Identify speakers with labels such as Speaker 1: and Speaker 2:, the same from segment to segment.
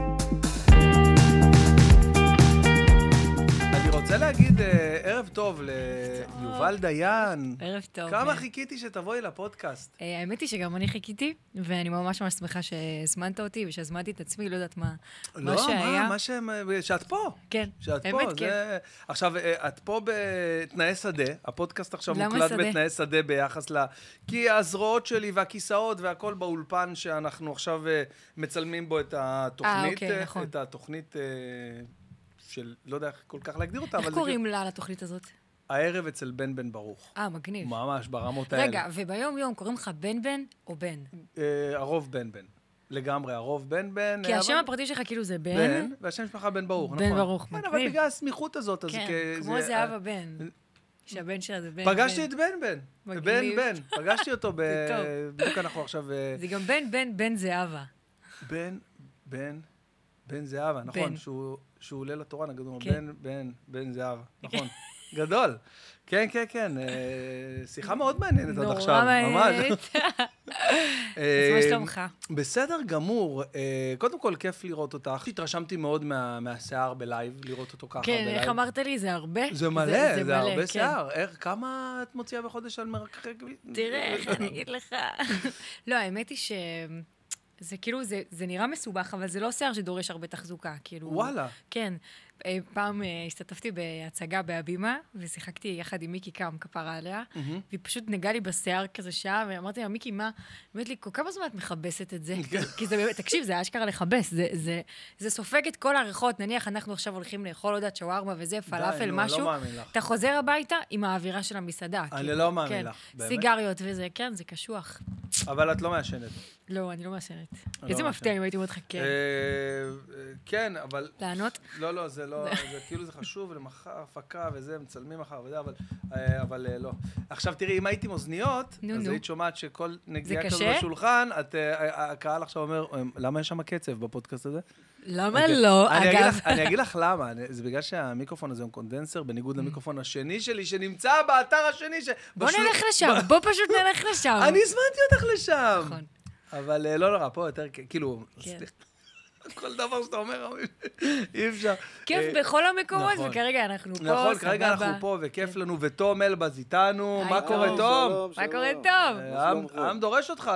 Speaker 1: אה, טוב ליובל דיין.
Speaker 2: ערב טוב.
Speaker 1: כמה חיכיתי שתבואי לפודקאסט.
Speaker 2: אה, האמת היא שגם אני חיכיתי, ואני ממש ממש שמחה שהזמנת אותי ושהזמנתי את עצמי, לא יודעת מה מה
Speaker 1: לא, מה,
Speaker 2: שהיה.
Speaker 1: מה שהם... שאת פה.
Speaker 2: כן,
Speaker 1: שאת פה.
Speaker 2: האמת כן.
Speaker 1: זה... עכשיו, אה, את פה בתנאי שדה, הפודקאסט עכשיו
Speaker 2: למה
Speaker 1: מוקלט
Speaker 2: שדה?
Speaker 1: בתנאי שדה ביחס ל... כי הזרועות שלי והכיסאות והכל באולפן שאנחנו עכשיו אה, מצלמים בו את התוכנית.
Speaker 2: אה, אוקיי,
Speaker 1: אה,
Speaker 2: נכון.
Speaker 1: את התוכנית אה, של... לא יודע איך כל כך להגדיר אותה, אבל...
Speaker 2: איך
Speaker 1: זה
Speaker 2: קוראים לה לתוכנית הזאת?
Speaker 1: כאילו- הערב אצל בן בן ברוך.
Speaker 2: אה, מגניב.
Speaker 1: ממש, ברמות האלה.
Speaker 2: רגע, וביום-יום קוראים לך בן-בן או בן?
Speaker 1: אה, הרוב בן בן. לגמרי, הרוב בן בן.
Speaker 2: כי
Speaker 1: אה,
Speaker 2: השם
Speaker 1: אבל-
Speaker 2: הפרטי שלך כאילו זה בן,
Speaker 1: בן, והשם משפחה בן ברוך,
Speaker 2: בן
Speaker 1: נכון.
Speaker 2: ברוך,
Speaker 1: כן, אבל
Speaker 2: מגניב.
Speaker 1: בגלל הסמיכות הזאת, אז
Speaker 2: כן,
Speaker 1: כ-
Speaker 2: כמו
Speaker 1: זה- אה,
Speaker 2: זהבה בן, שהבן שלה זה בן.
Speaker 1: פגשתי
Speaker 2: בן.
Speaker 1: את בן בן. בן
Speaker 2: מגניב.
Speaker 1: בן, פגשתי אותו ב...
Speaker 2: זה טוב.
Speaker 1: בדיוק אנחנו עכשיו... אה,
Speaker 2: זה גם בן-בן בן זהבה.
Speaker 1: בן, בן, בן זהבה, נכון,
Speaker 2: בן.
Speaker 1: שהוא שהוא עולה לתורה, נגיד, הוא
Speaker 2: כן.
Speaker 1: בן, בן, בן זהבה, נכון. גדול. כן, כן, כן, אה, שיחה מאוד מעניינת עד
Speaker 2: נורא
Speaker 1: עכשיו, ממש. אה,
Speaker 2: מעניינת. אז מה שלומך?
Speaker 1: בסדר גמור. אה, קודם כל, כיף לראות אותך. התרשמתי מאוד מה- מהשיער בלייב, לראות אותו ככה
Speaker 2: כן,
Speaker 1: בלייב.
Speaker 2: איך אמרת לי? זה הרבה?
Speaker 1: אה, זה מלא, זה,
Speaker 2: מלא,
Speaker 1: הרבה
Speaker 2: כן.
Speaker 1: שיער. איך, כמה את מוציאה בחודש על אה, מרקחי גביל?
Speaker 2: תראה, איך אני אגיד לך. לא, האמת היא ש... זה כאילו, זה, זה נראה מסובך, אבל זה לא שיער שדורש הרבה תחזוקה, כאילו...
Speaker 1: וואלה.
Speaker 2: כן. אה, פעם אה, השתתפתי בהצגה בהבימה, ושיחקתי יחד עם מיקי קם, כפרה עליה, והיא פשוט נגעה לי בשיער כזה שעה, ואמרתי לה, מיקי, מה? היא אומרת לי, "כל כמה זמן את מכבסת את זה? כי זה באמת, תקשיב, זה אשכרה לכבס, זה, זה, זה סופג את כל הריחות. נניח אנחנו עכשיו הולכים לאכול, לא יודעת, שווארמה וזה,
Speaker 1: נו, אני
Speaker 2: פלאפל,
Speaker 1: לא
Speaker 2: משהו.
Speaker 1: מאמין לך.
Speaker 2: אתה חוזר הביתה עם האווירה של המסעדה.
Speaker 1: אני
Speaker 2: כאילו.
Speaker 1: לא מאמין
Speaker 2: כן.
Speaker 1: לך, באמת?
Speaker 2: סיגריות וזה, כן, זה קשוח.
Speaker 1: אבל את לא מעשנת.
Speaker 2: לא, אני לא מעשנת.
Speaker 1: לא
Speaker 2: איזה
Speaker 1: מעשן.
Speaker 2: מפתיע אם הייתי אומרת לך
Speaker 1: אה,
Speaker 2: כן.
Speaker 1: אה, כן, אבל...
Speaker 2: לענות?
Speaker 1: לא, לא, זה לא, זה כאילו זה חשוב, למחר הפקה וזה, מצלמים מחר וזה, אבל, אה, אבל אה, לא. עכשיו תראי, אם היית עם אוזניות,
Speaker 2: נו,
Speaker 1: אז
Speaker 2: נו.
Speaker 1: היית שומעת שכל נגיעה
Speaker 2: זה
Speaker 1: כזאת
Speaker 2: קשה?
Speaker 1: בשולחן, את, אה, אה, הקהל עכשיו אומר, "אה, למה יש שם קצב בפודקאסט הזה?
Speaker 2: למה
Speaker 1: אוקיי.
Speaker 2: לא,
Speaker 1: אני אגיד
Speaker 2: אגב?
Speaker 1: לך- אני אגיד לך למה, אני- זה בגלל שהמיקרופון הזה הוא קונדנסר, בניגוד למיקרופון השני שלי, שנמצא באתר השני, ש...
Speaker 2: Mm. בוא
Speaker 1: בשל-
Speaker 2: נלך לשם, בוא פשוט נלך לשם.
Speaker 1: אני הזמנתי אותך לשם.
Speaker 2: נכון.
Speaker 1: אבל אה, לא נורא, פה יותר, כ- כאילו,
Speaker 2: כן.
Speaker 1: סליחה. כל דבר שאתה אומר, אי אפשר.
Speaker 2: כיף
Speaker 1: אה,
Speaker 2: בכל המקומות,
Speaker 1: נכון.
Speaker 2: וכרגע אנחנו פה, סבבה.
Speaker 1: נכון, כרגע אנחנו פה, וכיף לנו, ותום אלבז איתנו,
Speaker 2: כן.
Speaker 1: מה
Speaker 2: היי, תום.
Speaker 1: קורה, תום?
Speaker 3: שלום,
Speaker 2: מה
Speaker 3: שלום.
Speaker 2: קורה טוב?
Speaker 1: אה,
Speaker 3: מה
Speaker 1: העם-
Speaker 3: שלומכם?
Speaker 1: העם דורש אותך,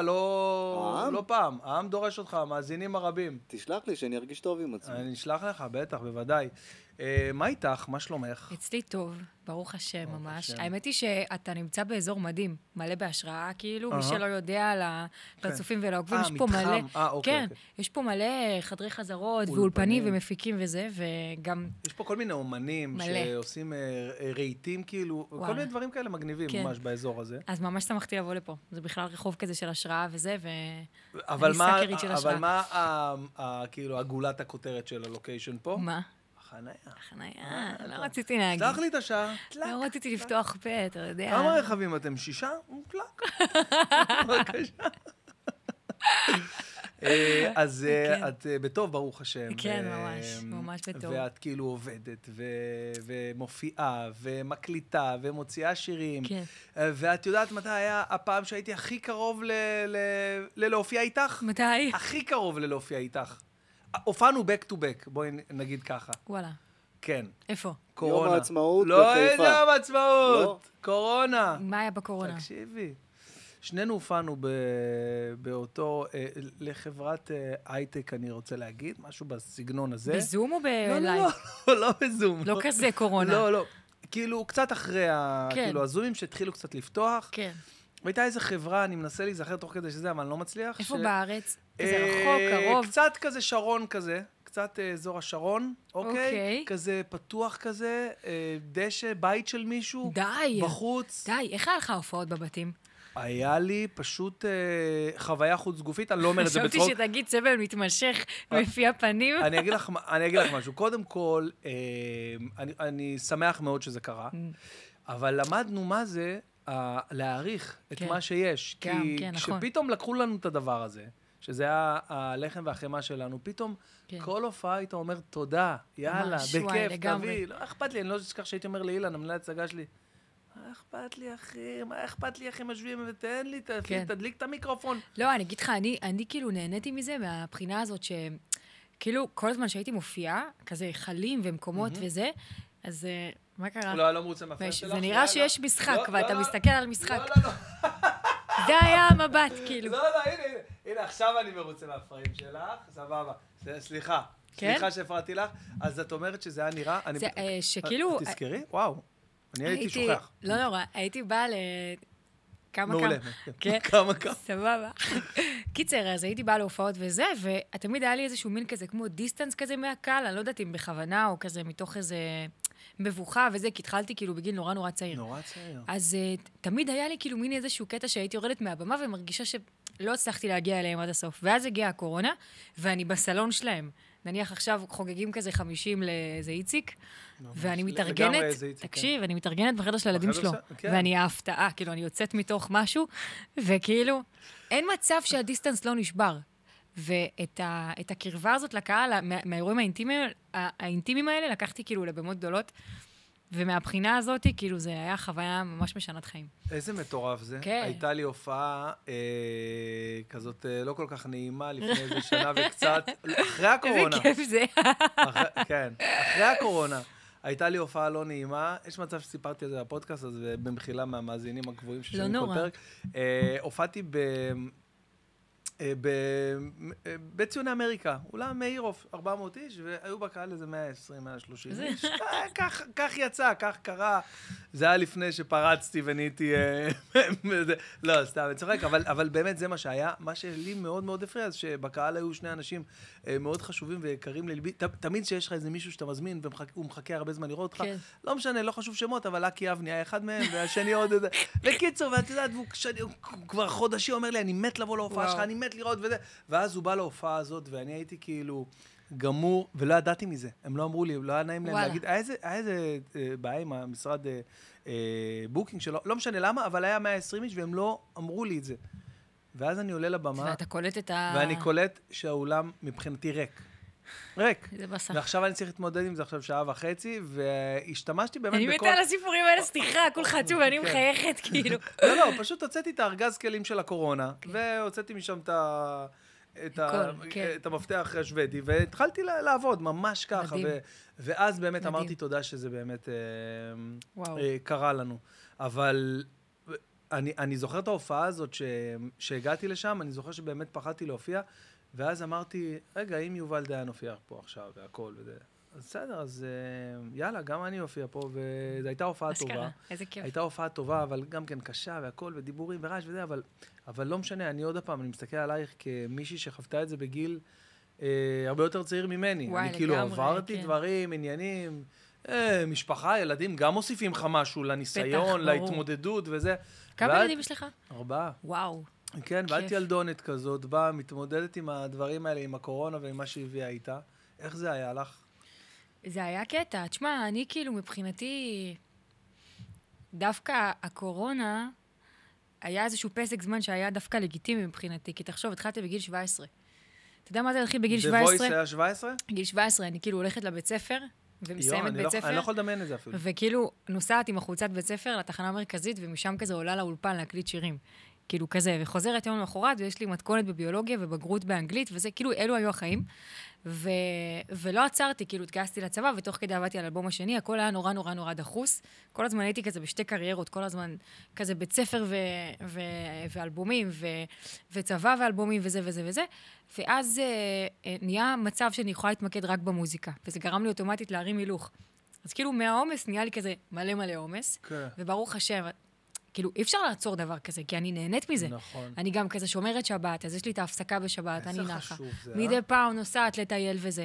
Speaker 1: לא
Speaker 3: העם?
Speaker 1: לא פעם. העם דורש אותך, המאזינים הרבים.
Speaker 3: תשלח לי, שאני ארגיש טוב עם עצמי.
Speaker 1: אני אשלח לך, בטח, בוודאי. אה, מה איתך? מה שלומך?
Speaker 2: אצלי טוב, ברוך השם
Speaker 1: ברוך
Speaker 2: ממש.
Speaker 1: השם.
Speaker 2: האמת היא שאתה נמצא באזור מדהים, מלא בהשראה, כאילו, מי
Speaker 1: אהה.
Speaker 2: שלא יודע על ה-
Speaker 1: כן.
Speaker 2: לצופים ולעוקבים,
Speaker 1: אה,
Speaker 2: יש פה
Speaker 1: מתחם.
Speaker 2: מלא...
Speaker 1: אה, אוקיי,
Speaker 2: כן,
Speaker 1: אוקיי.
Speaker 2: יש פה מלא חדרי חזרות,
Speaker 1: אולפנים.
Speaker 2: ואולפנים, ומפיקים וזה, וגם...
Speaker 1: יש פה כל מיני אומנים
Speaker 2: מלא.
Speaker 1: שעושים אה, אה, רהיטים, כאילו, כל
Speaker 2: וואלה.
Speaker 1: מיני דברים כאלה מגניבים
Speaker 2: כן.
Speaker 1: ממש באזור הזה.
Speaker 2: אז ממש שמחתי לבוא לפה. זה בכלל רחוב כזה של השראה וזה, ו...
Speaker 1: אבל
Speaker 2: אני
Speaker 1: מה,
Speaker 2: סאקרית של
Speaker 1: אבל
Speaker 2: השראה.
Speaker 1: מה ה- ה- כאילו הגולת הכותרת של הלוקיישן פה? אה,
Speaker 2: מה?
Speaker 1: החניה.
Speaker 2: חניה, לא רציתי להגיד.
Speaker 1: פתח לי את השער.
Speaker 2: לא רציתי לפתוח פה, אתה יודע.
Speaker 1: כמה רכבים אתם? שישה? קלק. בבקשה. אה, אז אה,
Speaker 2: כן.
Speaker 1: את אה, בטוב, ברוך השם.
Speaker 2: כן,
Speaker 1: אה,
Speaker 2: ממש, ממש בטוב.
Speaker 1: ואת כאילו עובדת, ו- ומופיעה, ומקליטה, ומוציאה שירים.
Speaker 2: כן.
Speaker 1: אה, ואת יודעת מתי היה הפעם שהייתי הכי קרוב ל- ל- ללהופיע איתך?
Speaker 2: מתי?
Speaker 1: הכי קרוב ללהופיע איתך. הופענו back to back, בואי נגיד ככה.
Speaker 2: וואלה, כן.
Speaker 1: כן,
Speaker 2: איפה?
Speaker 1: קורונה.
Speaker 3: העצמאות
Speaker 1: לא,
Speaker 3: בחיפה.
Speaker 1: אין יום
Speaker 3: לא?
Speaker 1: עצמאות! קורונה.
Speaker 2: מה היה בקורונה?
Speaker 1: תקשיבי. שנינו הופענו ב... באותו, אה, לחברת אה, הייטק, אני רוצה להגיד, משהו בסגנון הזה.
Speaker 2: בזום או
Speaker 1: לא, לא,
Speaker 2: בלייב?
Speaker 1: לא, לא, לא בזום.
Speaker 2: לא כזה קורונה.
Speaker 1: לא, לא. כאילו, קצת אחרי ה...
Speaker 2: כן.
Speaker 1: כאילו, הזומים שהתחילו קצת לפתוח.
Speaker 2: כן.
Speaker 1: והייתה איזו חברה, אני מנסה להיזכר תוך כדי שזה, אבל אני לא מצליח.
Speaker 2: איפה
Speaker 1: ש-
Speaker 2: בארץ? זה
Speaker 1: אה,
Speaker 2: רחוק, קרוב?
Speaker 1: קצת כזה שרון כזה, קצת אה, אזור השרון, אוקיי?
Speaker 2: אוקיי.
Speaker 1: כזה פתוח כזה, אה, דשא, בית של מישהו.
Speaker 2: די.
Speaker 1: בחוץ.
Speaker 2: די, איך היה לך הופעות בבתים?
Speaker 1: היה לי פשוט אה, חוויה חוץ גופית, אני לא אומר את זה אה.
Speaker 2: חשבתי
Speaker 1: בצחוק.
Speaker 2: שתגיד סבל מתמשך מפי הפנים.
Speaker 1: אני אגיד לך מה- אני אגיד לך משהו. קודם כל, אה, אני- אני שמח מאוד שזה קרה,
Speaker 2: Mm.
Speaker 1: אבל למדנו מה זה אה, להעריך את
Speaker 2: כן.
Speaker 1: מה שיש.
Speaker 2: גם,
Speaker 1: כי
Speaker 2: כן, נכון.
Speaker 1: כשפתאום לקחו לנו את הדבר הזה, שזה היה הלחם והחמאה שלנו, פתאום
Speaker 2: כן.
Speaker 1: כל הופעה היית אומר תודה, יאללה,
Speaker 2: ממש, וואי,
Speaker 1: בכיף,
Speaker 2: לגמרי.
Speaker 1: תביא. לא אכפת לי, אני לא אשכח שהייתי אומר לאילן, המנהל ההצגה שלי, מה אכפת לי, אחי? מה אכפת לי, אחי? משווים ותן לי, ת-
Speaker 2: כן.
Speaker 1: תדליק את המיקרופון.
Speaker 2: לא, אני אגיד לך, אני, אני כאילו נהניתי מזה מהבחינה הזאת ש... כאילו, כל הזמן שהייתי מופיעה, כזה היכלים ומקומות mm-hmm. וזה, אז אה, מה קרה?
Speaker 1: לא, לא מרוצה מהפרס
Speaker 2: ויש-
Speaker 1: שלך.
Speaker 2: זה
Speaker 1: לא,
Speaker 2: נראה שיש
Speaker 1: לא.
Speaker 2: משחק,
Speaker 1: לא,
Speaker 2: ואתה
Speaker 1: לא, לא.
Speaker 2: מסתכל על
Speaker 1: לא,
Speaker 2: משחק.
Speaker 1: לא, לא.
Speaker 2: זה היה המבט, כאילו.
Speaker 1: לא, לא, הנה, הנה, הנה, עכשיו אני מרוצה מהפריים שלך, סבבה. ס- סליחה.
Speaker 2: כן?
Speaker 1: סליחה שהפרעתי לך. אז את אומרת שזה היה נראה... אני-
Speaker 2: זה, אה, שכאילו- אה,
Speaker 1: את תזכרי? וואו. אני הייתי שוכח.
Speaker 2: לא נורא, הייתי באה ל... כמה
Speaker 1: מעולה.
Speaker 2: כמה.
Speaker 1: כן.
Speaker 2: כן.
Speaker 1: כמה כמה.
Speaker 2: סבבה. קיצר, אז הייתי באה להופעות וזה, ותמיד היה לי איזשהו מין כזה, כמו דיסטנס כזה מהקהל, אני לא יודעת אם בכוונה או כזה מתוך איזה מבוכה וזה, כי התחלתי כאילו בגיל נורא נורא צעיר.
Speaker 1: נורא צעיר.
Speaker 2: אז uh, תמיד היה לי כאילו מין איזשהו קטע שהייתי יורדת מהבמה ומרגישה שלא הצלחתי להגיע אליהם עד הסוף. ואז הגיעה הקורונה, ואני בסלון שלהם. נניח עכשיו חוגגים כזה 50 לאיזה איציק,
Speaker 1: לגמרי
Speaker 2: ואני מתארגנת,
Speaker 1: איזה איציק, כן.
Speaker 2: תקשיב, אני מתארגנת בחדר של הילדים
Speaker 1: בחדר
Speaker 2: שלו,
Speaker 1: של- כן.
Speaker 2: ואני ההפתעה, כאילו, אני יוצאת מתוך משהו, וכאילו, אין מצב שהדיסטנס לא נשבר. ואת ה, את הקרבה הזאת לקהל, מה- מהאירועים האינטימיים, ה- האינטימיים האלה, לקחתי כאילו לבמות גדולות, ומהבחינה הזאת, כאילו, זה היה חוויה ממש משנת חיים.
Speaker 1: איזה מטורף זה.
Speaker 2: כן.
Speaker 1: הייתה לי הופעה אה, כזאת אה, לא כל כך נעימה לפני איזה שנה וקצת, אחרי הקורונה.
Speaker 2: איזה כיף זה.
Speaker 1: אחרי- כן, אחרי הקורונה. הייתה לי הופעה לא נעימה, יש מצב שסיפרתי על זה בפודקאסט, אז אה, במחילה מהמאזינים הקבועים ששומעים כל
Speaker 2: נורא.
Speaker 1: פרק. אה, הופעתי ב... אה, ב- אה, בציוני אמריקה, אולם מאירוף, 400 איש, והיו בקהל איזה 120, 130 איש. אה, כך- כך יצא, כך קרה. זה היה לפני שפרצתי ונהייתי... אה, וזה- לא, סתם, אני צוחק, אבל, אבל באמת זה מה שהיה. מה שלי מאוד מאוד הפריע, זה שבקהל היו שני אנשים אה, מאוד חשובים ויקרים ללבי. ת- תמיד כשיש לך איזה מישהו שאתה מזמין, והוא מחכה הרבה זמן לראות אותך,
Speaker 2: כן.
Speaker 1: לא משנה, לא חשוב שמות, אבל אקי אבני היה אחד מהם, והשני עוד איזה... בקיצור, ואת יודעת, והוא כש- הוא כבר חודשי אומר לי, אני מת לבוא להופעה
Speaker 2: וואו.
Speaker 1: שלך, אני מת לראות וזה. ואז הוא בא להופעה הזאת, ואני הייתי כאילו גמור, ולא ידעתי מזה. הם לא אמרו לי, לא היה נעים להם
Speaker 2: וואלה.
Speaker 1: להגיד. היה איזה- היה איזה אה, בעיה עם המשרד אה, אה, בוקינג שלו, לא משנה למה, אבל היה 120 איש, והם לא אמרו לי את זה. ואז אני עולה לבמה,
Speaker 2: ואתה קולט את ה...
Speaker 1: ואני קולט שהאולם מבחינתי ריק. ריק.
Speaker 2: זה באסה.
Speaker 1: ועכשיו אני צריך להתמודד עם זה עכשיו שעה וחצי, והשתמשתי באמת
Speaker 2: אני מתה על הסיפורים האלה, סליחה, כולך עצוב, אני
Speaker 1: כן.
Speaker 2: מחייכת, כאילו.
Speaker 1: לא, לא, פשוט הוצאתי את הארגז כלים של הקורונה, והוצאתי משם את ה... את, ה...
Speaker 2: כן. הכל, כן.
Speaker 1: את המפתח השוודי, והתחלתי ל- לעבוד, ממש ככה.
Speaker 2: מדהים.
Speaker 1: ו... ואז באמת
Speaker 2: מדהים.
Speaker 1: אמרתי תודה שזה באמת אה,
Speaker 2: וואו.
Speaker 1: אה, קרה לנו. אבל אני, אני זוכר את ההופעה הזאת ש... שהגעתי לשם, אני זוכר שבאמת פחדתי להופיע, ואז אמרתי, רגע, אם יובל דיין הופיע פה עכשיו והכל וזה, אז בסדר, אז אה, יאללה, גם אני אופיע פה, וזו הייתה הופעה טובה.
Speaker 2: אשכרה, איזה כיף.
Speaker 1: הייתה הופעה טובה, אבל גם כן קשה והכל, ודיבורים ורעש וזה, אבל, אבל לא משנה, אני עוד פעם, אני מסתכל עלייך כמישהי שחוותה את זה בגיל אה, הרבה יותר צעיר ממני.
Speaker 2: וואי,
Speaker 1: אני כאילו
Speaker 2: לגמרי,
Speaker 1: עברתי
Speaker 2: כן.
Speaker 1: דברים, עניינים, אה, משפחה, ילדים, גם מוסיפים לך משהו
Speaker 2: בטח,
Speaker 1: לניסיון,
Speaker 2: ברור.
Speaker 1: להתמודדות וזה.
Speaker 2: כמה
Speaker 1: ואת-
Speaker 2: ילדים יש לך?
Speaker 1: ארבעה.
Speaker 2: וואו.
Speaker 1: כן, ואת
Speaker 2: כיף.
Speaker 1: ילדונת כזאת, באה, מתמודדת עם הדברים האלה, עם הקורונה ועם מה שהביאה איתה. איך זה היה לך?
Speaker 2: זה היה קטע. תשמע, אני כאילו, מבחינתי, דווקא הקורונה, היה איזשהו פסק זמן שהיה דווקא לגיטימי מבחינתי, כי תחשוב, התחלתי בגיל 17. אתה יודע מה זה להתחיל בגיל
Speaker 1: The Voice
Speaker 2: 17?
Speaker 1: היה 17?
Speaker 2: בגיל 17, אני כאילו הולכת לבית ספר,
Speaker 1: יואו,
Speaker 2: ומסיימת
Speaker 1: אני לא-
Speaker 2: בית
Speaker 1: אני לא
Speaker 2: ספר,
Speaker 1: יכול לדמיין את זה אפילו.
Speaker 2: וכאילו נוסעת עם החולצת בית ספר לתחנה המרכזית, ומשם כזה עולה לאולפן להקליט שירים. כאילו כזה, וחוזרת יום למחרת, ויש לי מתכונת בביולוגיה ובגרות באנגלית, וזה, כאילו, אלו היו החיים. ו... ולא עצרתי, כאילו, התגייסתי לצבא, ותוך כדי עבדתי על האלבום השני, הכל היה נורא נורא נורא דחוס. כל הזמן הייתי כזה בשתי קריירות, כל הזמן כזה בית ספר ו... ו... ואלבומים, ו... וצבא ואלבומים וזה וזה וזה. ואז אה, אה, נהיה מצב שאני יכולה להתמקד רק במוזיקה, וזה גרם לי אוטומטית להרים הילוך. אז כאילו, מהעומס נהיה לי כזה מלא מלא עומס,
Speaker 1: כן.
Speaker 2: וברוך השם, כאילו, אי אפשר לעצור דבר כזה, כי אני נהנית מזה.
Speaker 1: נכון.
Speaker 2: אני גם כזה שומרת שבת, אז יש לי את ההפסקה בשבת, אני
Speaker 1: איזה
Speaker 2: נחה.
Speaker 1: חשוב זה, אה?
Speaker 2: מדי פעם נוסעת לטייל וזה.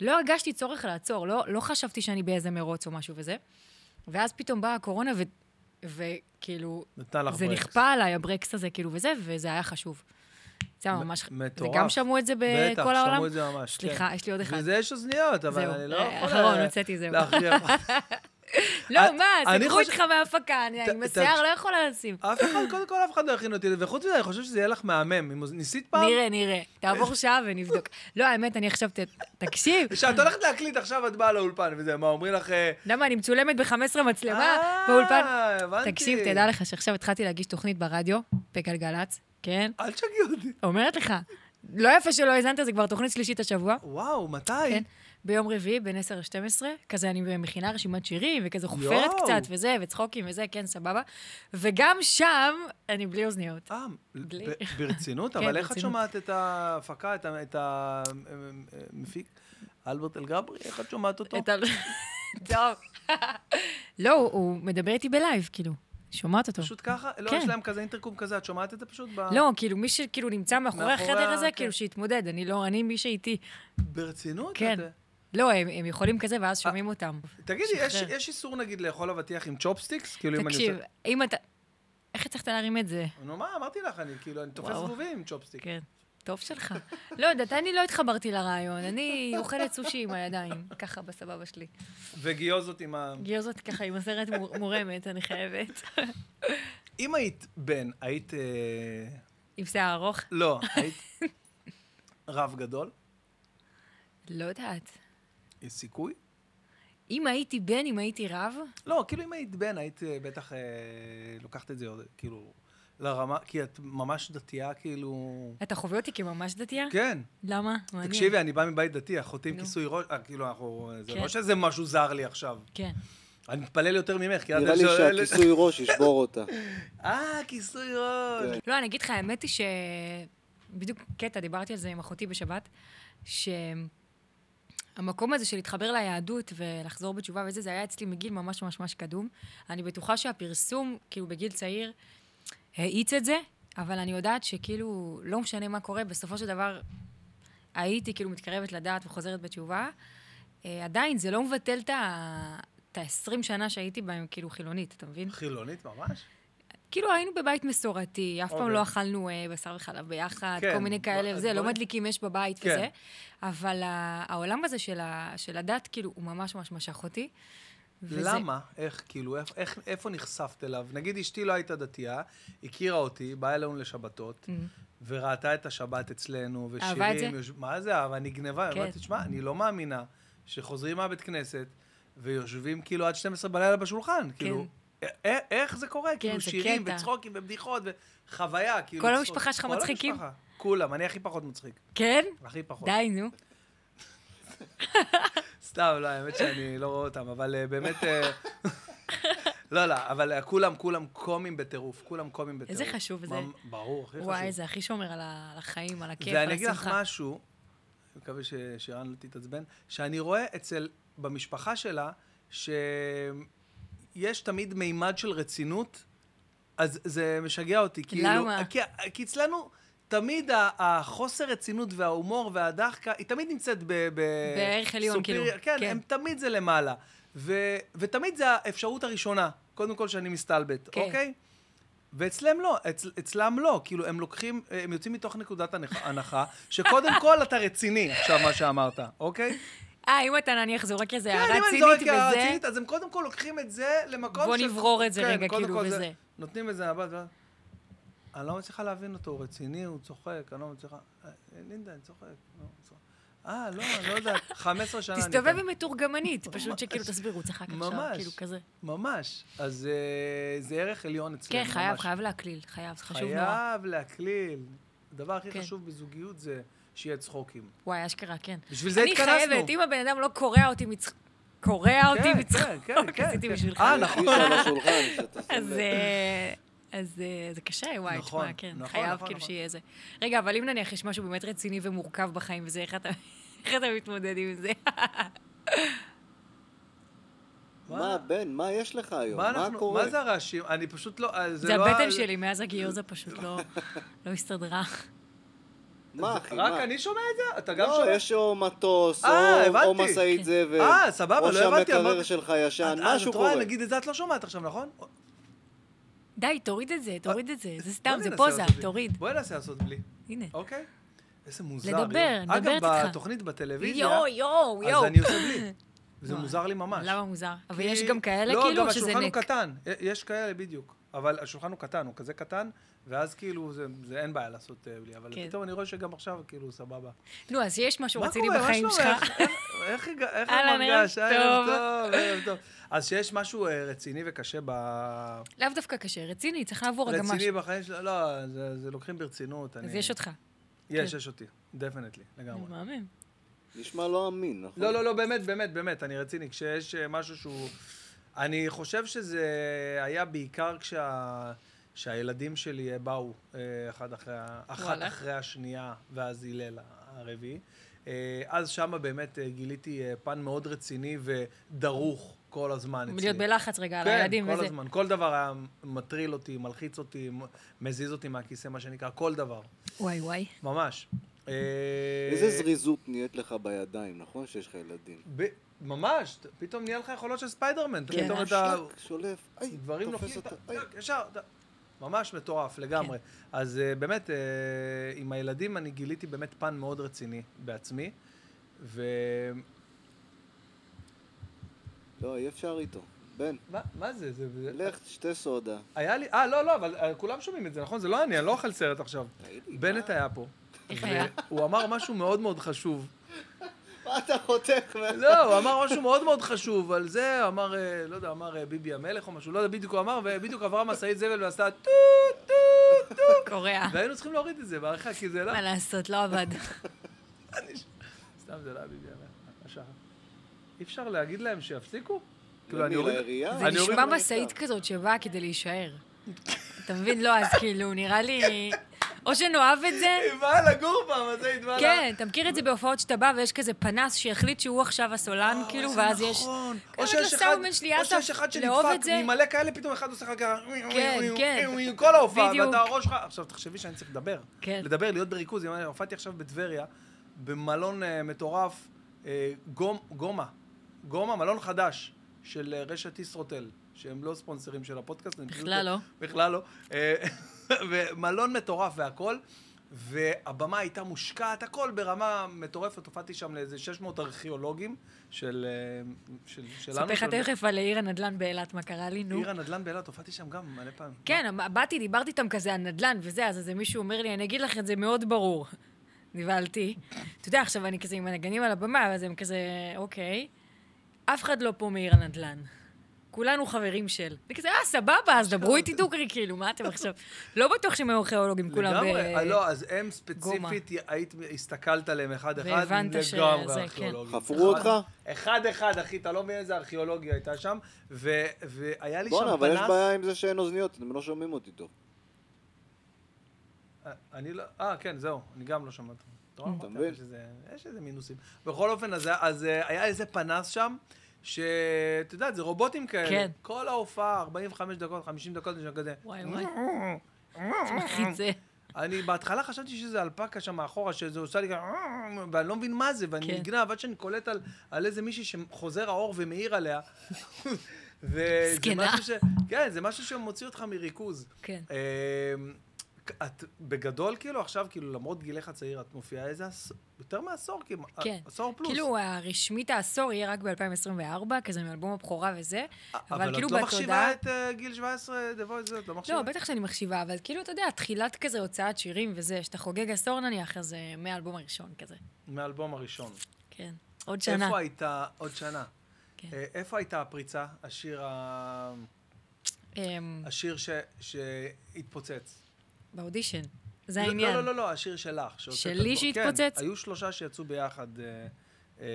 Speaker 2: לא הרגשתי צורך לעצור, לא, לא חשבתי שאני באיזה מרוץ או משהו וזה. ואז פתאום באה הקורונה, ו... וכאילו,
Speaker 1: נתנה לך
Speaker 2: זה
Speaker 1: ברקס.
Speaker 2: נכפה עליי, הברקס הזה, כאילו, וזה, וזה היה חשוב. זה היה
Speaker 1: מ-
Speaker 2: ממש...
Speaker 1: מטורף.
Speaker 2: זה גם שמעו את זה בכל העולם?
Speaker 1: בטח, שמעו את זה ממש.
Speaker 2: סליחה,
Speaker 1: כן.
Speaker 2: יש לי עוד אחד.
Speaker 1: וזה יש אוזניות, אבל
Speaker 2: זהו,
Speaker 1: אני לא
Speaker 2: אה,
Speaker 1: יכול...
Speaker 2: אחרון,
Speaker 1: אה,
Speaker 2: הוצאתי, זהו.
Speaker 1: להכריח. את-
Speaker 2: לא, מה,
Speaker 1: אני
Speaker 2: סגרו
Speaker 1: חושב-
Speaker 2: אותך מההפקה, אני
Speaker 1: ת-
Speaker 2: עם
Speaker 1: ת-
Speaker 2: השיער לא יכולה לשים.
Speaker 1: אף אחד, קודם כל, אף אחד לא הכין אותי לזה, וחוץ מזה, אני חושב שזה יהיה לך מהמם. אם ניסית פעם?
Speaker 2: נראה, נראה. תעבור שעה ונבדוק. לא, האמת, אני עכשיו... ת- תקשיב,
Speaker 1: כשאת הולכת להקליט עכשיו, את באה לאולפן, וזה, מה, אומרים לך... אה,
Speaker 2: למה, אני מצולמת ב-15 מצלמה
Speaker 1: אה,
Speaker 2: באולפן.
Speaker 1: הבנתי.
Speaker 2: תקשיב, תדע לך שעכשיו התחלתי להגיש תוכנית ברדיו, בגלגלצ, כן?
Speaker 1: אל תשגעי אותי.
Speaker 2: אומרת לך, לא יפה שלא האזנת, זה כבר תוכנית שלישית השבוע.
Speaker 1: וואו, מתי?
Speaker 2: כן. ביום רביעי בין 10 ל-12, כזה אני מכינה רשימת שירים, וכזה חופרת
Speaker 1: יואו.
Speaker 2: קצת, וזה, וצחוקים וזה, כן, סבבה. וגם שם אני בלי אוזניות.
Speaker 1: אה,
Speaker 2: בלי.
Speaker 1: ב- ברצינות?
Speaker 2: כן,
Speaker 1: אבל איך את
Speaker 2: ברצינות.
Speaker 1: שומעת את ההפקה, את ה- את המפיק? אלברט אלגברי, איך את שומעת אותו?
Speaker 2: את ה... טוב. לא, הוא- הוא מדבר איתי בלייב, כאילו. שומעת אותו.
Speaker 1: פשוט ככה? לא,
Speaker 2: כן.
Speaker 1: יש להם כזה אינטרקום כזה, את שומעת את זה פשוט? ב-
Speaker 2: לא, כאילו, מי שכאילו נמצא מאחורי
Speaker 1: מאחורי
Speaker 2: החדר
Speaker 1: ה-
Speaker 2: הזה,
Speaker 1: כן.
Speaker 2: כאילו, שיתמודד. אני לא, אני מי שאיתי.
Speaker 1: ברצינות?
Speaker 2: כן.
Speaker 1: את-
Speaker 2: לא, הם הם יכולים כזה, ואז שומעים אותם.
Speaker 1: תגידי, יש-
Speaker 2: שחרר.
Speaker 1: יש איסור נגיד לאכול אבטיח עם צ'ופסטיקס? כאילו, אם אני
Speaker 2: תקשיב,
Speaker 1: עושה-
Speaker 2: אם אתה... איך הצלחת להרים את זה?
Speaker 1: נו, מה, אמרתי לך, אני כאילו, אני תופס
Speaker 2: וואו.
Speaker 1: זבובים עם צ'ופסטיק.
Speaker 2: כן. טוב שלך. לא יודעת, אני לא התחברתי לרעיון, אני אוכלת סושי עם הידיים, ככה בסבבה שלי.
Speaker 1: וגיוזות עם ה...
Speaker 2: גיוזות ככה עם הסרט מור- מורמת, אני חייבת.
Speaker 1: אם היית בן, היית... אה,
Speaker 2: עם שיער ארוך?
Speaker 1: לא, היית רב גדול?
Speaker 2: לא יודעת.
Speaker 1: יש סיכוי?
Speaker 2: אם הייתי בן, אם הייתי רב,
Speaker 1: לא, כאילו אם היית בן, היית אה, בטח אה, לוקחת את זה, עוד, כאילו, לרמה, כי את ממש דתייה, כאילו...
Speaker 2: אתה חווה אותי כממש דתייה?
Speaker 1: כן.
Speaker 2: למה? מעניין.
Speaker 1: תקשיבי, אני בא מבית דתי, אחותי עם
Speaker 2: נו.
Speaker 1: כיסוי ראש, אה, כאילו, אנחנו... זה
Speaker 2: כן.
Speaker 1: לא שזה משהו זר לי עכשיו.
Speaker 2: כן.
Speaker 1: אני מתפלל יותר ממך, כי... את
Speaker 3: נראה לי
Speaker 1: אלה שאלה-
Speaker 3: שהכיסוי ראש ישבור אותה.
Speaker 1: אה, כיסוי ראש.
Speaker 3: כן.
Speaker 2: לא, אני אגיד לך, האמת היא ש... בדיוק קטע, דיברתי על זה עם אחותי בשבת, שהמקום הזה של להתחבר ליהדות ולחזור בתשובה וזה, זה היה אצלי מגיל ממש ממש ממש קדום. אני בטוחה שהפרסום, כאילו בגיל צעיר, האיץ את זה, אבל אני יודעת שכאילו, לא משנה מה קורה, בסופו של דבר הייתי כאילו מתקרבת לדעת וחוזרת בתשובה. אה, עדיין, זה לא מבטל את ה... את ה-20 שנה שהייתי בהם כאילו חילונית, אתה מבין?
Speaker 1: חילונית ממש?
Speaker 2: כאילו היינו בבית מסורתי, אף פעם
Speaker 1: אוקיי.
Speaker 2: לא אכלנו אה, בשר וחלב ביחד,
Speaker 1: כן,
Speaker 2: כל מיני כאלה
Speaker 1: ב-
Speaker 2: וזה, לא
Speaker 1: דברים-
Speaker 2: מדליקים אש בבית
Speaker 1: כן.
Speaker 2: וזה, אבל ה- העולם הזה של ה- של הדת, כאילו, הוא ממש ממש משך אותי. וזה-
Speaker 1: למה? איך, כאילו, איך- איך- איפה נחשפת אליו? נגיד, אשתי לא הייתה דתייה, הכירה אותי, באה אלינו לשבתות, וראתה את השבת אצלנו, ושירים...
Speaker 2: Mm. אהבה את זה?
Speaker 1: יושב- מה זה אהבה? אני גנבה.
Speaker 2: כן.
Speaker 1: אמרתי, תשמע, אני לא מאמינה שחוזרים מהבית כנסת ויושבים כאילו עד 12 בלילה בשולחן. כאילו, א- א- איך זה קורה? כאילו,
Speaker 2: כן. זה
Speaker 1: שירים
Speaker 2: קטע.
Speaker 1: וצחוקים ובדיחות וחוויה, כאילו...
Speaker 2: כל
Speaker 1: צחוק.
Speaker 2: המשפחה שלך
Speaker 1: כל
Speaker 2: מצחיקים?
Speaker 1: המשפחה. כולם, אני הכי פחות מצחיק.
Speaker 2: כן?
Speaker 1: הכי פחות.
Speaker 2: די, נו.
Speaker 1: סתם, לא, האמת שאני לא רואה אותם, אבל אה, באמת... אה, לא, לא, אבל אה, כולם, כולם קומים בטירוף, כולם קומים בטירוף.
Speaker 2: איזה חשוב זה.
Speaker 1: ממ- ברור, הכי חשוב.
Speaker 2: וואי, זה הכי שומר על ה- על החיים, על הכיף, על השמחה.
Speaker 1: ואני אגיד לך משהו, אני מקווה ששירן לא תתעצבן, שאני רואה אצל, במשפחה שלה, שיש תמיד מימד של רצינות, אז זה משגע אותי. כאילו,
Speaker 2: למה?
Speaker 1: כי, כי אצלנו... תמיד ה- החוסר רצינות וההומור והדחקה, היא תמיד נמצאת ב... ב-
Speaker 2: בערך עליון,
Speaker 1: superior-
Speaker 2: כאילו.
Speaker 1: כן,
Speaker 2: כן.
Speaker 1: הם תמיד זה למעלה. ו- ותמיד זה האפשרות הראשונה, קודם כל שאני מסתלבט,
Speaker 2: כן.
Speaker 1: אוקיי? ואצלם לא, אצל, אצלם לא, כאילו הם לוקחים, הם יוצאים מתוך נקודת הנח- הנחה, שקודם כל אתה רציני עכשיו מה שאמרת, אוקיי?
Speaker 2: אה, אם אתה נניח זורק איזה
Speaker 1: כן,
Speaker 2: הערה
Speaker 1: אם אני זורק
Speaker 2: צינית
Speaker 1: הערה
Speaker 2: וזה,
Speaker 1: צינית, אז הם קודם כל לוקחים את זה למקום כן,
Speaker 2: בוא נברור את זה רגע,
Speaker 1: קודם
Speaker 2: כאילו,
Speaker 1: כל
Speaker 2: וזה.
Speaker 1: נותנים את זה לבת, ואז, אני לא מצליחה להבין אותו, הוא רציני, הוא צוחק, אני לא מצליחה... "אה, לינדה, אני צוחק. לא, אני צוחק." אה, לא, אני לא יודעת, 15 שנה... אני
Speaker 2: תסתובב
Speaker 1: כאן.
Speaker 2: עם מתורגמנית, פשוט שכאילו תסביר, הוא צחק עכשיו,
Speaker 1: ממש.
Speaker 2: כאילו כזה.
Speaker 1: ממש. אז אה, זה ערך עליון אצלנו,
Speaker 2: כן,
Speaker 1: ממש.
Speaker 2: חייב, חייב להקליל, חייב, זה חשוב נורא.
Speaker 1: חייב להקליל. הדבר הכי
Speaker 2: כן.
Speaker 1: חשוב בזוגיות זה שיהיה צחוקים.
Speaker 2: וואי, אשכרה, כן.
Speaker 1: בשביל זה התכנסנו.
Speaker 2: אני חייבת, אם הבן אדם לא קורע אותי מצחוק, קורע אותי
Speaker 1: כן, כן,
Speaker 2: מצחוק,
Speaker 1: כן,
Speaker 2: עשיתי
Speaker 1: כן.
Speaker 2: בשבילך.
Speaker 1: אה, נכון.
Speaker 3: הכיס על השולחן, שאתה שם
Speaker 2: אז...
Speaker 3: לב.
Speaker 2: אה, אז אה, זה קשה, וואי,
Speaker 1: נכון,
Speaker 2: תשמע, כן,
Speaker 1: נכון,
Speaker 2: חייב
Speaker 1: נכון,
Speaker 2: כאילו
Speaker 1: נכון.
Speaker 2: שיהיה זה. רגע, אבל אם נניח יש משהו באמת רציני ומורכב בחיים וזה, איך אתה איך אתה מתמודד עם זה?
Speaker 3: מה, בן, מה יש לך היום?
Speaker 1: מה
Speaker 3: מה
Speaker 1: אנחנו,
Speaker 3: קורה?
Speaker 1: מה זה הרעשים? אני פשוט לא... אה,
Speaker 2: זה
Speaker 1: לא ה-
Speaker 2: הבטן שלי, מאז הגיוזה פשוט לא- לא הסתדרה.
Speaker 3: מה, אחי,
Speaker 1: רק
Speaker 3: מה?
Speaker 1: אני שומע את זה? אתה גם
Speaker 3: לא,
Speaker 1: שומע?
Speaker 3: יש או מטוס,
Speaker 1: אה,
Speaker 3: או-
Speaker 1: הבנתי.
Speaker 3: או משאית זבל,
Speaker 1: אה, סבבה,
Speaker 3: או
Speaker 1: לא הבנתי,
Speaker 3: שהמקרר
Speaker 1: אמרתי-
Speaker 3: שלך ישן,
Speaker 1: את- אה,
Speaker 3: משהו
Speaker 1: את רואה,
Speaker 3: קורה.
Speaker 1: נגיד את זה את לא שומעת עכשיו, נכון? אה,
Speaker 2: די, תוריד את זה, תוריד את זה. זה סתם,
Speaker 1: בואי
Speaker 2: זה
Speaker 1: ננסה
Speaker 2: פוזה,
Speaker 1: לעשות בלי.
Speaker 2: תוריד.
Speaker 1: בואי ננסה לעשות בלי,
Speaker 2: הנה.
Speaker 1: אוקיי? איזה מוזר.
Speaker 2: לדבר,
Speaker 1: יואו.
Speaker 2: אני מדברת
Speaker 1: אגב,
Speaker 2: איתך.
Speaker 1: בתוכנית בטלוויזיה,
Speaker 2: יואו, יואו, יואו.
Speaker 1: אז אני עושה בלי. זה
Speaker 2: וואי,
Speaker 1: מוזר לי ממש.
Speaker 2: למה מוזר? אבל
Speaker 1: כי-
Speaker 2: יש גם כאלה,
Speaker 1: לא, גם
Speaker 2: כאילו, שזה
Speaker 1: השולחן הוא
Speaker 2: נק.
Speaker 1: קטן. י- יש כאלה, בדיוק. אבל השולחן הוא קטן, הוא כזה קטן, ואז כאילו, זה- זה אין בעיה לעשות אה, בלי, אבל
Speaker 2: כן.
Speaker 1: פתאום אני רואה שגם עכשיו, כאילו, סבבה.
Speaker 2: נו, אז יש משהו
Speaker 1: מה
Speaker 2: רציני
Speaker 1: קורה? מה
Speaker 2: בחיים
Speaker 1: שלומך?
Speaker 2: שלך.
Speaker 1: איך- איך הגע- איך את
Speaker 2: אהלן, ערב
Speaker 1: מרגש? ערב
Speaker 2: טוב.
Speaker 1: טוב, ערב טוב. אז שיש משהו אה, רציני וקשה ב...
Speaker 2: לאו דווקא קשה, רציני, צריך לעבור הגמה.
Speaker 1: רציני בחיים שלו, לא, זה זה לוקחים ברצינות.
Speaker 2: אז
Speaker 1: אני-
Speaker 2: יש אותך.
Speaker 1: יש,
Speaker 2: כן.
Speaker 1: יש אותי, דפנטלי, לגמרי.
Speaker 2: מהמם.
Speaker 3: נשמע לא אמין, נכון?
Speaker 1: לא, לא, לא, באמת, באמת, באמת, אני רציני. כשיש אה, משהו שהוא... אני חושב שזה היה בעיקר כשה... שהילדים שלי אה, באו אה, אחד אחרי, ה- אחת
Speaker 2: וואלה.
Speaker 1: אחרי השנייה, ואז הלל הרביעי. אה, אז שמה באמת אה, גיליתי אה, פן מאוד רציני ודרוך כל הזמן אצלי.
Speaker 2: להיות בלחץ רגע על
Speaker 1: כן,
Speaker 2: הילדים
Speaker 1: כל
Speaker 2: וזה.
Speaker 1: הזמן. כל דבר היה מטריל אותי, מלחיץ אותי, מ- מזיז אותי מהכיסא, מה שנקרא, כל דבר.
Speaker 2: וואי וואי.
Speaker 1: ממש. אה,
Speaker 3: איזה זריזות נהיית לך בידיים, נכון? שיש לך ילדים.
Speaker 1: ב- ממש, ת- פתאום נהיה לך יכולות של ספיידרמן.
Speaker 2: כן.
Speaker 1: פתאום אתה...
Speaker 3: שלק, שולף, איי,
Speaker 1: דברים
Speaker 3: לא. תופס
Speaker 1: נופלים, טק,
Speaker 3: אותה, איי.
Speaker 1: טק, ישר, ד- ממש מטורף לגמרי. אז אה, באמת, אה, עם הילדים אני גיליתי באמת פן מאוד רציני בעצמי, ו-
Speaker 3: לא, אי אפשר איתו. בן,
Speaker 1: מה- מה זה? זה... זה-
Speaker 3: לך, שתי סודה.
Speaker 1: היה לי... אה, לא, לא, אבל אה, כולם שומעים את זה, נכון? זה לא אני, אני לא אוכל סרט עכשיו.
Speaker 3: תגידי,
Speaker 1: בנט היה פה.
Speaker 2: איך היה?
Speaker 1: הוא אמר משהו מאוד מאוד חשוב.
Speaker 3: מה אתה חותך? מה?
Speaker 1: לא, הוא אמר משהו מאוד מאוד חשוב על זה, הוא אמר, אה, לא יודע, אמר אה, ביבי המלך או משהו, לא יודע, בדיוק הוא אמר, ובדיוק עברה משאית זבל ועשתה טו, טו, טו,
Speaker 2: קורע.
Speaker 1: והיינו צריכים להוריד את זה בעריכה, כי זה לא...
Speaker 2: מה לעשות, לא עבד.
Speaker 1: סתם, זה לא היה ביבי המלך, השעה. אי אפשר להגיד להם שיפסיקו? כאילו,
Speaker 3: למי,
Speaker 1: אני אוריד...
Speaker 3: לעירייה?
Speaker 2: זה
Speaker 1: אני אה, אוריד
Speaker 2: נשמע
Speaker 1: לו את
Speaker 2: משאית כזאת שבאה כדי להישאר. אתה מבין? לא, אז כאילו, נראה לי... או שנאהב את זה,
Speaker 1: היא באה לגור פעם, אז היא באה...
Speaker 2: כן, אתה מכיר את זה בהופעות שאתה בא ויש כזה פנס שהחליט שהוא עכשיו
Speaker 1: אה,
Speaker 2: הסולן, כאילו, ואז יש...
Speaker 1: נכון. או
Speaker 2: כן,
Speaker 1: שיש
Speaker 2: לסאונדמן
Speaker 1: אחד,
Speaker 2: שלי,
Speaker 1: או
Speaker 2: אסף,
Speaker 1: שיש אחד
Speaker 2: לאהוב
Speaker 1: שנדפק,
Speaker 2: את זה.
Speaker 1: ממלא כאלה, פתאום אחד עושה לך ככה,
Speaker 2: כן, כן.
Speaker 1: כל ההופעה,
Speaker 2: בדיוק.
Speaker 1: ואתה הראש שלך, עכשיו תחשבי שאני צריך לדבר,
Speaker 2: כן.
Speaker 1: לדבר, להיות בריכוז, אם אני הופעתי עכשיו בטבריה, במלון אה, מטורף, אה, גום- גומה, גומה, מלון חדש, של אה, רשת ישרוטל, שהם לא ספונסרים של הפודקאסט, אני פשוט-
Speaker 2: בכלל לא.
Speaker 1: בכלל לא. אה, ומלון מטורף והכל. והבמה הייתה מושקעת, הכל ברמה מטורפת. הופעתי שם לאיזה 600 ארכיאולוגים של, אה, של, שלנו.
Speaker 2: ספר לך
Speaker 1: של-
Speaker 2: תכף על עיר הנדל"ן באילת, מה קרה לי, נו.
Speaker 1: עיר הנדל"ן באילת, הופעתי שם גם מלא פעמים.
Speaker 2: כן, אמ- באתי, דיברתי איתם כזה על נדל"ן וזה, אז איזה מישהו אומר לי, אני אגיד לך את זה מאוד ברור. נבהלתי. אתה יודע, עכשיו אני כזה עם הנגנים על הבמה, אז הם כזה, אוקיי. אף אחד לא פה מעיר הנדל"ן. כולנו חברים של. אני כזה, אה, סבבה, אז דברו איתי דוגרי, כאילו, מה אתם עכשיו? לא בטוח שהם היו ארכיאולוגים, כולם ב...
Speaker 1: לגמרי. אה, לא, אז הם
Speaker 2: גומה.
Speaker 1: ספציפית, היית, הסתכלת עליהם אחד-אחד.
Speaker 2: והבנת
Speaker 1: לגמרי
Speaker 2: שזה, כן.
Speaker 1: ארכיאולוגים.
Speaker 3: חפרו
Speaker 1: אחד-
Speaker 3: אותך?
Speaker 1: אחד-אחד, אחי, אתה לא מבין איזה ארכיאולוגיה הייתה שם. ו- והיה לי שם פנס...
Speaker 3: בואנה, אבל יש בעיה עם זה שאין אוזניות, אתם לא שומעים אותי טוב.
Speaker 1: אה, אני לא... אה, כן, זהו, אני גם לא שמעתי. אתה
Speaker 2: Mm.
Speaker 1: רואה,
Speaker 3: אתה
Speaker 1: אמרתי,
Speaker 3: מבין?
Speaker 1: אבל שזה- יש איזה מינוסים. בכל אופן, אז- אז אה, היה איזה פנס שם, שאת יודעת, זה רובוטים כאלה.
Speaker 2: כן.
Speaker 1: כל ההופעה, 45 דקות, 50 דקות, זה כזה.
Speaker 2: וואי וואי.
Speaker 1: אה,
Speaker 2: זה מלחיץ זה.
Speaker 1: אני בהתחלה חשבתי שזה אלפקה שם מאחורה, שזה עושה לי ככה, ואני לא מבין מה זה, ואני
Speaker 2: כן.
Speaker 1: נגנב עד שאני קולט על, על איזה מישהי שחוזר האור ומאיר עליה. וזה
Speaker 2: זקנה.
Speaker 1: משהו ש... כן, זה משהו שמוציא אותך מריכוז.
Speaker 2: כן.
Speaker 1: אמ, את בגדול, כאילו, עכשיו, כאילו, למרות גילך הצעיר, את מופיעה איזה עשור, יותר מעשור כמעט,
Speaker 2: כן.
Speaker 1: עשור פלוס.
Speaker 2: כאילו, הרשמית העשור יהיה רק ב-2024, כזה מאלבום הבכורה וזה, אבל כאילו
Speaker 1: אבל את לא
Speaker 2: בתודעה...
Speaker 1: מחשיבה את אה, גיל 17, The Voice, את לא מחשיבה?
Speaker 2: לא, בטח שאני מחשיבה, אבל כאילו, אתה יודע, תחילת כזה הוצאת שירים וזה, שאתה חוגג עשור נניח, אז אה, מהאלבום הראשון כזה.
Speaker 1: מהאלבום הראשון.
Speaker 2: כן. עוד שנה.
Speaker 1: איפה הייתה, עוד שנה.
Speaker 2: כן.
Speaker 1: אה, איפה הייתה הפריצה, השיר, ה...
Speaker 2: אמ,
Speaker 1: השיר ש... שהתפוצץ?
Speaker 2: באודישן. זה
Speaker 1: לא-
Speaker 2: העניין.
Speaker 1: לא, לא, לא, השיר שלך. שהוצאת
Speaker 2: שלי
Speaker 1: אותו.
Speaker 2: שהתפוצץ?
Speaker 1: כן, היו שלושה שיצאו ביחד, אה, אה,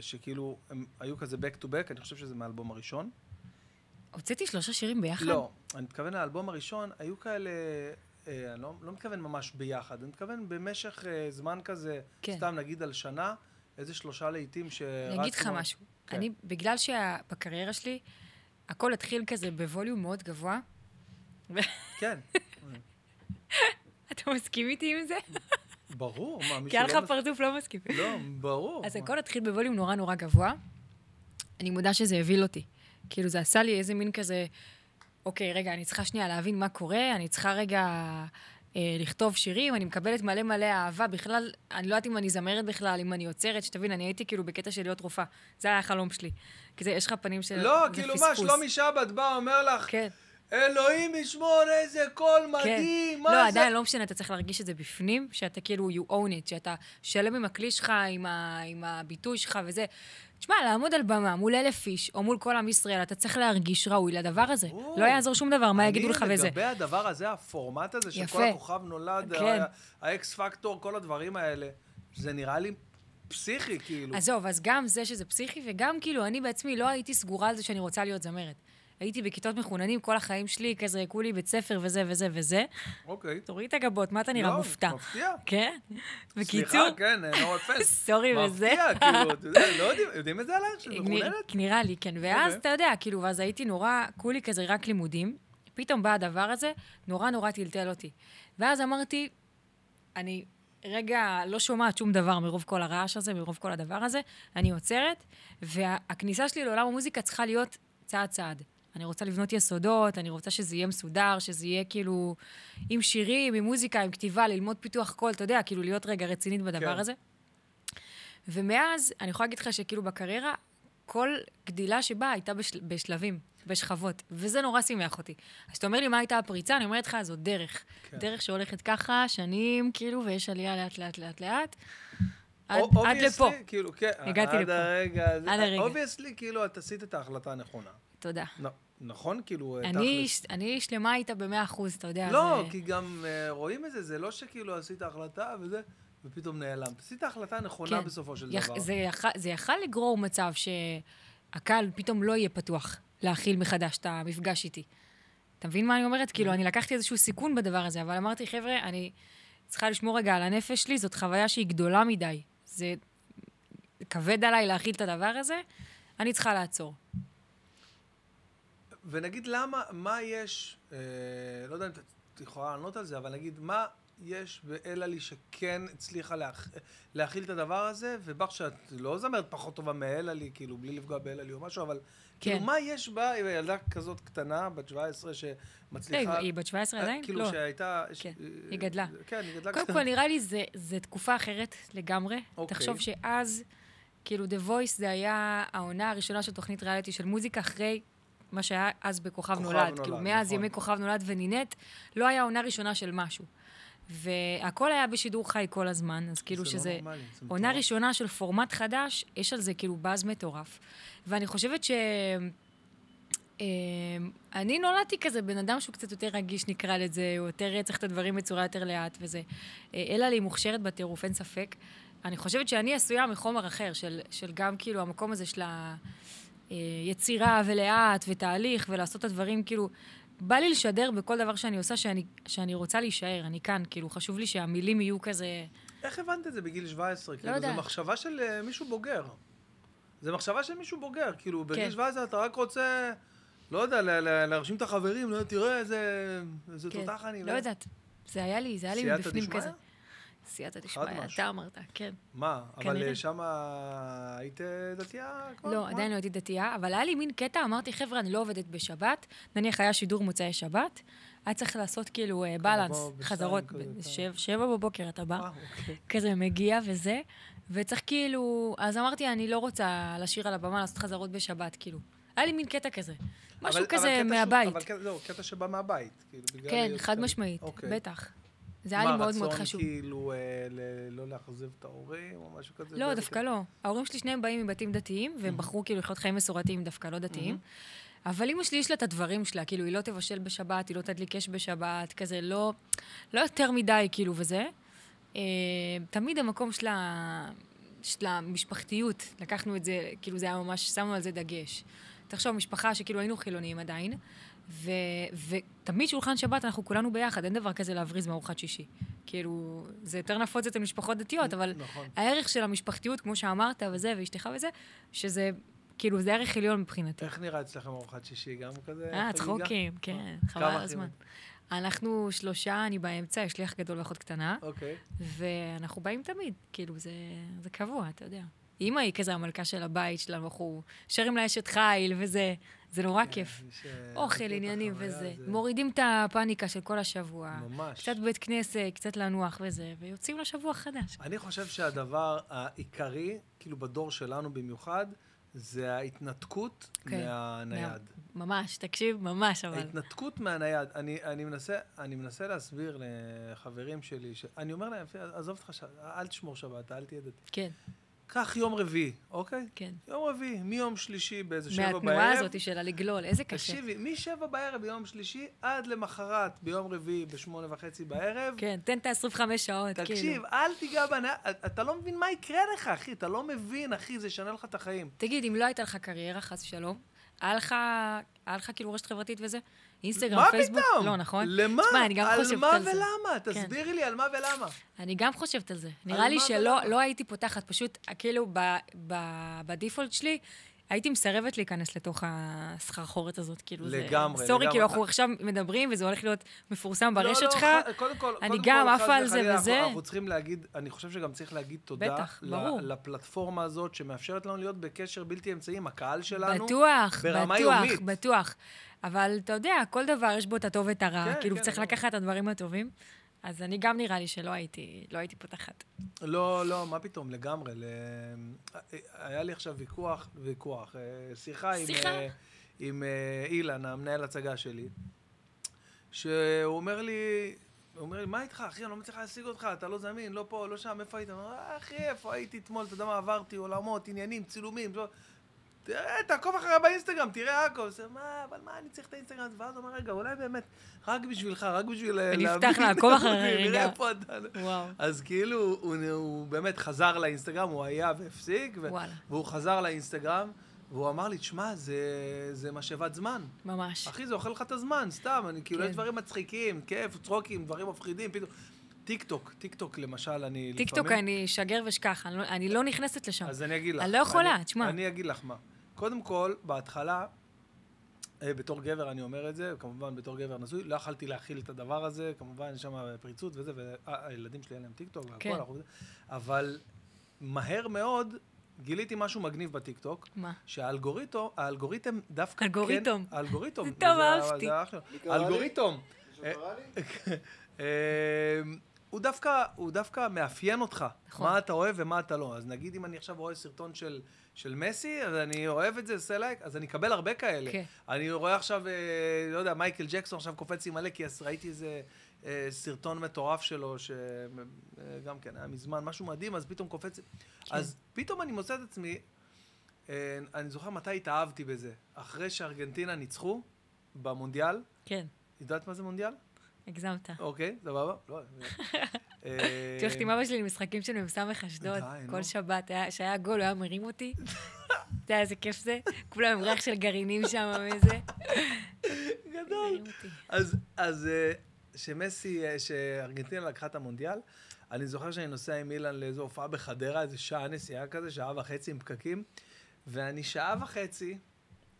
Speaker 1: שכאילו, הם היו כזה back to back, אני חושב שזה מהאלבום הראשון.
Speaker 2: הוצאתי שלושה שירים ביחד?
Speaker 1: לא, אני מתכוון לאלבום הראשון, היו כאלה, אה, אני לא, לא מתכוון ממש ביחד, אני מתכוון במשך אה, זמן כזה,
Speaker 2: כן.
Speaker 1: סתם נגיד על שנה, איזה שלושה להיטים שרצו.
Speaker 2: אני אגיד לך
Speaker 1: מאוד.
Speaker 2: משהו.
Speaker 1: כן.
Speaker 2: אני, בגלל שבקריירה שלי, הכל התחיל כזה בווליום מאוד גבוה.
Speaker 1: כן,
Speaker 2: אתה מסכים איתי עם זה?
Speaker 1: ברור, מה, מישהו
Speaker 2: כי היה לך
Speaker 1: לא... מס-
Speaker 2: פרצוף לא מסכים.
Speaker 1: לא, ברור.
Speaker 2: אז הכל התחיל בווליום נורא נורא גבוה. אני מודה שזה הבהיל אותי. כאילו, זה עשה לי איזה מין כזה, אוקיי, רגע, אני צריכה שנייה להבין מה קורה, אני צריכה רגע אה, לכתוב שירים, אני מקבלת מלא מלא אהבה. בכלל, אני לא יודעת אם אני זמרת בכלל, אם אני יוצרת, שתבין, אני הייתי כאילו בקטע של להיות רופאה. זה היה החלום שלי. כי זה, יש לך פנים של...
Speaker 1: לא,
Speaker 2: זה
Speaker 1: כאילו מה,
Speaker 2: פספוס.
Speaker 1: שלומי שבת בא, אומר לך,
Speaker 2: כן,
Speaker 1: אלוהים ישמור איזה קול
Speaker 2: כן.
Speaker 1: מדהים,
Speaker 2: לא,
Speaker 1: מה זה?
Speaker 2: עדיין לא משנה, אתה צריך להרגיש את זה בפנים, שאתה כאילו you own it, שאתה שלם עם הכלי שלך, עם, ה, עם הביטוי שלך וזה. תשמע, לעמוד על במה מול אלף איש, או מול כל עם ישראל, אתה צריך להרגיש ראוי לדבר הזה.
Speaker 1: ברור.
Speaker 2: לא יעזור שום דבר, מה יגידו לך וזה.
Speaker 1: אני, לגבי הדבר הזה, הפורמט הזה, של
Speaker 2: יפה.
Speaker 1: כל הכוכב נולד,
Speaker 2: כן.
Speaker 1: ה- האקס פקטור, כל הדברים האלה, זה נראה לי פסיכי, כאילו.
Speaker 2: עזוב, אז גם זה שזה פסיכי, וגם כאילו אני בעצמי לא הייתי סגורה על זה שאני רוצה להיות זמרת. הייתי בכיתות מחוננים כל החיים שלי, כזה יקרו לי בית ספר וזה וזה וזה.
Speaker 1: אוקיי.
Speaker 2: תוריד את הגבות, מה אתה נראה
Speaker 1: לא,
Speaker 2: מופתע?
Speaker 1: מפתיע.
Speaker 2: כן? בקיצור,
Speaker 1: סליחה, כן, נו אפס.
Speaker 2: סורי וזה.
Speaker 1: מפתיע, כאילו, אתה יודע, לא יודעים, יודעים את זה עלייך? שאת
Speaker 2: נ-
Speaker 1: מחוננת?
Speaker 2: נראה לי, כן. ואז,
Speaker 1: אוקיי.
Speaker 2: אתה יודע, כאילו, ואז הייתי נורא, כולי כזה רק לימודים. פתאום בא הדבר הזה, נורא נורא טלטל אותי. ואז אמרתי, אני רגע לא שומעת שום דבר מרוב כל הרעש הזה, מרוב כל הדבר הזה, אני עוצרת, והכניסה שלי לעולם המוזיקה צריכה להיות צעד-צעד. אני רוצה לבנות יסודות, אני רוצה שזה יהיה מסודר, שזה יהיה כאילו עם שירים, עם מוזיקה, עם כתיבה, ללמוד פיתוח קול, אתה יודע, כאילו להיות רגע רצינית בדבר
Speaker 1: כן.
Speaker 2: הזה. ומאז, אני יכולה להגיד לך שכאילו בקריירה, כל גדילה שבה הייתה בשל... בשלבים, בשכבות, וזה נורא שימח אותי. אז אתה אומר לי, מה הייתה הפריצה? אני אומרת לך, זו דרך.
Speaker 1: כן.
Speaker 2: כן. דרך שהולכת ככה, שנים, כאילו, ויש עלייה לאט לאט לאט לאט, עד,
Speaker 1: או-
Speaker 2: עד
Speaker 1: obviously,
Speaker 2: לפה.
Speaker 1: כאילו, כן.
Speaker 2: הגעתי
Speaker 1: עד
Speaker 2: לפה.
Speaker 1: הרגע הזה.
Speaker 2: עד הרגע.
Speaker 1: אובייסלי, כאילו, את עשית את ההחלטה הנכונה.
Speaker 2: תודה.
Speaker 1: נ- נכון? כאילו,
Speaker 2: אני,
Speaker 1: תכלס.
Speaker 2: אני שלמה איתה במאה אחוז, אתה יודע.
Speaker 1: לא,
Speaker 2: זה...
Speaker 1: כי גם אה, רואים את זה, זה לא שכאילו עשית החלטה וזה, ופתאום נעלמת. עשית החלטה נכונה
Speaker 2: כן.
Speaker 1: בסופו של
Speaker 2: יח-
Speaker 1: דבר.
Speaker 2: זה יכל, זה יכל לגרור מצב שהקהל פתאום לא יהיה פתוח להכיל מחדש את המפגש איתי. אתה מבין מה אני אומרת?
Speaker 1: כן.
Speaker 2: כאילו, אני לקחתי איזשהו סיכון בדבר הזה, אבל אמרתי, חבר'ה, אני צריכה לשמור רגע על הנפש שלי, זאת חוויה שהיא גדולה מדי. זה כבד עליי להכיל את הדבר הזה, אני צריכה לעצור.
Speaker 1: ונגיד למה, מה יש, אה, לא יודע אם את- את יכולה לענות על זה, אבל נגיד, מה יש באלעלי שכן הצליחה להכ... להכיל את הדבר הזה, ובך שאת לא זמרת פחות טובה מאלעלי, כאילו, בלי לפגוע באלעלי או משהו, אבל כאילו,
Speaker 2: כן.
Speaker 1: מה יש בה, ילדה כזאת קטנה, בת 17, שמצליחה...
Speaker 2: לא, היא בת 17
Speaker 1: אה,
Speaker 2: עדיין?
Speaker 1: כאילו,
Speaker 2: לא.
Speaker 1: שהייתה... ש-
Speaker 2: כן,
Speaker 1: אה,
Speaker 2: היא גדלה.
Speaker 1: כן, היא גדלה
Speaker 2: קודם כל, נראה לי זה, זה תקופה אחרת לגמרי.
Speaker 1: אוקיי.
Speaker 2: תחשוב שאז, כאילו, The Voice זה היה העונה הראשונה של תוכנית ריאליטי של מוזיקה, אחרי מה שהיה אז בכוכב
Speaker 1: כוכב
Speaker 2: נולד.
Speaker 1: נולד,
Speaker 2: כאילו, מאז
Speaker 1: נכון.
Speaker 2: ימי כוכב נולד ונינט, לא היה עונה ראשונה של משהו. והכל היה בשידור חי כל הזמן, אז כאילו
Speaker 1: זה לא
Speaker 2: שזה...
Speaker 1: נורמלי, זה
Speaker 2: עונה
Speaker 1: מטורף.
Speaker 2: ראשונה של פורמט חדש, יש על זה כאילו באז מטורף. ואני חושבת ש... אמ, אני נולדתי כזה בן אדם שהוא קצת יותר רגיש, נקרא לזה, הוא יותר צריך את הדברים בצורה יותר לאט וזה. אה, אלא לי מוכשרת בטירוף, אין ספק. אני חושבת שאני עשויה מחומר אחר, של, של גם כאילו המקום הזה של היצירה ולאט ותהליך ולעשות את הדברים, כאילו, בא לי לשדר בכל דבר שאני עושה שאני, שאני רוצה להישאר, אני כאן, כאילו, חשוב לי שהמילים יהיו כזה...
Speaker 1: איך הבנת את זה בגיל 17? כאילו, זו
Speaker 2: יודעת.
Speaker 1: מחשבה של אה, מישהו בוגר. זו מחשבה של מישהו בוגר. כאילו, בגיל
Speaker 2: כן.
Speaker 1: 17 אתה רק רוצה, לא יודע, ל- ל- להרשים את החברים, לא יודע, תראה איזה איזה
Speaker 2: כן,
Speaker 1: תותח אני.
Speaker 2: לא יודעת. זה היה לי, זה היה לי
Speaker 1: סייעתא
Speaker 2: מבפנים
Speaker 1: דשמיא?
Speaker 2: כזה. סייעתא דשמיא,
Speaker 1: משהו.
Speaker 2: אתה אמרת, כן.
Speaker 1: מה? אבל
Speaker 2: כנראה.
Speaker 1: שם היית אה, דתייה? כבר?
Speaker 2: לא,
Speaker 1: מה?
Speaker 2: עדיין לא הייתי דתייה, אבל היה לי מין קטע, אמרתי, חבר'ה, אני לא עובדת בשבת, נניח היה שידור מוצאי שבת, היה צריך לעשות כאילו אה, בלנס,
Speaker 1: בוא, בשתיים
Speaker 2: חזרות,
Speaker 1: כזה,
Speaker 2: ב-
Speaker 1: אתה-
Speaker 2: שב- שבע בבוקר אתה בא,
Speaker 1: אה, אוקיי.
Speaker 2: כזה מגיע וזה, וצריך כאילו, אז אמרתי, אני לא רוצה לשיר על הבמה, לעשות חזרות בשבת, כאילו. היה לי מין קטע כזה, משהו
Speaker 1: אבל- אבל
Speaker 2: כזה
Speaker 1: קטע שהוא-
Speaker 2: מהבית.
Speaker 1: אבל קטע- לא, קטע שבא מהבית. כאילו, בגלל
Speaker 2: כן,
Speaker 1: היותך-
Speaker 2: חד משמעית,
Speaker 1: אוקיי.
Speaker 2: בטח. זה היה לי מאוד מאוד
Speaker 1: מה, רצון
Speaker 2: חשוב.
Speaker 1: כאילו אה, ל- לא לאכזב את ההורים או משהו כזה?
Speaker 2: לא,
Speaker 1: זה- Mm.
Speaker 2: דווקא לא. ההורים שלי שניהם באים מבתים דתיים, והם בחרו כאילו לחיות חיים מסורתיים דווקא, לא דתיים.
Speaker 1: Mm-hmm.
Speaker 2: אבל אמא שלי יש לה את הדברים שלה, כאילו, היא לא תבשל בשבת, היא לא תדליק אש בשבת, כזה לא, לא יותר מדי, כאילו, וזה. אה, תמיד המקום של, ה... של המשפחתיות, לקחנו את זה, כאילו, זה היה ממש, שמנו על זה דגש. תחשוב, משפחה שכאילו היינו חילונים עדיין, ו... ותמיד שולחן שבת, אנחנו כולנו ביחד, אין דבר כזה להבריז מארוחת שישי. כאילו, זה יותר נפוץ אצל משפחות דתיות, לא, אבל
Speaker 1: נכון.
Speaker 2: הערך של המשפחתיות, כמו שאמרת, וזה, ואשתך וזה, שזה, כאילו, זה ערך עליון מבחינתי.
Speaker 1: איך נראה אצלכם ארוחת שישי? גם כזה?
Speaker 2: אה,
Speaker 1: חגיגה?
Speaker 2: צחוקים, כן, חבל
Speaker 1: אה, כמה
Speaker 2: על
Speaker 1: אחים?
Speaker 2: הזמן. אנחנו שלושה, אני באמצע, יש לי אח גדול ואחות קטנה,
Speaker 1: אוקיי.
Speaker 2: ואנחנו באים תמיד, כאילו, זה, זה קבוע, אתה יודע. אמא היא כזה המלכה של הבית שלנו, אנחנו שרים לה אשת חיל וזה, זה נורא כיף.
Speaker 1: ש-
Speaker 2: אוכל,
Speaker 1: מכיר את
Speaker 2: עניינים
Speaker 1: כן, החוויה,
Speaker 2: וזה.
Speaker 1: זה-
Speaker 2: מורידים את הפאניקה של כל השבוע.
Speaker 1: ממש.
Speaker 2: קצת בית כנסת, קצת לנוח וזה, ויוצאים לשבוע חדש.
Speaker 1: אני חושב שהדבר העיקרי, כאילו בדור שלנו במיוחד, זה ההתנתקות
Speaker 2: כן.
Speaker 1: מהנייד.
Speaker 2: ממש, תקשיב, ממש אבל.
Speaker 1: ההתנתקות מהנייד. אני, אני, מנסה, אני מנסה להסביר לחברים שלי, ש... אני אומר להם, "אפי, עזוב אותך, ש... אל תשמור שבת, אל תהיה דתי.
Speaker 2: כן,
Speaker 1: קח יום רביעי, אוקיי?
Speaker 2: כן.
Speaker 1: יום רביעי, מיום שלישי באיזה שבע בערב.
Speaker 2: מהתנועה הזאת של הלגלול, איזה קשה.
Speaker 1: תקשיבי, משבע בערב ביום שלישי עד למחרת ביום רביעי בשמונה וחצי בערב.
Speaker 2: כן, תן את ה-25 שעות, כאילו.
Speaker 1: תקשיב, אל תיגע בנה... אתה לא מבין מה יקרה לך, אחי. אתה לא מבין, אחי, זה ישנה לך את החיים.
Speaker 2: תגיד, אם לא הייתה לך קריירה, חס ושלום, היה לך, היה לך כאילו רשת חברתית וזה? אינסטגרם,
Speaker 1: מה
Speaker 2: פייסבוק?
Speaker 1: פתאום?
Speaker 2: לא, נכון?
Speaker 1: למה?
Speaker 2: תשמע, אני גם
Speaker 1: על
Speaker 2: חושבת
Speaker 1: מה
Speaker 2: על זה.
Speaker 1: ולמה?
Speaker 2: כן.
Speaker 1: תסבירי לי על מה ולמה.
Speaker 2: אני גם חושבת על זה. נראה לי
Speaker 1: מה
Speaker 2: שלא
Speaker 1: ולמה?
Speaker 2: לא הייתי פותחת, פשוט כאילו ב, ב, בדיפולט שלי, הייתי מסרבת להיכנס לתוך הסחרחורת הזאת, כאילו זה...
Speaker 1: לגמרי,
Speaker 2: סורי,
Speaker 1: לגמרי.
Speaker 2: כאילו אנחנו עכשיו מדברים וזה הולך להיות מפורסם ברשת
Speaker 1: לא,
Speaker 2: שלך.
Speaker 1: ח- קודם כל,
Speaker 2: אני
Speaker 1: קודם
Speaker 2: גם
Speaker 1: כל,
Speaker 2: עפה
Speaker 1: חד
Speaker 2: על זה
Speaker 1: וחלילה, אנחנו-
Speaker 2: וזה.
Speaker 1: אנחנו צריכים להגיד, אני חושב שגם צריך להגיד תודה.
Speaker 2: בטח,
Speaker 1: ל-
Speaker 2: ברור.
Speaker 1: לפלטפורמה הזאת שמאפשרת לנו להיות בקשר בלתי אמצעי עם הקהל שלנו.
Speaker 2: בטוח,
Speaker 1: ברמה
Speaker 2: בטוח,
Speaker 1: יומית.
Speaker 2: בטוח. אבל אתה יודע, כל דבר יש בו את הטוב ואת הרע.
Speaker 1: כן,
Speaker 2: כאילו,
Speaker 1: כן,
Speaker 2: צריך
Speaker 1: ברור.
Speaker 2: לקחת את הדברים הטובים. אז אני גם נראה לי שלא הייתי, לא הייתי פותחת.
Speaker 1: לא, לא, מה פתאום, לגמרי. ל... אה, היה לי עכשיו ויכוח, ויכוח, אה, שיחה,
Speaker 2: שיחה?
Speaker 1: עם, אה, עם אה, אילן, המנהל הצגה שלי, שהוא אומר לי, הוא אומר לי, מה איתך, אחי, אני לא מצליח להשיג אותך, אתה לא זמין, לא פה, לא שם, איפה היית? אני אומר, "אה, אחי, איפה הייתי אתמול, אתה יודע מה, עברתי עולמות, עניינים, צילומים, לא... תראה, תעקוב אחריה באינסטגרם, תראה הכל. זה, מה, אבל מה, אני צריך את האינסטגרם? ואז הוא אומר, רגע, אולי באמת, רק בשבילך, רק בשביל אה,
Speaker 2: אני
Speaker 1: להבין.
Speaker 2: אפתח לעקוב אחריך,
Speaker 1: נראה
Speaker 2: רגע.
Speaker 1: איפה אתה.
Speaker 2: וואו.
Speaker 1: אז כאילו, הוא, הוא באמת חזר לאינסטגרם, הוא היה והפסיק, ו-
Speaker 2: וואלה.
Speaker 1: והוא חזר לאינסטגרם, והוא אמר לי, תשמע, זה, זה משאבת זמן.
Speaker 2: ממש.
Speaker 1: אחי, זה אוכל לך את הזמן, סתם, אני כאילו,
Speaker 2: כן.
Speaker 1: יש דברים מצחיקים, כיף, צחוקים, דברים מפחידים, פתאום... טיק טוק, טיק טוק למשל, אני
Speaker 2: טיקטוק
Speaker 1: לפעמים...
Speaker 2: אני שגר ואשכח, אני לא- אני לא נכנסת לשם.
Speaker 1: אז אני אגיד לך.
Speaker 2: אני לא יכולה,
Speaker 1: אני-
Speaker 2: תשמע.
Speaker 1: אני אגיד לך מה. קודם כל, בהתחלה, אה, בתור גבר אני אומר את זה, כמובן בתור גבר נשוי, לא יכלתי להכיל את הדבר הזה, כמובן יש שם פריצות וזה, והילדים שלי אין להם טיקטוק והכל,
Speaker 2: כן.
Speaker 1: אנחנו- אבל מהר מאוד גיליתי משהו מגניב בטיקטוק.
Speaker 2: מה?
Speaker 1: שהאלגוריתום, האלגוריתם דווקא...
Speaker 2: אלגוריתום.
Speaker 1: כן, האלגוריתום.
Speaker 2: זה טוב,
Speaker 1: ה-
Speaker 2: אהבתי.
Speaker 1: זה האח שלו.
Speaker 3: מי קרא לי?
Speaker 1: אלגוריתום.
Speaker 3: מישהו קרא לי?
Speaker 1: אמ, הוא דווקא, הוא דווקא מאפיין אותך,
Speaker 2: נכון.
Speaker 1: מה אתה אוהב ומה אתה לא. אז נגיד אם אני עכשיו רואה סרטון של, של מסי, אז אני אוהב את זה, עושה לייק, אז אני אקבל הרבה כאלה.
Speaker 2: כן.
Speaker 1: אני רואה עכשיו, אה, לא יודע, מייקל ג'קסון עכשיו קופץ לי מלא, כי אז ראיתי איזה אה, סרטון מטורף שלו, שגם כן היה מזמן, משהו מדהים, אז פתאום קופץ...
Speaker 2: כן.
Speaker 1: אז פתאום אני מוצא את עצמי, אה, אני זוכר מתי התאהבתי בזה. אחרי שארגנטינה ניצחו במונדיאל,
Speaker 2: כן,
Speaker 1: יודעת מה זה מונדיאל?
Speaker 2: הגזמת.
Speaker 1: אוקיי, סבבה. לא, זה- אה,
Speaker 2: הייתי הולכת עם אבא שלי למשחקים של מ"ס אשדוד,
Speaker 1: די, נו.
Speaker 2: כל שבת, היה- שהיה גול, הוא היה מרים אותי. אתה יודע איזה כיף זה? כולם עם ריח של גרעינים שם וזה.
Speaker 1: אה, גדול.
Speaker 2: מרים אותי.
Speaker 1: אז- אז אה, שמסי, אה, שארגנטינה לקחה את המונדיאל, אני זוכר שאני נוסע עם אילן לאיזו הופעה בחדרה, איזה שעה נסיעה כזה, שעה וחצי עם פקקים, ואני שעה וחצי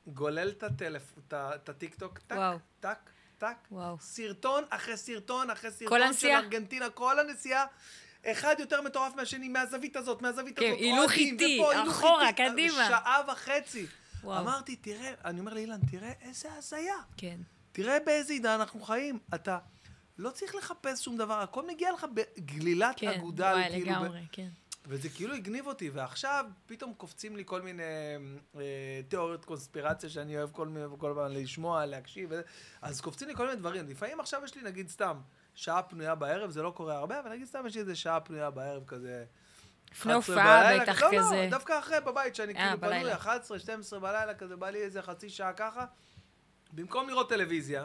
Speaker 1: גולל את הטלפון, את הטיקטוק, טק,
Speaker 2: וואו.
Speaker 1: טק, טק,
Speaker 2: וואו.
Speaker 1: סרטון אחרי סרטון אחרי
Speaker 2: כל
Speaker 1: סרטון של
Speaker 2: הנסיעה?
Speaker 1: ארגנטינה, כל הנסיעה. אחד יותר מטורף מהשני, מהזווית הזאת, מהזווית
Speaker 2: כן,
Speaker 1: הזאת.
Speaker 2: הילוך
Speaker 1: אוהדים,
Speaker 2: איטי,
Speaker 1: ופה, הילוך
Speaker 2: אחורה,
Speaker 1: איטי.
Speaker 2: קדימה.
Speaker 1: שעה וחצי.
Speaker 2: וואו.
Speaker 1: אמרתי, תראה, אני אומר לאילן, תראה איזה הזיה.
Speaker 2: כן.
Speaker 1: תראה באיזה עידן אנחנו חיים. אתה לא צריך לחפש שום דבר, הכל מגיע לך בגלילת
Speaker 2: כן,
Speaker 1: אגודל.
Speaker 2: וואי,
Speaker 1: כאילו, ב-
Speaker 2: לגמרי, כן.
Speaker 1: וזה כאילו הגניב אותי, ועכשיו פתאום קופצים לי כל מיני אה, תיאוריות קונספירציה שאני אוהב כל מיני, כל פעם לשמוע, להקשיב, וזה. אז קופצים לי כל מיני דברים. לפעמים עכשיו יש לי, נגיד סתם, שעה פנויה בערב, זה לא קורה הרבה, אבל נגיד סתם יש לי איזה שעה פנויה בערב כזה.
Speaker 2: לפני
Speaker 1: 11
Speaker 2: הופעה
Speaker 1: בלילה,
Speaker 2: בטח
Speaker 1: לא, לא,
Speaker 2: כזה.
Speaker 1: דווקא אחרי, בבית, שאני
Speaker 2: אה,
Speaker 1: כאילו פנוי,
Speaker 2: בלילה.
Speaker 1: 11, 12 בלילה, כזה בא לי איזה חצי שעה ככה. במקום לראות טלוויזיה,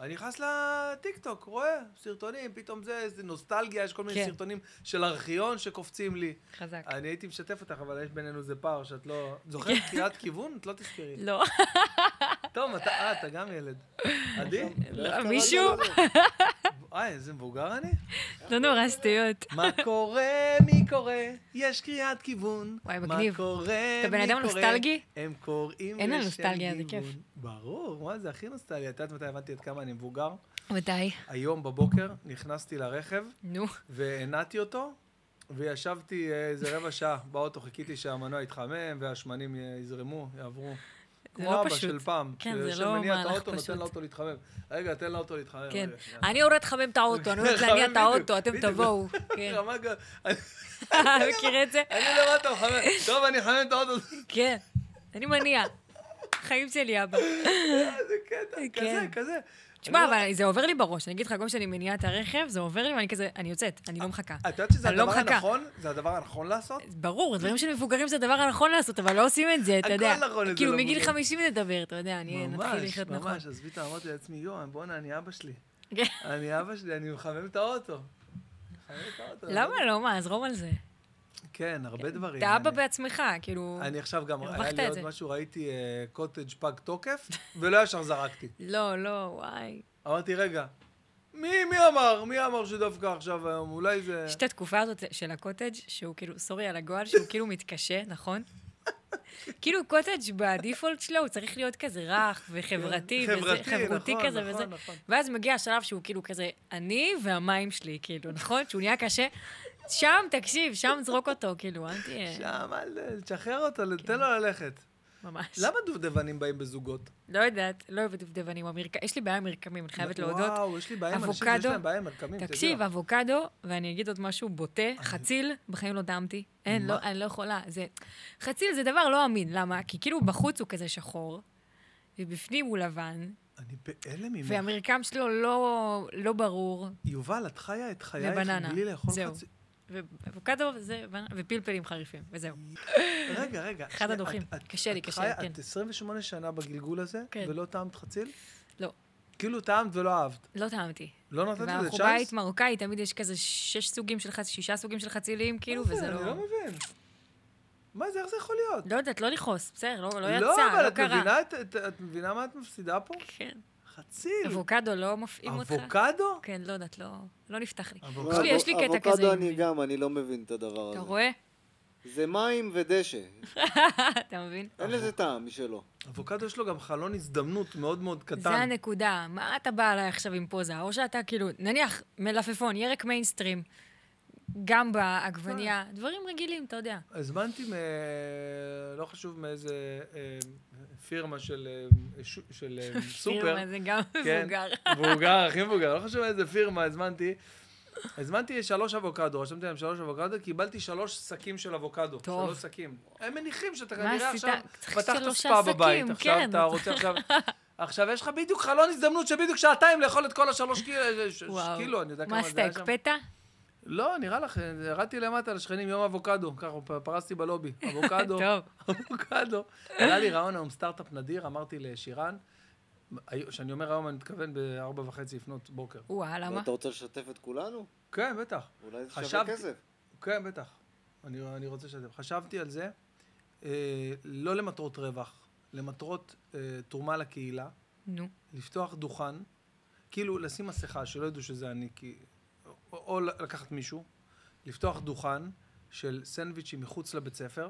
Speaker 1: אני נכנס לטיקטוק, רואה סרטונים, פתאום זה, איזה נוסטלגיה, יש כל מיני
Speaker 2: כן.
Speaker 1: סרטונים של ארכיון שקופצים לי.
Speaker 2: חזק.
Speaker 1: אני הייתי משתף אותך, אבל יש בינינו איזה פער שאת לא... זוכרת קריאת כיוון? את לא תזכרי.
Speaker 2: כן. לא,
Speaker 1: טוב, אתה, אה, אתה גם ילד. עדי?
Speaker 3: לא, איך קרא לי
Speaker 2: מישהו?
Speaker 3: לזה?
Speaker 1: אה, איזה מבוגר אני?
Speaker 2: לא נורא שטויות.
Speaker 1: מה קורה, מי קורא? יש קריאת כיוון.
Speaker 2: וואי, מגניב.
Speaker 1: מה קורה, מי קורא?
Speaker 2: אתה בן אדם נוסטלגי?
Speaker 1: הם קוראים
Speaker 2: אין על
Speaker 1: לשם
Speaker 2: נוסטלגיה, זה
Speaker 1: גיוון.
Speaker 2: כיף.
Speaker 1: ברור, מה זה הכי נוסטלגיה. את יודעת מתי הבנתי עד כמה אני מבוגר?
Speaker 2: מתי?
Speaker 1: היום בבוקר נכנסתי לרכב
Speaker 2: נו.
Speaker 1: והנעתי אותו, וישבתי אה, איזה רבע שעה באוטו, חיכיתי שהמנוע יתחמם והשמנים אה, יזרמו, יעברו. כמו
Speaker 2: לא
Speaker 1: אבא
Speaker 2: פשוט.
Speaker 1: של פעם.
Speaker 2: כן, זה
Speaker 1: שיושב,
Speaker 2: לא
Speaker 1: מניע את
Speaker 2: מהלך
Speaker 1: האוטו, נותן
Speaker 2: פשוט.
Speaker 1: לאוטו להתחמם. רגע, תן לאוטו להתחמם.
Speaker 2: כן.
Speaker 1: רגע, שנייה.
Speaker 2: אני הולכת לחמם את האוטו, אני הולכת להניע את האוטו, אתם
Speaker 1: אה, בדיוק.
Speaker 2: תבואו. כן. אה,
Speaker 1: רמה גל- אני
Speaker 2: מכיר את זה?
Speaker 1: אני לא למטה מחמם. טוב, אני אחמם את האוטו.
Speaker 2: כן. אני מניע. חיים שלי, אבא.
Speaker 1: איזה קטע, כזה,
Speaker 2: כן.
Speaker 1: כזה. לא-
Speaker 2: תשמע, אבל זה עובר לי בראש. אני אגיד לך, גם כשאני מניעה את הרכב, זה עובר לי, ואני כזה, אני יוצאת, אני לא מחכה.
Speaker 1: את יודעת שזה
Speaker 2: אני לא
Speaker 1: הדבר
Speaker 2: מחכה.
Speaker 1: הנכון? זה הדבר הנכון לעשות?
Speaker 2: ברור, דברים של מבוגרים זה הדבר הנכון לעשות, אבל לא עושים את זה, אתה
Speaker 1: הכל
Speaker 2: יודע.
Speaker 1: נכון אצל
Speaker 2: כאילו, מגיל
Speaker 1: המבוגרים.
Speaker 2: 50 נדבר, אתה יודע, אני נתחיל
Speaker 1: ממש,
Speaker 2: לחיות נכון.
Speaker 1: ממש. אז פתאום אמרתי לעצמי, יואו, בואנה, אני אבא שלי.
Speaker 2: כן.
Speaker 1: אני אבא שלי, אני מחמם את האוטו. מחמם את האוטו.
Speaker 2: למה לא? מה, אז רום על זה.
Speaker 1: כן, הרבה דברים.
Speaker 2: אתה אבא
Speaker 1: אני-
Speaker 2: בעצמך, כאילו...
Speaker 1: אני עכשיו גם, היה
Speaker 2: הרווחת
Speaker 1: לי
Speaker 2: את
Speaker 1: עוד
Speaker 2: זה.
Speaker 1: משהו, ראיתי אה, קוטג' פג תוקף, ולא ישר זרקתי.
Speaker 2: לא, לא, וואי.
Speaker 1: אמרתי, רגע, מי מי אמר? מי אמר שדווקא עכשיו היום? אולי זה...
Speaker 2: יש את התקופה הזאת של הקוטג', שהוא כאילו, סורי על הגועל, שהוא כאילו מתקשה, נכון? כאילו קוטג' בדיפולט שלו, הוא צריך להיות כזה רך וחברתי,
Speaker 1: כן,
Speaker 2: וזה, חברותי
Speaker 1: נכון,
Speaker 2: כזה
Speaker 1: נכון,
Speaker 2: וזה.
Speaker 1: נכון.
Speaker 2: ואז מגיע השלב שהוא כאילו כזה, אני והמים שלי, כאילו, נכון? שהוא נהיה קשה. שם, תקשיב, שם זרוק אותו, כאילו, אל תהיה...
Speaker 1: שם, אל תשחרר אותו,
Speaker 2: כן.
Speaker 1: תן לו ללכת.
Speaker 2: ממש.
Speaker 1: למה דובדבנים באים בזוגות?
Speaker 2: לא יודעת, לא אוהבת דובדבנים. המרק... יש לי בעיה עם מרקמים, אני חייבת להודות.
Speaker 1: וואו, יש לי בעיה עם אנשים שיש
Speaker 2: אבוקדו.
Speaker 1: להם בעיה עם מרקמים, אתה יודע. אה.
Speaker 2: תקשיב, אבוקדו, ואני אגיד עוד משהו בוטה, חציל, בחיים לא טעמתי. אין,
Speaker 1: מה?
Speaker 2: לא, אני לא יכולה. זה... חציל זה דבר לא אמין, למה? כי כאילו בחוץ הוא כזה שחור, ובפנים הוא לבן,
Speaker 1: אני בהלם ממך.
Speaker 2: והמרקם שלו לא, לא ברור,
Speaker 1: יובל, את חיה את חייך
Speaker 2: ובננה.
Speaker 1: בלי לאכול
Speaker 2: זהו.
Speaker 1: חצי...
Speaker 2: ואבוקדו זה... ופלפלים חריפים, וזהו.
Speaker 1: רגע, רגע.
Speaker 2: אחד
Speaker 1: שנייה,
Speaker 2: הדוחים.
Speaker 1: את- את-
Speaker 2: קשה לי,
Speaker 1: את
Speaker 2: קשה
Speaker 1: חיה-
Speaker 2: לי, כן.
Speaker 1: את 28 שנה בגלגול הזה,
Speaker 2: כן.
Speaker 1: ולא טעמת חציל?
Speaker 2: לא,
Speaker 1: כאילו טעמת ולא אהבת.
Speaker 2: לא טעמתי.
Speaker 1: לא נתת לזה
Speaker 2: ואנחנו
Speaker 1: צ'אנס?
Speaker 2: בית מרוקאי, תמיד יש כזה שש סוגים של חצילים, שישה סוגים של חצילים, כאילו,
Speaker 1: מה זה?
Speaker 2: וזה
Speaker 1: אני
Speaker 2: לא...
Speaker 1: לא מבין. מה זה, איך זה יכול להיות?
Speaker 2: לא יודעת, לא לכעוס, בסדר, לא לא
Speaker 1: לא,
Speaker 2: יצא,
Speaker 1: אבל
Speaker 2: לא
Speaker 1: את
Speaker 2: קרה.
Speaker 1: מבינה, את- את- את מבינה מה את מפסידה פה?
Speaker 2: כן.
Speaker 1: חציל.
Speaker 2: אבוקדו לא מפעים אותך?
Speaker 1: אבוקדו?
Speaker 2: כן, לא יודעת, לא לא נפתח לי.
Speaker 1: אבוקדו.
Speaker 2: אבוקדו, יש לי קטע כזה.
Speaker 3: אבוקדו
Speaker 2: עם-
Speaker 3: אני גם, אני לא מבין את הדבר
Speaker 2: אתה
Speaker 3: הזה.
Speaker 2: רואה?
Speaker 3: זה מים ודשא.
Speaker 2: אתה מבין?
Speaker 3: אין לזה טעם משלו.
Speaker 1: אבוקדו יש לו גם חלון הזדמנות מאוד מאוד
Speaker 2: זה
Speaker 1: קטן.
Speaker 2: הנקודה. מה אתה בא אליי עכשיו עם פוזה? או שאתה כאילו, נניח, מלפפון, ירק מיינסטרים, גם בעגבנייה, דברים רגילים, אתה יודע.
Speaker 1: הזמנתי, מ... לא חשוב מאיזה אה, פירמה של, אה, ש... של אה, סופר,
Speaker 2: פירמה זה גם
Speaker 1: כן.
Speaker 2: מבוגר.
Speaker 1: מבוגר, הכי מבוגר, לא חשוב איזה פירמה הזמנתי. הזמנתי שלוש אבוקדו, רשמתי להם שלוש אבוקדו, קיבלתי שלוש שקים של אבוקדו.
Speaker 2: טוב.
Speaker 1: שלוש שקים. הם מניחים שאתה
Speaker 2: מה
Speaker 1: כנראה
Speaker 2: עשית?
Speaker 1: עכשיו
Speaker 2: צריך
Speaker 1: פתחת
Speaker 2: שלושה
Speaker 1: ספא בבית.
Speaker 2: שקים,
Speaker 1: עכשיו
Speaker 2: כן.
Speaker 1: אתה רוצה עכשיו... עכשיו יש לך בדיוק חלון הזדמנות שבדיוק שעתיים לאכול את כל השלוש קילו, אה, ש- ש-
Speaker 2: וואו.
Speaker 1: קילו, אני יודע
Speaker 2: מה
Speaker 1: כמה
Speaker 2: עשית,
Speaker 1: זה היה שם.
Speaker 2: הקפאת?
Speaker 1: לא, נראה לך, ירדתי למטה לשכנים יום אבוקדו, ככה פ- פרסתי בלובי, אבוקדו,
Speaker 2: טוב.
Speaker 1: אבוקדו. היה לי רעיון היום סטארט-אפ נדיר, אמרתי לשירן, היו- כשאני אומר היום אני מתכוון בארבע וחצי לפנות בוקר.
Speaker 2: וואה,
Speaker 1: לא
Speaker 2: למה?
Speaker 3: אתה רוצה לשתף את כולנו?
Speaker 1: כן, בטח,
Speaker 3: אולי זה שווה
Speaker 1: חשבתי.
Speaker 3: כסף.
Speaker 1: כן, בטח. אני, אני רוצה לשתף. חשבתי על זה, אה, לא למטרות רווח, למטרות אה, תרומה לקהילה,
Speaker 2: נו.
Speaker 1: לפתוח דוכן, כאילו לשים מסכה, שלא ידעו שזה אני, כי... או, או לקחת מישהו, לפתוח דוכן של סנדוויצ'ים מחוץ לבית ספר,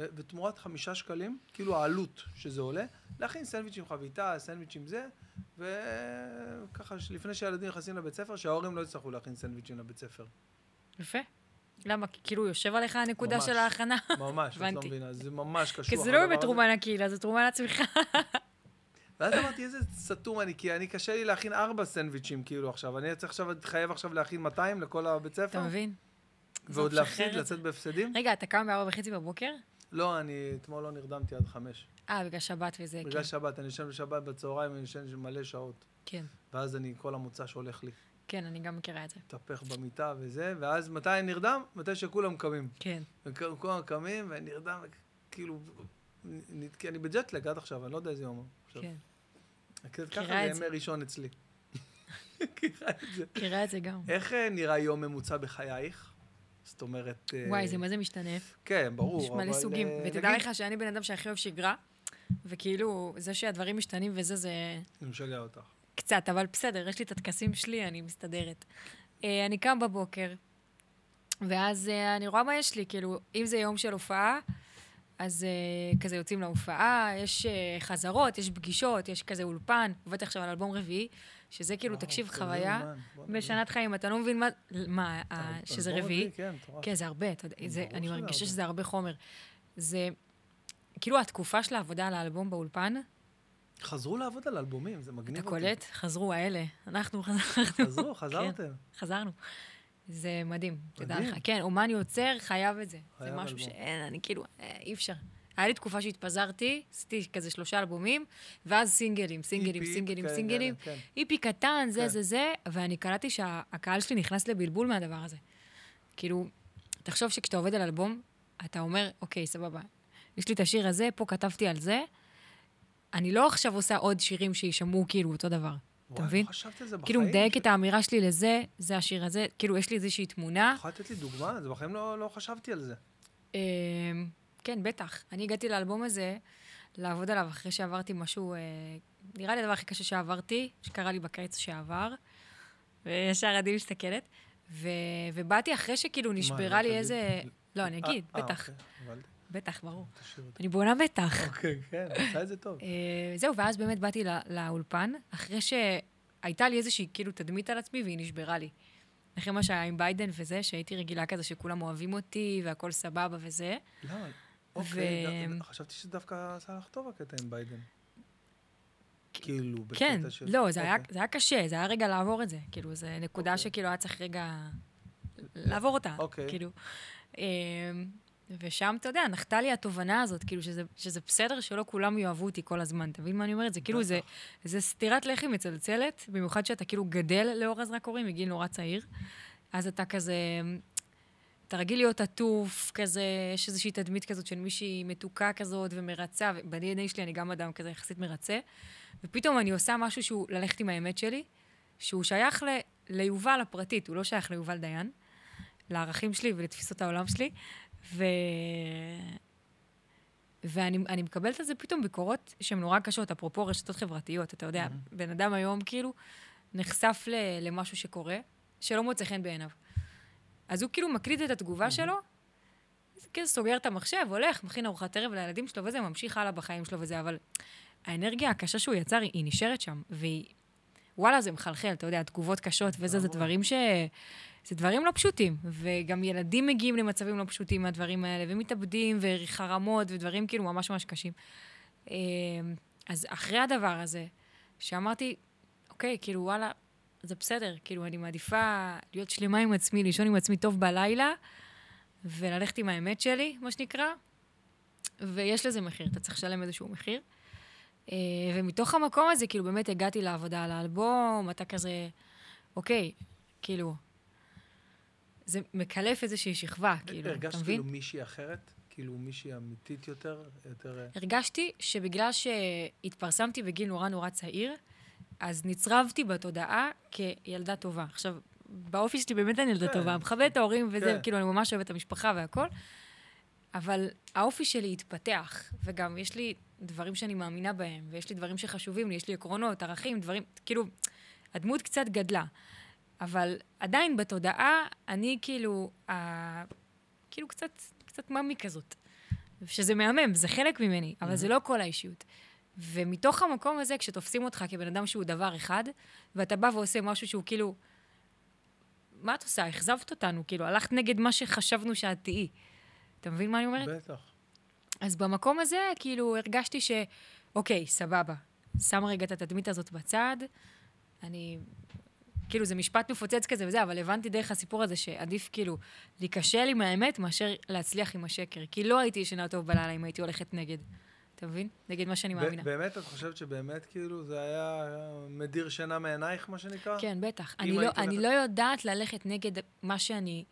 Speaker 1: אה, ותמורת חמישה שקלים, כאילו העלות שזה עולה, להכין סנדוויץ' עם חביתה, סנדוויץ' עם זה, וככה ש- לפני שהילדים נכנסים לבית ספר, שההורים לא יצטרכו להכין סנדוויצ'ים לבית ספר.
Speaker 2: יפה. למה? כי כאילו יושב עליך הנקודה
Speaker 1: ממש.
Speaker 2: של ההכנה?
Speaker 1: ממש, את לא
Speaker 2: הבנתי.
Speaker 1: מבינה, זה ממש קשור.
Speaker 2: כי זה לא
Speaker 1: הדבר
Speaker 2: באמת
Speaker 1: הזה.
Speaker 2: תרומה לקהילה, זה תרומה לעצמך.
Speaker 1: ואז אמרתי, איזה סתום אני, כי אני קשה לי להכין ארבע סנדוויצ'ים כאילו עכשיו, אני צריך עכשיו, להתחייב עכשיו להכין 200 לכל הבית ספר,
Speaker 2: אתה מבין?
Speaker 1: ועוד
Speaker 2: זה
Speaker 1: להפסיד,
Speaker 2: משחרר את
Speaker 1: לצאת בהפסדים?
Speaker 2: רגע, אתה קם בארבע וחצי בבוקר?
Speaker 1: לא, אני אתמול לא נרדמתי עד חמש.
Speaker 2: אה, בגלל שבת וזה, כן.
Speaker 1: בגלל שבת, אני ישן בשבת בצהריים, אני ישן מלא שעות.
Speaker 2: כן,
Speaker 1: ואז אני, כל המוצא שהולך לי,
Speaker 2: כן, אני גם מכירה את זה.
Speaker 1: מתהפך במיטה וזה, ואז מתי אני נרדם? מתי שכולם קמים.
Speaker 2: כן.
Speaker 1: וכולם קמים, ואני נרדם, כאילו, נ- נ- כי אני בג'טלג עד עכשיו, אני לא יודע איזה יום. עכשיו.
Speaker 2: כן.
Speaker 1: כן, ככה זה
Speaker 2: מכירה את זה.
Speaker 1: ימי ראשון אצלי. מכירה את זה.
Speaker 2: מכירה את זה גם.
Speaker 1: איך אה, נראה יום ממוצע בחייך? זאת אומרת... אה,
Speaker 2: וואי, זה מה זה משתנה.
Speaker 1: כן, ברור,
Speaker 2: יש
Speaker 1: אבל...
Speaker 2: מלא סוגים.
Speaker 1: אה,
Speaker 2: ותדע
Speaker 1: נגיד-
Speaker 2: לך שאני בן אדם שהכי אוהב שגרה, וכאילו, זה שהדברים משתנים וזה, זה
Speaker 1: אני משגע אותך.
Speaker 2: קצת, אבל בסדר, יש לי את הטקסים שלי, אני מסתדרת. אה, אני קם בבוקר, ואז אה, אני רואה מה יש לי, כאילו, אם זה יום של הופעה, אז אה, כזה יוצאים להופעה, יש אה, חזרות, יש פגישות, יש כזה אולפן, עובדת עכשיו על אלבום רביעי, שזה כאילו,
Speaker 1: וואו, לא
Speaker 2: תקשיב,
Speaker 1: כזה
Speaker 2: חוויה
Speaker 1: אומן, בוא נגיד.
Speaker 2: משנת חיים, אתה לא מבין מה, מה,
Speaker 1: אז-
Speaker 2: אה,
Speaker 1: אז
Speaker 2: שזה
Speaker 1: בוא
Speaker 2: רביעי.
Speaker 1: נגיד, כן, מטורף.
Speaker 2: כן, זה הרבה, אתה יודע, זה,
Speaker 1: ברור
Speaker 2: אני
Speaker 1: שזה
Speaker 2: מרגישה
Speaker 1: הרבה.
Speaker 2: שזה הרבה חומר. זה, כאילו התקופה של העבודה על האלבום באולפן,
Speaker 1: חזרו לעבוד על אלבומים, זה מגניב
Speaker 2: אתה
Speaker 1: אותי.
Speaker 2: קולט, חזרו האלה, אנחנו חזרנו.
Speaker 1: חזרו, חזרתם.
Speaker 2: חזרנו. זה מדהים, תדע
Speaker 1: מדהים.
Speaker 2: לך. כן, אומן יוצר חייב את זה. זה
Speaker 1: חייב
Speaker 2: משהו
Speaker 1: אלבום.
Speaker 2: שאין, אני כאילו, אה, אי אפשר. היה לי תקופה שהתפזרתי, עשיתי כזה שלושה אלבומים, ואז סינגלים, סינגלים,
Speaker 1: איפי,
Speaker 2: סינגלים,
Speaker 1: כן,
Speaker 2: סינגלים.
Speaker 1: כן,
Speaker 2: איפי קטן, זה,
Speaker 1: כן.
Speaker 2: זה, זה, ואני קלטתי שהקהל שלי נכנס לבלבול מהדבר הזה. כאילו, תחשוב שכשאתה עובד על אלבום, אתה אומר, אוקיי, סבבה, יש לי את השיר הזה, פה כתבתי על זה, אני לא עכשיו עושה עוד שירים שיישמעו כאילו אותו דבר. אתה
Speaker 1: וואי,
Speaker 2: מבין?
Speaker 1: לא חשבתי על זה בחיים.
Speaker 2: כאילו, מדייק
Speaker 1: ש-
Speaker 2: את האמירה שלי לזה, זה השיר הזה, כאילו, יש לי איזושהי תמונה.
Speaker 1: את יכולה לתת לי דוגמה? זה בחיים לא לא חשבתי על זה.
Speaker 2: אמ, כן, בטח. אני הגעתי לאלבום הזה, לעבוד עליו אחרי שעברתי משהו, אה, נראה לי הדבר הכי קשה שעברתי, שקרה לי בקיץ שעבר, וישר עדי מסתכלת, ו- ובאתי אחרי שכאילו
Speaker 1: לא
Speaker 2: נשברה לי
Speaker 1: תגיד?
Speaker 2: איזה... לא, אני אגיד,
Speaker 1: אה, אה,
Speaker 2: בטח,
Speaker 1: אוקיי, הבנתי.
Speaker 2: בטח, ברור.
Speaker 1: תשאיר אותי.
Speaker 2: אני בונה מתח.
Speaker 1: אוקיי, כן, עשה את זה טוב.
Speaker 2: אה, זהו, ואז באמת באתי לא- לאולפן, אחרי שהייתה לי איזושהי כאילו תדמית על עצמי והיא נשברה לי. אחרי מה שהיה עם ביידן וזה, שהייתי רגילה כזה שכולם אוהבים אותי והכל סבבה וזה.
Speaker 1: לא, אוקיי,
Speaker 2: ו-
Speaker 1: דו- חשבתי שדווקא עשה לך טוב הקטע עם ביידן. כאילו, בקטע
Speaker 2: כן,
Speaker 1: של-
Speaker 2: לא, זה היה-
Speaker 1: אוקיי.
Speaker 2: זה היה קשה, זה היה רגע לעבור את זה. כאילו, זו נקודה שכאילו היה צריך רגע לעבור אותה.
Speaker 1: אוקיי.
Speaker 2: כאילו. אמ, ושם, אתה יודע, נחתה לי התובנה הזאת, כאילו, שזה- שזה בסדר שלא כולם יאהבו אותי כל הזמן, אתה מבין מה אני אומרת? זה כאילו, זה- זה סטירת לחי מצלצלת, במיוחד שאתה כאילו גדל לאור הזרקורים מגיל נורא צעיר. אז אתה כזה... אתה רגיל להיות עטוף, כזה, יש איזושהי תדמית כזאת של מישהי מתוקה כזאת ומרצה, וב-DNA שלי אני גם אדם כזה יחסית מרצה, ופתאום אני עושה משהו שהוא ללכת עם האמת שלי, שהוא שייך ל... ליובל הפרטית, הוא לא שייך ליובל דיין, לערכים שלי ולתפיסות העולם שלי, ו... ואני אני מקבלת על זה פתאום ביקורות שהן נורא קשות, אפרופו רשתות חברתיות, אתה יודע, בן אדם היום כאילו נחשף ל... למשהו שקורה, שלא מוצא חן בעיניו. אז הוא כאילו מקליט את התגובה שלו, אז כאילו סוגר את המחשב, הולך, מכין ארוחת ערב לילדים שלו וזה, ממשיך הלאה בחיים שלו וזה, אבל האנרגיה הקשה שהוא יצר, היא- היא נשארת שם, והיא... וואלה, זה מחלחל, אתה יודע, תגובות קשות וזה, זה דברים ש... זה דברים לא פשוטים, וגם ילדים מגיעים למצבים לא פשוטים מהדברים האלה, ומתאבדים, וחרמות, ודברים כאילו ממש ממש קשים. אמ, אז אחרי הדבר הזה, שאמרתי, אוקיי, כאילו, וואלה, זה בסדר, כאילו, אני מעדיפה להיות שלמה עם עצמי, לישון עם עצמי טוב בלילה, וללכת עם האמת שלי, מה שנקרא, ויש לזה מחיר, אתה צריך לשלם איזשהו מחיר. אה, ומתוך המקום הזה, כאילו, באמת הגעתי לעבודה על האלבום, אתה כזה, אוקיי, כאילו, זה מקלף איזושהי שכבה, כאילו, אתה
Speaker 1: הרגשת
Speaker 2: מבין?
Speaker 1: כאילו מישהי אחרת? כאילו מישהי אמיתית יותר? יותר... אה,
Speaker 2: הרגשתי שבגלל שהתפרסמתי בגיל נורא נורא צעיר, אז נצרבתי בתודעה כילדה טובה. עכשיו, באופי שלי באמת אני ילדה
Speaker 1: כן.
Speaker 2: טובה, מכבדת את ההורים וזה,
Speaker 1: כן.
Speaker 2: כאילו, אני ממש אוהבת את המשפחה והכל, אבל האופי שלי התפתח, וגם יש לי דברים שאני מאמינה בהם, ויש לי דברים שחשובים לי, יש לי עקרונות, ערכים, דברים, כאילו, הדמות קצת גדלה. אבל עדיין בתודעה, אני כאילו, ה... כאילו קצת, קצת מאמי כזאת. שזה מהמם, זה חלק ממני, אבל זה לא כל האישיות. ומתוך המקום הזה, כשתופסים אותך כבן אדם שהוא דבר אחד, ואתה בא ועושה משהו שהוא כאילו... מה את עושה? אכזבת אותנו, כאילו, הלכת נגד מה שחשבנו שאת תהיי. אתה מבין מה אני אומרת?
Speaker 1: בטח.
Speaker 2: אז במקום הזה, כאילו, הרגשתי ש... אוקיי, סבבה. שם רגע את התדמית הזאת בצד. אני... כאילו, זה משפט מפוצץ כזה וזה, אבל הבנתי דרך הסיפור הזה שעדיף כאילו להיכשל עם האמת מאשר להצליח עם השקר. כי לא הייתי ישנה טוב בלילה אם הייתי הולכת נגד. אתה מבין? נגד מה שאני
Speaker 1: ב-
Speaker 2: מאמינה.
Speaker 1: באמת, את חושבת שבאמת, כאילו, זה היה אה, מדיר שינה מעינייך, מה שנקרא?
Speaker 2: כן, בטח.
Speaker 1: אם
Speaker 2: אני, לא,
Speaker 1: היית
Speaker 2: אני
Speaker 1: הולכת-
Speaker 2: לא יודעת ללכת נגד מה שאני...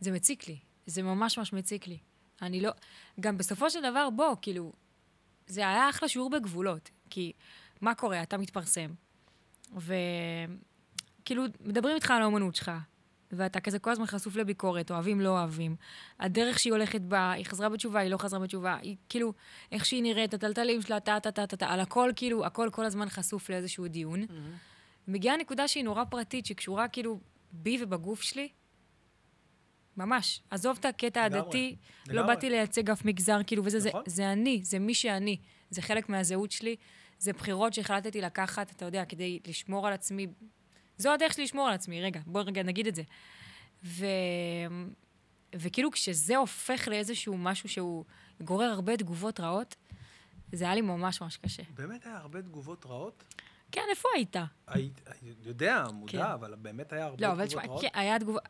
Speaker 2: זה מציק לי. זה ממש ממש מציק לי. אני לא... גם בסופו של דבר, בוא, כאילו, זה היה אחלה שיעור בגבולות. כי מה קורה? אתה מתפרסם, וכאילו, כאילו, מדברים איתך על האומנות שלך, ואתה כזה כל הזמן חשוף לביקורת, אוהבים, לא אוהבים. הדרך שהיא הולכת בה, היא חזרה בתשובה, היא לא חזרה בתשובה, היא כאילו, איך שהיא נראית, הטלטלים שלה, טה-טה-טה-טה, על הכל, כאילו, הכל כל הזמן חשוף לאיזשהו דיון. מגיעה נקודה שהיא נורא פרטית, שקשורה כאילו בי ובגוף שלי. ממש. עזוב את הקטע
Speaker 1: לגמרי,
Speaker 2: הדתי, לא
Speaker 1: לגמרי.
Speaker 2: באתי לייצג אף מגזר, כאילו, וזה, זה,
Speaker 1: נכון.
Speaker 2: זה אני, זה מי שאני, זה חלק מהזהות שלי, זה בחירות שהחלטתי לקחת, אתה יודע, כדי לשמור על עצמי. זו הדרך שלי לשמור על עצמי, רגע, בוא רגע נגיד את זה. ו... וכאילו כשזה הופך לאיזשהו משהו שהוא גורר הרבה תגובות רעות, זה היה לי ממש ממש קשה.
Speaker 1: באמת היה הרבה תגובות רעות?
Speaker 2: כן, איפה היית?
Speaker 1: היית, אני יודע, מודע,
Speaker 2: כן.
Speaker 1: אבל באמת היה הרבה
Speaker 2: לא,
Speaker 1: תגובות
Speaker 2: אבל
Speaker 1: רעות?
Speaker 2: תשמע, כן, היה תגובה...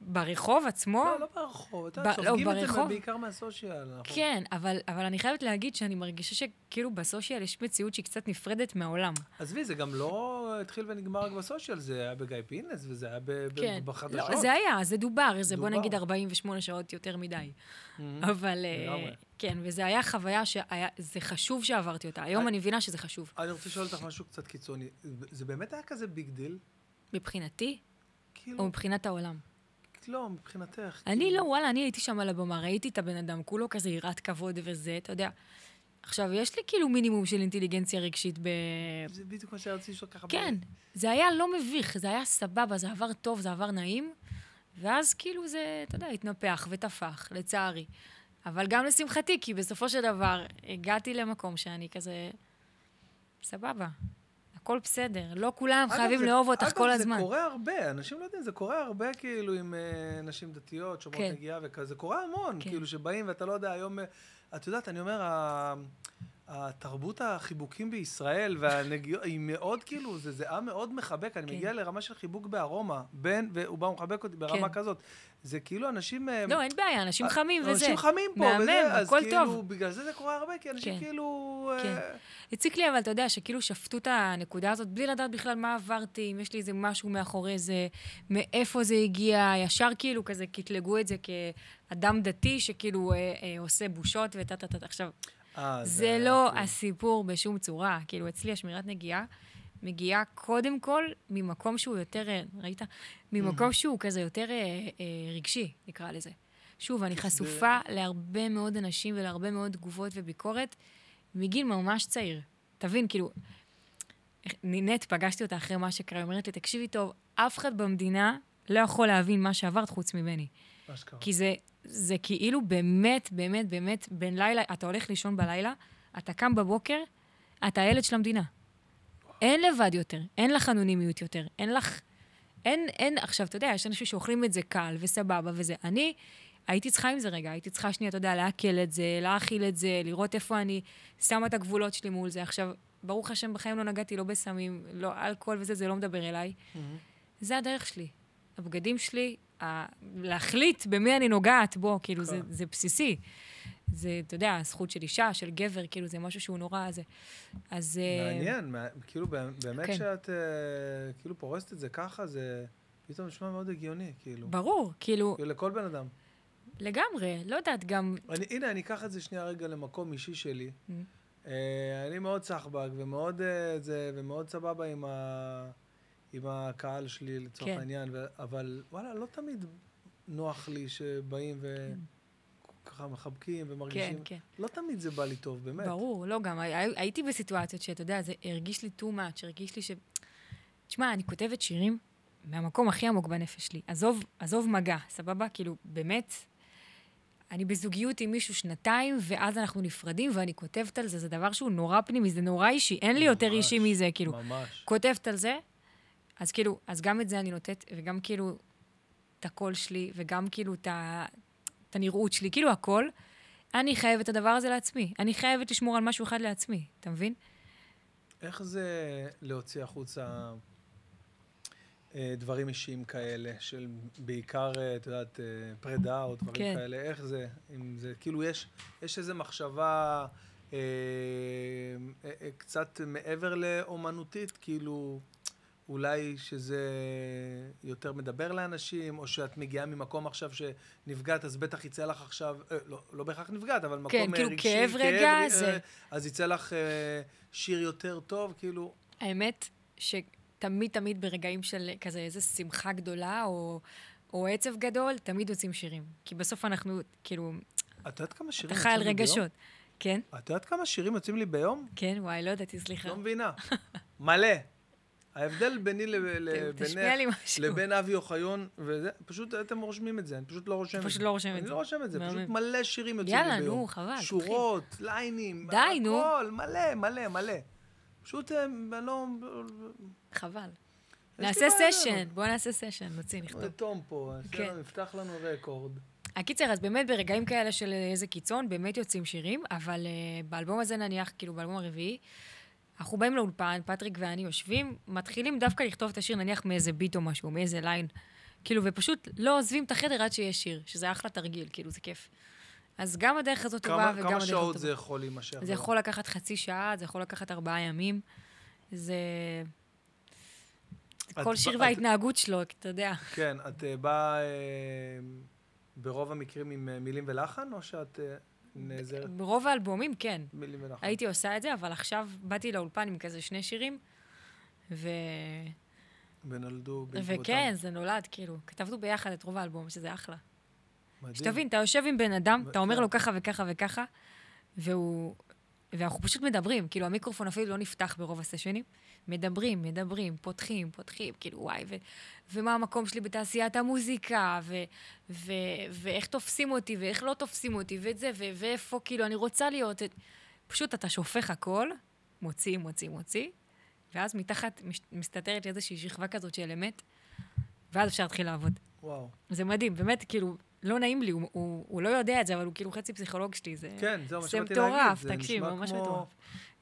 Speaker 2: ברחוב עצמו?
Speaker 1: לא, לא ברחוב. אתה
Speaker 2: ב- לא,
Speaker 1: יודע, סופגים את זה
Speaker 2: ברחוב.
Speaker 1: בעיקר מהסושיאל. נכון? אנחנו-
Speaker 2: כן, אבל, אבל אני חייבת להגיד שאני מרגישה שכאילו בסושיאל יש מציאות שהיא קצת נפרדת מהעולם.
Speaker 1: עזבי, זה גם לא התחיל ונגמר רק בסושיאל, זה היה בגיא פינס וזה היה ב- ב-
Speaker 2: כן.
Speaker 1: בחדשות.
Speaker 2: לא, זה היה, זה דובר, זה בוא
Speaker 1: דובר.
Speaker 2: נגיד 48 שעות יותר מדי.
Speaker 1: מהמם.
Speaker 2: אבל... אה,
Speaker 1: לגמרי.
Speaker 2: כן, וזה היה חוויה שזה חשוב שעברתי אותה. היום
Speaker 1: אני-
Speaker 2: אני מבינה שזה חשוב.
Speaker 1: אני רוצה לשאול אותך משהו קצת קיצוני. זה באמת היה כזה ביג דיל?
Speaker 2: מבחינתי, או
Speaker 1: כאילו,
Speaker 2: מבחינת העולם.
Speaker 1: לא, מבחינתך.
Speaker 2: אני
Speaker 1: כאילו.
Speaker 2: לא, וואלה, אני הייתי שם על הבמה, ראיתי את הבן אדם, כולו כזה יראת כבוד וזה, אתה יודע. עכשיו, יש לי כאילו מינימום של אינטליגנציה רגשית ב...
Speaker 1: זה בדיוק מה שרציתי לשאול ככה.
Speaker 2: כן, זה היה לא מביך, זה היה סבבה, זה עבר טוב, זה עבר נעים, ואז כאילו זה, אתה יודע, התנפח ותפח, לצערי. אבל גם לשמחתי, כי בסופו של דבר הגעתי למקום שאני כזה, סבבה, הכל בסדר. לא כולם
Speaker 1: אגב,
Speaker 2: חייבים
Speaker 1: זה-
Speaker 2: לאהוב אותך כל
Speaker 1: אגב,
Speaker 2: הזמן.
Speaker 1: זה קורה הרבה, אנשים לא יודעים, זה קורה הרבה כאילו עם אה, נשים דתיות, שומרות
Speaker 2: כן.
Speaker 1: נגיעה וכזה, זה קורה המון,
Speaker 2: כן.
Speaker 1: כאילו שבאים ואתה לא יודע, היום, אה, את יודעת, אני אומר, ה- התרבות החיבוקים בישראל והנגיעות, היא מאוד כאילו, זה, זה עם מאוד מחבק, אני
Speaker 2: כן.
Speaker 1: מגיע לרמה של חיבוק בארומה, בין, והוא בא ומחבק אותי ברמה
Speaker 2: כן.
Speaker 1: כזאת, זה כאילו אנשים... אה,
Speaker 2: לא, אין בעיה, אנשים חמים וזה.
Speaker 1: אנשים חמים פה,
Speaker 2: מהמם,
Speaker 1: וזה, אז
Speaker 2: הכל
Speaker 1: כאילו,
Speaker 2: טוב.
Speaker 1: בגלל זה זה קורה הרבה, כי אנשים
Speaker 2: כן.
Speaker 1: כאילו... אה,
Speaker 2: כן. הציק לי אבל, אתה יודע, שכאילו שפטו את הנקודה הזאת בלי לדעת בכלל מה עברתי, אם יש לי איזה משהו מאחורי זה, מאיפה זה הגיע, ישר כאילו כזה קטלגו את זה כאדם דתי שכאילו אה, אה, עושה בושות וטה טה טה. טה. עכשיו,
Speaker 1: אה,
Speaker 2: זה
Speaker 1: היה
Speaker 2: לא
Speaker 1: כאילו-
Speaker 2: הסיפור בשום צורה. כאילו, אצלי השמירת נגיעה מגיעה קודם כל ממקום שהוא יותר, אה, ראית? ממקום שהוא כזה יותר אה, אה, רגשי, נקרא לזה. שוב, אני חשופה להרבה מאוד אנשים ולהרבה מאוד תגובות וביקורת מגיל ממש צעיר. תבין, כאילו, נינט, פגשתי אותה אחרי מה שקרה, היא אומרת לי, תקשיבי טוב, אף אחד במדינה לא יכול להבין מה שעברת חוץ ממני.
Speaker 1: מה שקרה.
Speaker 2: כי זה, זה כאילו באמת, באמת, באמת, בין לילה, אתה הולך לישון בלילה, אתה קם בבוקר, אתה הילד של המדינה. אין לבד יותר, אין לך אנונימיות יותר, אין לך... אין, אין, עכשיו, אתה יודע, יש אנשים שאוכלים את זה קל וסבבה וזה. אני הייתי צריכה עם זה רגע, הייתי צריכה שנייה, אתה יודע, לעכל את זה, להאכיל את זה, לראות איפה אני שמה את הגבולות שלי מול זה. עכשיו, ברוך השם, בחיים לא נגעתי לא בסמים, לא אלכוהול וזה, זה לא מדבר אליי.
Speaker 1: Mm-hmm.
Speaker 2: זה הדרך שלי. הבגדים שלי, ה... להחליט במי אני נוגעת בו, כאילו, זה,
Speaker 1: כן.
Speaker 2: זה בסיסי. זה, אתה יודע, הזכות של אישה, של גבר, כאילו, זה משהו שהוא נורא, זה... אז... אה,
Speaker 1: מעניין, מה- כאילו בא- באמת
Speaker 2: כן.
Speaker 1: שאת אה, כאילו פורסת את זה ככה, זה פתאום נשמע מאוד הגיוני, כאילו.
Speaker 2: ברור, כאילו,
Speaker 1: כאילו לכל בן אדם.
Speaker 2: לגמרי, לא יודעת, גם...
Speaker 1: אני, הנה, אני אקח את זה שנייה רגע למקום אישי שלי.
Speaker 2: Mm.
Speaker 1: אה, אני מאוד סחבק ומאוד, אה, זה, ומאוד סבבה עם, ה, עם הקהל שלי לצורך
Speaker 2: כן.
Speaker 1: העניין, ו, אבל וואלה, לא תמיד נוח לי שבאים וככה מחבקים ומרגישים.
Speaker 2: Mm. כן, כן.
Speaker 1: לא תמיד זה בא לי טוב, באמת.
Speaker 2: ברור, לא, גם הי- הייתי בסיטואציות שאתה יודע, זה הרגיש לי too much, הרגיש לי ש... תשמע, אני כותבת שירים מהמקום הכי עמוק בנפש שלי. עזוב, עזוב מגע, סבבה? כאילו, באמת, אני בזוגיות עם מישהו שנתיים, ואז אנחנו נפרדים, ואני כותבת על זה, זה דבר שהוא נורא פנימי, זה נורא אישי, אין לי יותר
Speaker 1: ממש,
Speaker 2: אישי מזה, כאילו.
Speaker 1: ממש.
Speaker 2: כותבת על זה, אז כאילו, אז גם את זה אני נותנת, וגם כאילו את הקול שלי, וגם כאילו את ה- את הנראות שלי, כאילו הכל. אני חייבת את הדבר הזה לעצמי. אני חייבת לשמור על משהו אחד לעצמי, אתה מבין?
Speaker 1: איך זה להוציא החוצה אה, דברים אישיים כאלה, של בעיקר, אה, את יודעת, אה, פרידה או דברים
Speaker 2: כן.
Speaker 1: כאלה? איך זה? אם זה, כאילו, יש, יש איזו מחשבה אה, אה, אה, קצת מעבר לאומנותית, כאילו, אולי שזה יותר מדבר לאנשים, או שאת מגיעה ממקום עכשיו שנפגעת, אז בטח יצא לך עכשיו, אה, לא, לא בהכרח נפגעת, אבל מקום
Speaker 2: כן,
Speaker 1: אה,
Speaker 2: כאילו,
Speaker 1: רגשי,
Speaker 2: כאב רגע,
Speaker 1: אה,
Speaker 2: זה-
Speaker 1: אז יצא לך אה, שיר יותר טוב, כאילו...
Speaker 2: האמת שתמיד תמיד ברגעים של כזה איזה שמחה גדולה, או, או עצב גדול, תמיד יוצאים שירים. כי בסוף אנחנו, כאילו,
Speaker 1: את יודעת כמה שירים
Speaker 2: אתה חי על
Speaker 1: לא יוצאים לי
Speaker 2: רגשות. כן?
Speaker 1: ביום? את יודעת כמה שירים יוצאים לי ביום?
Speaker 2: כן, וואי, לא ידעתי, סליחה.
Speaker 1: לא מבינה. מלא. ההבדל ביני לב- לבינך,
Speaker 2: תשמיע לי משהו.
Speaker 1: אה, לבין אבי אוחיון, וזה, פשוט אתם רושמים את זה, אני פשוט לא רושם את זה.
Speaker 2: פשוט לא רושם את
Speaker 1: אני
Speaker 2: זה.
Speaker 1: לא רושם את זה, פשוט
Speaker 2: מהמם.
Speaker 1: מלא שירים יוצאים לי ביום.
Speaker 2: יאללה, נו, חבל,
Speaker 1: שורות, ליינים,
Speaker 2: די, נו.
Speaker 1: הכל, מלא, מלא, מלא. פשוט, אה, אני לא...
Speaker 2: חבל.
Speaker 1: לי
Speaker 2: נעשה
Speaker 1: בעיה. לא.
Speaker 2: סשן, בואו נעשה סשן, נוציא, נכתוב.
Speaker 1: תום פה,
Speaker 2: כן.
Speaker 1: בסדר, נפתח לנו רקורד.
Speaker 2: הקיצר, אז באמת ברגעים כאלה של איזה קיצון, באמת יוצאים שירים, אבל uh, באלבום הזה נניח, כאילו באלבום הרביעי, אנחנו באים לאולפן, פטריק ואני יושבים, מתחילים דווקא לכתוב את השיר נניח מאיזה ביט או משהו, מאיזה ליין. כאילו, ופשוט לא עוזבים את החדר עד שיש שיר, שזה אחלה תרגיל, כאילו, זה כיף. אז גם הדרך הזאת טובה,
Speaker 1: כמה,
Speaker 2: וגם הדרך
Speaker 1: כמה
Speaker 2: הזאת טובה.
Speaker 1: שעות זה יכול להימשך?
Speaker 2: זה יכול לקחת חצי שעה, זה יכול לקחת ארבעה ימים. זה...
Speaker 1: את-
Speaker 2: כל שיר
Speaker 1: את-
Speaker 2: וההתנהגות שלו, אתה יודע.
Speaker 1: כן, את אה, באה אה, ברוב המקרים עם אה, מילים ולחן, או שאת אה, נעזרת
Speaker 2: ברוב האלבומים, כן.
Speaker 1: מילים ולחן?
Speaker 2: הייתי עושה את זה, אבל עכשיו באתי לאולפן עם כזה שני שירים, ו...
Speaker 1: ונולדו בעקבותם.
Speaker 2: וכן, זה נולד, כאילו. כתבנו ביחד את רוב האלבום, שזה אחלה.
Speaker 1: מדהים.
Speaker 2: שתבין, אתה יושב עם בן אדם,
Speaker 1: ו-
Speaker 2: אתה אומר
Speaker 1: כן.
Speaker 2: לו ככה וככה וככה, והוא... ואנחנו פשוט מדברים, כאילו המיקרופון אפילו לא נפתח ברוב הסשנים. מדברים, מדברים, פותחים, פותחים, כאילו וואי, ו- ומה המקום שלי בתעשיית המוזיקה, ו- ו- ואיך תופסים אותי, ואיך לא תופסים אותי, ואת זה, ו- ואיפה כאילו אני רוצה להיות. את- פשוט אתה שופך הכל, מוציא, מוציא, מוציא, ואז מתחת מש- מסתתרת איזושהי שכבה כזאת של אמת, ואז אפשר להתחיל לעבוד.
Speaker 1: וואו.
Speaker 2: זה מדהים, באמת, כאילו, לא נעים לי, הוא, הוא, הוא לא יודע את זה, אבל הוא כאילו חצי פסיכולוג שלי, זה...
Speaker 1: כן, זהו מה
Speaker 2: זה
Speaker 1: שבאתי להגיד.
Speaker 2: מטורף,
Speaker 1: זה
Speaker 2: תקשיב,
Speaker 1: נשמע
Speaker 2: ממש
Speaker 1: כמו-
Speaker 2: מטורף.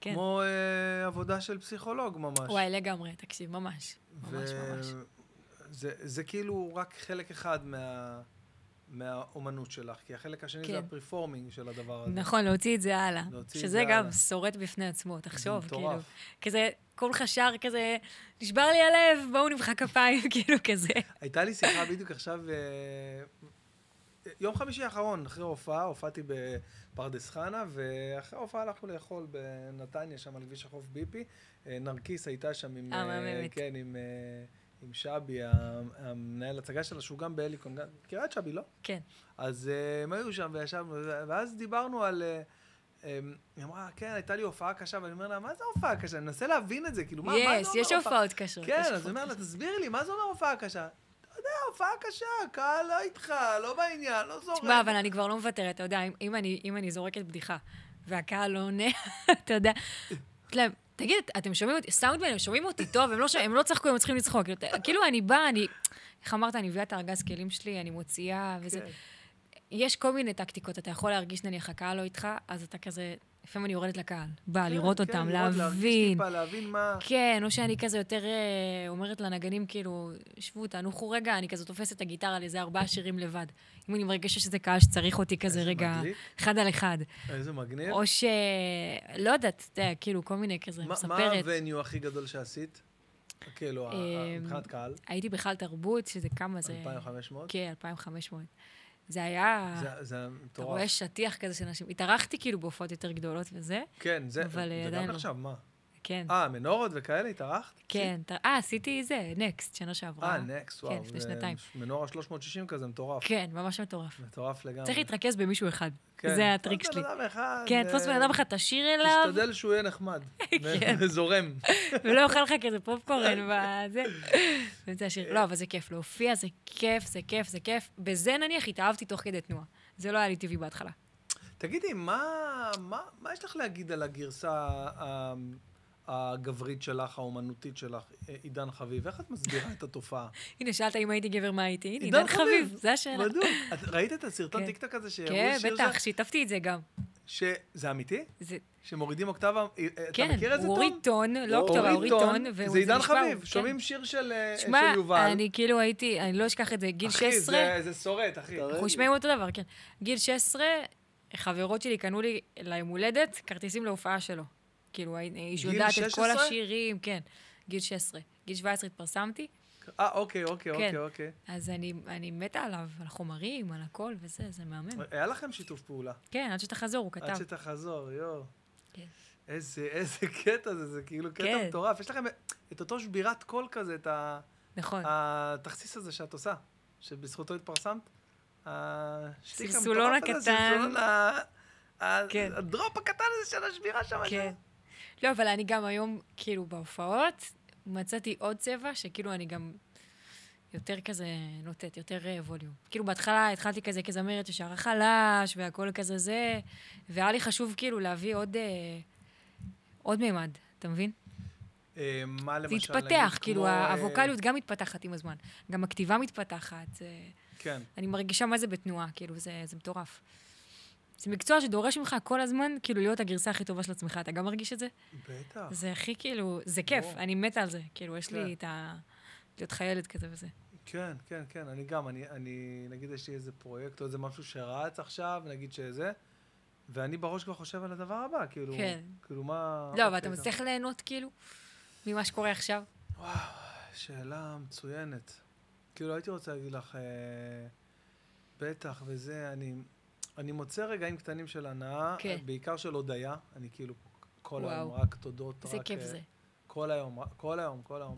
Speaker 2: כן.
Speaker 1: כמו אה, עבודה של פסיכולוג ממש.
Speaker 2: וואי, לגמרי, תקשיב, ממש. ממש, ממש.
Speaker 1: זה, זה כאילו רק חלק אחד מה, מהאומנות שלך, כי החלק השני זה
Speaker 2: כן.
Speaker 1: הפריפורמינג של הדבר הזה.
Speaker 2: נכון, להוציא את זה הלאה.
Speaker 1: להוציא את
Speaker 2: שזה
Speaker 1: זה הלאה.
Speaker 2: גם שורט בפני עצמו, תחשוב,
Speaker 1: זה
Speaker 2: כאילו.
Speaker 1: מטורף.
Speaker 2: כזה, כולך שר כזה, נשבר לי הלב, בואו נמחא כפיים, כאילו כזה.
Speaker 1: הייתה לי שיחה בדיוק עכשיו, אה, יום חמישי האחרון, אחרי הופעה, הופעתי בפרדס חנה, ואחרי ההופעה הלכנו לאכול בנתניה, שם על כביש החוף ביפי. אה, נרקיס הייתה שם עם...
Speaker 2: אה,
Speaker 1: אה,
Speaker 2: מהממת.
Speaker 1: כן, עם... אה, עם שבי, ה- המנהל הצגה שלה, שהוא גם בהליקון. גם- מכירה את שבי, לא?
Speaker 2: כן.
Speaker 1: אז אה, הם היו שם וישבנו, וזה- ואז דיברנו על... אה, אה, היא אמרה, כן, הייתה לי הופעה קשה, ואני אומר לה, מה זה הופעה קשה? אני מנסה להבין את זה, כאילו, מה, מה זה אומר
Speaker 2: יש, יש הופעות קשות.
Speaker 1: כן,
Speaker 2: יש
Speaker 1: אז הוא
Speaker 2: הופעות
Speaker 1: אומר לה,
Speaker 2: קשות.
Speaker 1: תסבירי לי, מה זה אומר הופעה קשה? אתה יודע, הופעה קשה, קהל לא איתך, לא בעניין, לא זורק.
Speaker 2: תשמע, אבל אני כבר לא מוותרת, אתה יודע, אם- אם אני- אם אני זורקת בדיחה, והקהל לא עונה, אתה יודע. אמרתי להם, תגיד, אתם שומעים אותי, סאונדמן, הם שומעים אותי טוב, הם לא, ש... הם לא צחקו, הם צריכים לצחוק. כאילו, אתה- כאילו, אני באה, אני... איך אמרת, אני מביאה את הארגז כלים שלי, אני מוציאה, וזה...
Speaker 1: כן.
Speaker 2: יש כל מיני טקטיקות, אתה יכול להרגיש נניח הקהל לא איתך, אז אתה כזה, לפעמים אני יורדת לקהל. באה, לראות
Speaker 1: כן,
Speaker 2: אותם,
Speaker 1: לראות, להרגיש
Speaker 2: להבין.
Speaker 1: טיפה, להבין מה...
Speaker 2: כן, או שאני כזה יותר אה, אומרת לנגנים, כאילו, שבו, תנוחו רגע, אני כזה תופסת את הגיטרה על איזה ארבעה שירים לבד. אם אני מרגישה שזה קהל שצריך אותי כזה
Speaker 1: איזה
Speaker 2: רגע,
Speaker 1: מדליק.
Speaker 2: אחד על אחד.
Speaker 1: איזה מגניב.
Speaker 2: או ש... לא יודעת, אתה יודע, כאילו, כל מיני כזה,
Speaker 1: מה- מה
Speaker 2: מספרת.
Speaker 1: הווניו הכי גדול שעשית? כאילו, ה- ה-
Speaker 2: אה,
Speaker 1: מבחינת קהל,
Speaker 2: הייתי בכלל תרבות, שזה כמה זה...
Speaker 1: 2,500?
Speaker 2: כן, 2,500. זה היה...
Speaker 1: זה- זה
Speaker 2: כן. אתה
Speaker 1: מטורף.
Speaker 2: רואה שטיח כזה של אנשים. התארחתי כאילו בהופעות יותר גדולות וזה,
Speaker 1: כן, זה
Speaker 2: אבל, אה,
Speaker 1: זה
Speaker 2: עדיין
Speaker 1: גם
Speaker 2: לא.
Speaker 1: נחשב, מה?
Speaker 2: כן.
Speaker 1: אה, מנורות וכאלה, התארחת?
Speaker 2: כן, אתה- אה, עשיתי זה, נקסט, שנה שעברה.
Speaker 1: אה, נקס, וואו.
Speaker 2: כן, לפני
Speaker 1: זה
Speaker 2: שנתיים.
Speaker 1: מנורה 360 כזה, מטורף.
Speaker 2: כן, ממש מטורף.
Speaker 1: מטורף לגמרי.
Speaker 2: צריך להתרכז במישהו אחד.
Speaker 1: כן.
Speaker 2: זה הטריק
Speaker 1: תפוס
Speaker 2: שלי.
Speaker 1: בן אדם אחד,
Speaker 2: כן,
Speaker 1: אה,
Speaker 2: תפוס בן אדם אחד, תשאיר אליו,
Speaker 1: תשתדל שהוא יהיה נחמד.
Speaker 2: כן.
Speaker 1: וזורם.
Speaker 2: ולא יאכל לך כזה פופקורן וזה. באמצע השיר. לא, אבל זה כיף להופיע, זה כיף, זה כיף, זה כיף. בזה נניח התאהבתי תוך כדי תנועה. זה לא היה לי טבעי בהתחלה.
Speaker 1: תגידי, מה, מה, מה יש לך להגיד על הגרסה ה- הגברית שלך, האומנותית שלך, אה, עידן חביב? איך את מסבירה את התופעה?
Speaker 2: הנה, שאלת אם הייתי גבר, מה הייתי? הנה, עידן חביב, זו השאלה.
Speaker 1: בדיוק. את ראית את הסרטון
Speaker 2: כן.
Speaker 1: טיקטוק הזה שהראו
Speaker 2: כן,
Speaker 1: שיר
Speaker 2: בטח,
Speaker 1: זה?
Speaker 2: שיתפתי את זה גם.
Speaker 1: שזה אמיתי?
Speaker 2: זה-
Speaker 1: שמורידים אוקטבה? אה, אה, אתה
Speaker 2: כן,
Speaker 1: מכיר את זה,
Speaker 2: הוא
Speaker 1: תום?
Speaker 2: הוריד טון, לא אוקטובה, הוא הוריד טון. והוא-
Speaker 1: זה עידן
Speaker 2: נשמע,
Speaker 1: חביב,
Speaker 2: הוא-
Speaker 1: שומעים
Speaker 2: כן.
Speaker 1: שיר של אה, של
Speaker 2: שמע,
Speaker 1: יובל.
Speaker 2: אני כאילו הייתי, אני לא אשכח את זה, גיל 16.
Speaker 1: אחי, זה- זה שורט, אחי.
Speaker 3: תראה.
Speaker 2: אנחנו נשמעים אותו דבר, כן. גיל 16, חברות שלי קנו לי ליום הולדת כרטיסים להופעה שלו. כאילו, היא
Speaker 1: גיל
Speaker 2: יודעת את כל
Speaker 1: 16?
Speaker 2: השירים, כן. גיל 16. גיל 17 התפרסמתי,
Speaker 1: אה, אוקיי, אוקיי,
Speaker 2: כן.
Speaker 1: אוקיי, אוקיי.
Speaker 2: אז אני, אני מתה עליו, על החומרים, על הכל וזה, זה מהמם.
Speaker 1: היה לכם שיתוף פעולה.
Speaker 2: כן, עד שתחזור, הוא כתב.
Speaker 1: עד שתחזור, יואו.
Speaker 2: כן.
Speaker 1: איזה, איזה קטע זה, זה כאילו קטע
Speaker 2: כן.
Speaker 1: מטורף. יש לכם את אותו שבירת קול כזה, את ה-
Speaker 2: נכון.
Speaker 1: אה, התכסיס הזה שאת עושה, שבזכותו התפרסמת. השטיק
Speaker 2: סלסולון
Speaker 1: המטורף הזה,
Speaker 2: הקטן.
Speaker 1: הסלסולון ה- ה-
Speaker 2: כן.
Speaker 1: הדרופ הקטן הזה של השבירה שם.
Speaker 2: כן. לא, אבל אני גם היום, כאילו, בהופעות, מצאתי עוד צבע, שכאילו אני גם יותר כזה נוטט, יותר אה, ווליום. כאילו, בהתחלה התחלתי כזה כזמרת ששרה חלש, והכל כזה זה, והיה לי חשוב כאילו להביא עוד, אה, עוד מימד, אתה מבין?
Speaker 1: אה, מה למשל?
Speaker 2: זה
Speaker 1: נגיד,
Speaker 2: התפתח,
Speaker 1: כמו,
Speaker 2: כאילו,
Speaker 1: אה,
Speaker 2: הווקאליות גם מתפתחת עם הזמן. גם הכתיבה מתפתחת. אה,
Speaker 1: כן.
Speaker 2: אני מרגישה מה זה בתנועה, כאילו, זה, זה מטורף. זה מקצוע שדורש ממך כל הזמן, כאילו, להיות הגרסה הכי טובה של עצמך. אתה גם מרגיש את זה?
Speaker 1: בטח.
Speaker 2: זה הכי כאילו, זה כיף,
Speaker 1: ברור.
Speaker 2: אני מתה על זה. כאילו, יש
Speaker 1: כן.
Speaker 2: לי את ה... להיות חיילת כזה וזה.
Speaker 1: כן, כן, כן, אני גם, אני, אני, נגיד יש לי איזה פרויקט או איזה משהו שרץ עכשיו, נגיד שזה, ואני בראש כבר חושב על הדבר הבא, כאילו,
Speaker 2: כן.
Speaker 1: כאילו מה...
Speaker 2: לא, אבל
Speaker 1: אוקיי,
Speaker 2: אתה
Speaker 1: זה-
Speaker 2: מצליח ליהנות כאילו ממה שקורה עכשיו?
Speaker 1: שאלה מצוינת. כאילו, הייתי רוצה להגיד לך, אה, בטח, וזה, אני, אני מוצא רגעים קטנים של הנאה,
Speaker 2: כן.
Speaker 1: בעיקר של הודיה, אני כאילו כל
Speaker 2: וואו.
Speaker 1: היום רק תודות,
Speaker 2: איזה
Speaker 1: רק...
Speaker 2: כיף
Speaker 1: אה,
Speaker 2: זה.
Speaker 1: כל היום, רק- כל היום, כל היום.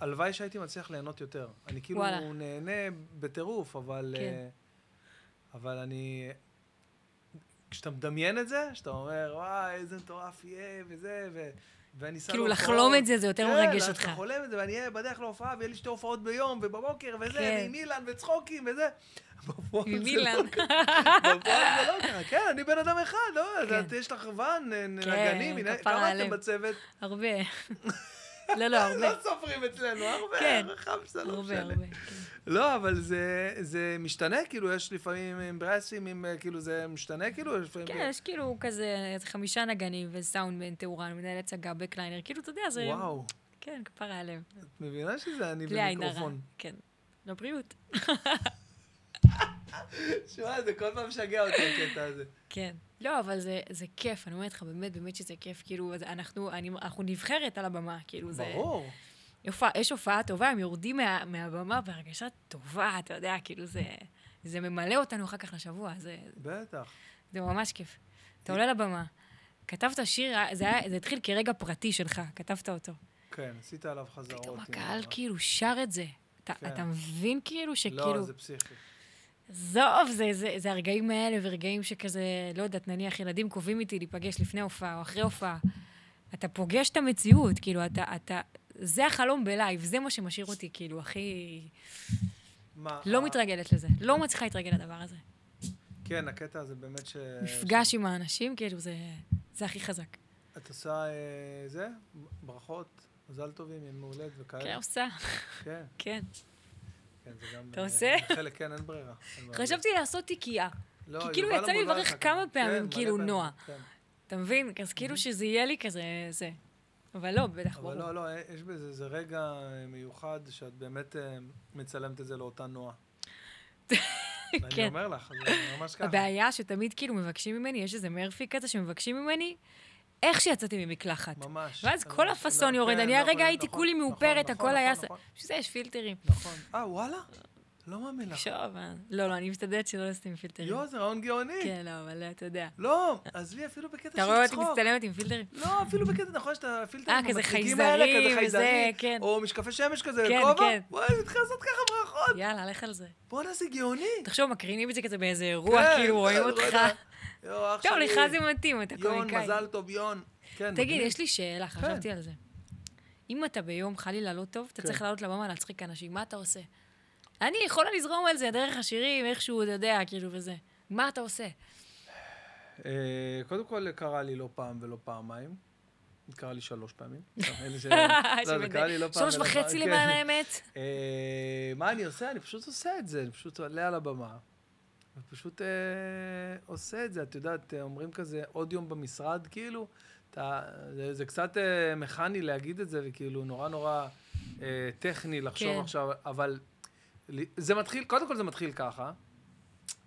Speaker 1: והלוואי שהייתי מצליח ליהנות יותר. אני כאילו
Speaker 2: וואלה.
Speaker 1: וואלה. נהנה בטירוף, אבל...
Speaker 2: כן.
Speaker 1: כן. אבל אני... כשאתה מדמיין את זה, שאתה אומר, וואי, איזה מטורף יהיה, וזה, ו... ואני שם
Speaker 2: כאילו,
Speaker 1: הופעות."
Speaker 2: לחלום את זה, זה יותר מרגש
Speaker 1: כן,
Speaker 2: אותך.
Speaker 1: אתה חולם את זה, ואני אהיה בדרך להופעה, ויהיה לי שתי הופעות ביום, ובבוקר, וזה,
Speaker 2: כן.
Speaker 1: ועם אילן, וצחוקים, וזה. בפועל זה לא
Speaker 2: ממילן.
Speaker 1: בפועל זה לא ככה, כן, אני בן אדם אחד, לא?
Speaker 2: כן.
Speaker 1: את- יש לך ואן,
Speaker 2: כן,
Speaker 1: נגנים, הנה,
Speaker 2: כפרה
Speaker 1: כמה אתם
Speaker 2: עליהם.
Speaker 1: בצוות?
Speaker 2: הרבה. לא, לא, הרבה.
Speaker 1: לא סופרים אצלנו, הרבה,
Speaker 2: כן.
Speaker 1: חמסה, לא
Speaker 2: הרבה,
Speaker 1: משנה.
Speaker 2: הרבה. כן.
Speaker 1: לא, אבל זה- זה משתנה, כאילו, יש לפעמים עם ברסים, עם, אה, כאילו, זה משתנה, כאילו, יש לפעמים...
Speaker 2: כן, יש כאילו כזה איזה חמישה נגנים וסאונדמן, תאורן, מנהל הצגה, בקליינר, כאילו, אתה יודע, זה...
Speaker 1: וואו,
Speaker 2: כן, כפרה עליהם.
Speaker 1: את מבינה שזה אני
Speaker 2: בלי עין הרע.
Speaker 1: במיקרופון.
Speaker 2: כן. לבריאות.
Speaker 1: שמע, זה כל פעם משגע אותי, הקטע הזה.
Speaker 2: כן. לא, אבל זה, זה כיף, אני אומרת לך, באמת, באמת שזה כיף. כאילו, אז אנחנו, אני, אנחנו נבחרת על הבמה, כאילו, זה...
Speaker 1: ברור.
Speaker 2: הופעה, יש הופעה טובה, הם יורדים מה, מהבמה בהרגשה טובה, אתה יודע, כאילו, זה, זה ממלא אותנו אחר כך לשבוע, זה,
Speaker 1: בטח.
Speaker 2: זה ממש כיף. אתה עולה לבמה, כתבת שיר, זה, היה, זה התחיל כרגע פרטי שלך, כתבת אותו.
Speaker 1: כן, עשית עליו חזרות.
Speaker 2: פתאום
Speaker 1: עם
Speaker 2: הקהל
Speaker 1: ה-
Speaker 2: כאילו שר את זה. אתה,
Speaker 1: לא. כן.
Speaker 2: אתה מבין כאילו שכאילו...
Speaker 1: לא, זה פסיכי.
Speaker 2: עזוב, זה, זה, זה הרגעים האלה ורגעים שכזה, לא יודעת, נניח ילדים קובעים איתי להיפגש לפני הופעה או אחרי הופעה. אתה פוגש את המציאות, כאילו, אתה, אתה... זה החלום בלייב, זה מה שמשאיר אותי, כאילו, הכי...
Speaker 1: מה?
Speaker 2: לא
Speaker 1: ה-
Speaker 2: מתרגלת לזה, לא מצליחה להתרגל לדבר הזה.
Speaker 1: כן, הקטע הזה באמת ש...
Speaker 2: מפגש עם האנשים, כאילו, זה, זה הכי חזק.
Speaker 1: את עושה אה, זה? ברכות, מזל טובים, יום הולדת
Speaker 2: כן,
Speaker 1: וכאלה.
Speaker 2: עושה,
Speaker 1: כן,
Speaker 2: כן.
Speaker 1: כן, זה גם...
Speaker 2: אתה
Speaker 1: אה,
Speaker 2: עושה?
Speaker 1: חלק, כן, אין ברירה. אין ברירה.
Speaker 2: חשבתי לעשות תיקייה.
Speaker 1: לא,
Speaker 2: כי כאילו
Speaker 1: יובל
Speaker 2: יצא לי
Speaker 1: אמור לא
Speaker 2: לברך
Speaker 1: לך
Speaker 2: כמה
Speaker 1: ככה.
Speaker 2: פעמים,
Speaker 1: כן, מלא
Speaker 2: כאילו,
Speaker 1: פעמים,
Speaker 2: נועה.
Speaker 1: כן.
Speaker 2: אתה מבין? אז כאילו שזה יהיה לי כזה, זה. אבל לא, בטח,
Speaker 1: אה. אבל
Speaker 2: ברור.
Speaker 1: לא, לא, אה, יש בזה, זה רגע אה, מיוחד שאת באמת אה, מצלמת את זה לאותה נועה. אני
Speaker 2: כן.
Speaker 1: אומר לך, זה ממש ככה.
Speaker 2: הבעיה שתמיד כאילו מבקשים ממני, יש איזה מרפי כזה שמבקשים ממני, איך שיצאתי ממקלחת.
Speaker 1: ממש.
Speaker 2: ואז כל
Speaker 1: לא,
Speaker 2: הפאסון
Speaker 1: לא,
Speaker 2: יורד,
Speaker 1: כן,
Speaker 2: אני
Speaker 1: לא,
Speaker 2: הרגע
Speaker 1: נכון,
Speaker 2: הייתי
Speaker 1: נכון,
Speaker 2: כולי
Speaker 1: נכון,
Speaker 2: מאופרת,
Speaker 1: נכון,
Speaker 2: הכל היה...
Speaker 1: נכון,
Speaker 2: ס-
Speaker 1: נכון,
Speaker 2: בשביל זה יש פילטרים.
Speaker 1: נכון. אה, וואלה? לא מאמין לך.
Speaker 2: תחשוב, אה. לא, לא, אני משתדלת שלא לשים פילטרים.
Speaker 1: יואו, זה רעיון גאוני.
Speaker 2: כן, לא, אבל אתה יודע.
Speaker 1: לא, עזבי, אפילו בקטע של צחוק.
Speaker 2: אתה רואה אותי מצטלמת עם פילטרים?
Speaker 1: לא, אפילו בקטע, נכון, שאתה
Speaker 2: אה,
Speaker 1: הפילטרים
Speaker 2: כזה
Speaker 1: המצחיקים האלה, כזה
Speaker 2: חייזרים וזה,
Speaker 1: חייזרים,
Speaker 2: כן.
Speaker 1: או משקפי שמש כזה,
Speaker 2: כן,
Speaker 1: כובע,
Speaker 2: כן.
Speaker 1: וואי, אני מתחיל לעשות ככה ברכות.
Speaker 2: יאללה, לך על זה.
Speaker 1: בואנה, זה גאוני.
Speaker 2: תחשוב, מקרינים את זה כזה באיזה אירוע,
Speaker 1: כן,
Speaker 2: כאילו רואים
Speaker 1: כן,
Speaker 2: אותך.
Speaker 1: רואה. יואו, אח
Speaker 2: טוב,
Speaker 1: שלי.
Speaker 2: לך זה מתאים, אתה
Speaker 1: יון,
Speaker 2: קומיקאי.
Speaker 1: מזל טוב, יון. כן,
Speaker 2: תגיד,
Speaker 1: מגניב.
Speaker 2: יש לי שאלה, חשבתי על זה. אם אתה ביום חלילה לא טוב, אתה
Speaker 1: כן.
Speaker 2: צריך לעלות לבמה להצחיק אנשים, מה אתה עושה? אני יכולה לזרום על זה דרך השירים, איכשהו, אתה יודע, כאילו, וזה. מה אתה עושה?
Speaker 1: אה, קודם כל, קרה לי לא פעם ולא פעמיים. קרה לי שלוש פעמים. אין לי ש- לא, זה
Speaker 2: שבדי-
Speaker 1: קרה לי לא פעם
Speaker 2: אה, שלוש
Speaker 1: ולא
Speaker 2: וחצי
Speaker 1: פעם, כן.
Speaker 2: למען האמת.
Speaker 1: אה, מה אני עושה? אני פשוט עושה את זה, אני פשוט עולה על הבמה. ופשוט אה, עושה את זה, את יודעת, אה, אומרים כזה עוד יום במשרד, כאילו, אתה, זה, זה קצת אה, מכני להגיד את זה, וכאילו נורא נורא אה, טכני לחשוב
Speaker 2: כן.
Speaker 1: כן. עכשיו, אבל לי- זה מתחיל, קודם כל זה מתחיל ככה,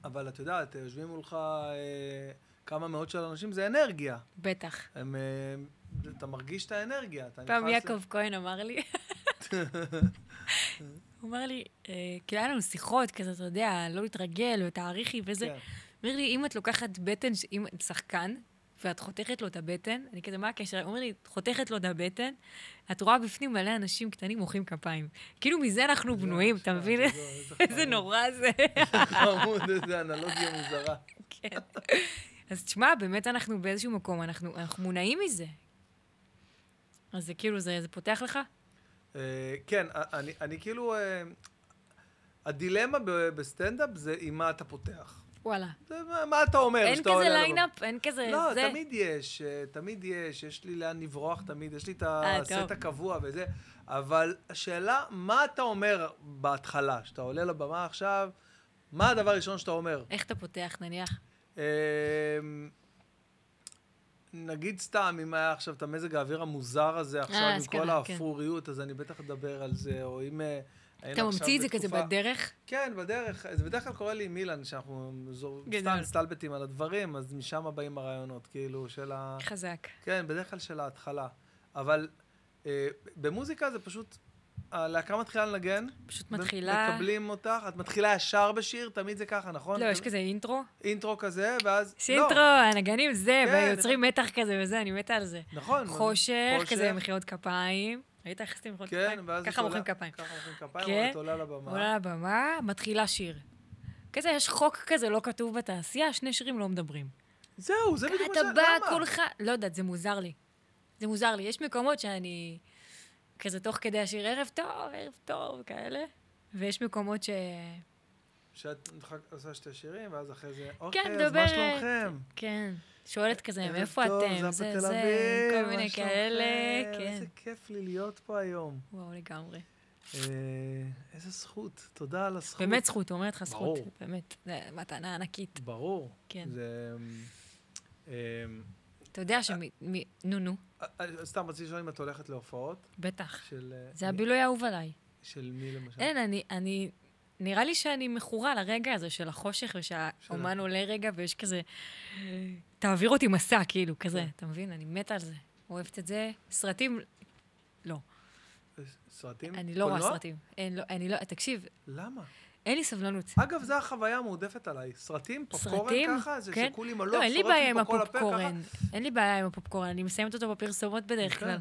Speaker 1: אבל את יודעת, אה, יושבים מולך אה, כמה מאות של אנשים, זה אנרגיה.
Speaker 2: בטח.
Speaker 1: הם, אה, אתה מרגיש את האנרגיה. אתה
Speaker 2: פעם
Speaker 1: נכנס-
Speaker 2: יעקב כהן אמר לי, הוא אמר לי, אה, כאילו היה לנו שיחות כזה, אתה יודע, לא להתרגל, ותעריכי וזה.
Speaker 1: כן.
Speaker 2: אומר לי, אם את לוקחת בטן, ש- אם את שחקן, ואת חותכת לו את הבטן, אני כזה, מה הקשר? הוא אומר לי, את חותכת לו את הבטן, את רואה בפנים מלא אנשים קטנים מוחאים כפיים. כאילו מזה אנחנו בנויים, אתה מבין?
Speaker 1: לא, כן, זה- לא- זה- זה
Speaker 2: איזה נורא זה.
Speaker 1: חמוד, איזה אנלוגיה מוזרה.
Speaker 2: כן. אז תשמע, באמת אנחנו באיזשהו מקום, אנחנו אנחנו מונעים מזה. אז זה כאילו, זה זה פותח לך?
Speaker 1: אה, כן, א- אני- אני כאילו... אה, הדילמה ב- בסטנדאפ זה עם מה אתה פותח.
Speaker 2: וואלה.
Speaker 1: זה מה- מה כן, אתה אומר
Speaker 2: אין
Speaker 1: כשאתה
Speaker 2: כזה
Speaker 1: עולה על הבמה.
Speaker 2: ליינאפ, אין כזה...
Speaker 1: לא,
Speaker 2: זה-
Speaker 1: תמיד יש, אה, תמיד יש, יש לי לאן לברוח תמיד, יש לי את
Speaker 2: אה, טוב.
Speaker 1: הסט הקבוע וזה, אבל השאלה, מה אתה אומר בהתחלה, כשאתה עולה לבמה עכשיו, מה הדבר הראשון שאתה אומר?
Speaker 2: איך אתה פותח, נניח?
Speaker 1: אמ, נגיד סתם, אם היה עכשיו את המזג האוויר המוזר הזה עכשיו,
Speaker 2: אה,
Speaker 1: עם
Speaker 2: אז
Speaker 1: כל
Speaker 2: ככה,
Speaker 1: האפרוריות, אז אני בטח אדבר על זה, או אם... אה, היינו
Speaker 2: אתה
Speaker 1: עכשיו
Speaker 2: ממציא את זה כזה
Speaker 1: בתקופה-
Speaker 2: בדרך?
Speaker 1: כן, בדרך. זה בדרך כלל קורה לי עם אילן, שאנחנו זור-
Speaker 2: גדול.
Speaker 1: סתם מסתלבטים על הדברים, אז משם באים הרעיונות, כאילו, של ה...
Speaker 2: חזק.
Speaker 1: כן, בדרך כלל של ההתחלה. אבל אה, במוזיקה זה פשוט, הלהקה מתחילה לנגן.
Speaker 2: פשוט מתחילה...
Speaker 1: מקבלים אותך, את מתחילה ישר בשיר, תמיד זה ככה, נכון?
Speaker 2: לא, יש כזה אינטרו.
Speaker 1: אינטרו כזה, ואז...
Speaker 2: יש
Speaker 1: לא,
Speaker 2: אינטרו, הנגנים זה,
Speaker 1: כן,
Speaker 2: ויוצרים מתח כזה וזה, אני מתה על זה.
Speaker 1: נכון.
Speaker 2: חושך,
Speaker 1: חושך.
Speaker 2: כזה מחיאות כפיים. ראית איך עשיתם מחיאות
Speaker 1: כן,
Speaker 2: כפיים?
Speaker 1: ואז... את
Speaker 2: ככה
Speaker 1: עולה-
Speaker 2: מוחאים כפיים.
Speaker 1: ככה מוחאים כפיים,
Speaker 2: כן.
Speaker 1: אבל את עולה לבמה.
Speaker 2: עולה לבמה, מתחילה שיר. כזה, יש חוק כזה לא כתוב בתעשייה, שני שירים לא מדברים.
Speaker 1: זהו, זה בדיוק מה ש...
Speaker 2: אתה בא,
Speaker 1: למה?
Speaker 2: כולך... לא יודעת, זה מוזר לי. זה מוזר לי. יש מקומות שאני... כזה תוך כדי השיר, ערב טוב, ערב טוב, כאלה. ויש מקומות ש...
Speaker 1: שאת מחכ- עושה שתי שירים, ואז אחרי זה,
Speaker 2: כן,
Speaker 1: אוקיי, אז מה
Speaker 2: מדברת.
Speaker 1: שלומכם?
Speaker 2: כן. שואלת כזה,
Speaker 1: ערב
Speaker 2: איפה
Speaker 1: טוב,
Speaker 2: אתם?
Speaker 1: זהב
Speaker 2: זה,
Speaker 1: בתל
Speaker 2: זה,
Speaker 1: אביב,
Speaker 2: כל
Speaker 1: מה
Speaker 2: מיני
Speaker 1: שלומכם?
Speaker 2: כאלה, כן.
Speaker 1: איזה כיף לי להיות פה היום.
Speaker 2: וואו, לגמרי.
Speaker 1: אה, איזה זכות, תודה על הזכות.
Speaker 2: באמת זכות, אומרת לך זכות.
Speaker 1: ברור.
Speaker 2: באמת, זה מתנה ענקית.
Speaker 1: ברור.
Speaker 2: כן.
Speaker 1: זה... אמ,
Speaker 2: אתה יודע שמ... מ- נו, נו,
Speaker 1: אה, אה, סתם רציתי לשאול אם את הולכת להופעות
Speaker 2: בטח.
Speaker 1: של... אה,
Speaker 2: זה
Speaker 1: מי-
Speaker 2: הבילוי האהוב עליי.
Speaker 1: של מי למשל?
Speaker 2: אין, אני, אני... נראה לי שאני מכורה לרגע הזה של החושך, ושהאומן עולה רגע, ויש כזה... תעביר אותי מסע, כאילו, כזה.
Speaker 1: כן.
Speaker 2: אתה מבין? אני מתה על זה. אוהבת את זה. סרטים... לא.
Speaker 1: ס- אה, סרטים?
Speaker 2: אני לא רואה
Speaker 1: קולנוע?
Speaker 2: סרטים. אין, לא, אני לא... תקשיב,
Speaker 1: למה?
Speaker 2: אין לי סבלנות.
Speaker 1: אגב, זו החוויה המועדפת עליי. סרטים, פופקורן
Speaker 2: סרטים?
Speaker 1: ככה, זה
Speaker 2: כן.
Speaker 1: שכולי מלוח,
Speaker 2: לא, אין לי
Speaker 1: שורף
Speaker 2: בעיה עם
Speaker 1: בכל הפה
Speaker 2: הפופקורן. אין לי בעיה עם הפופקורן, אני מסיימת אותו בפרסומות בדרך
Speaker 1: כן.
Speaker 2: כלל.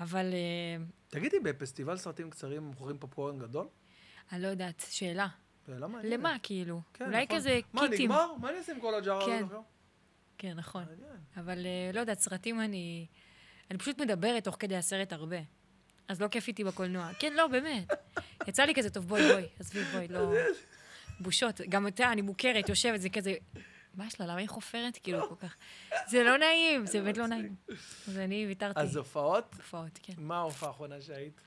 Speaker 2: אבל אה,
Speaker 1: ככה. תגידי, בפסטיבל סרטים קצרים מוכרים פופקורן גדול?
Speaker 2: אני לא יודעת, שאלה.
Speaker 1: למה? אין?
Speaker 2: למה, כאילו?
Speaker 1: כן,
Speaker 2: אולי
Speaker 1: נכון.
Speaker 2: כזה
Speaker 1: מה,
Speaker 2: קיטים.
Speaker 1: נגמר? מה אני אעשה עם כל הג'ארה?
Speaker 2: כן.
Speaker 1: הזאת?
Speaker 2: כן, נכון.
Speaker 1: מעניין.
Speaker 2: אבל אה, לא יודעת, סרטים אני... אני פשוט מדברת תוך כדי הסרט הרבה. אז לא כיף איתי בקולנוע. כן, לא, באמת. יצא לי כזה, טוב, בואי, בואי, עזבי, בואי, לא... בושות. גם אתה, אני מוכרת, יושבת, זה כזה... מה יש לה? למה היא חופרת? כאילו, כל כך... זה לא נעים, זה באמת לא נעים. אז אני ויתרתי.
Speaker 1: אז הופעות?
Speaker 2: הופעות, כן.
Speaker 1: מה ההופעה האחרונה שהיית?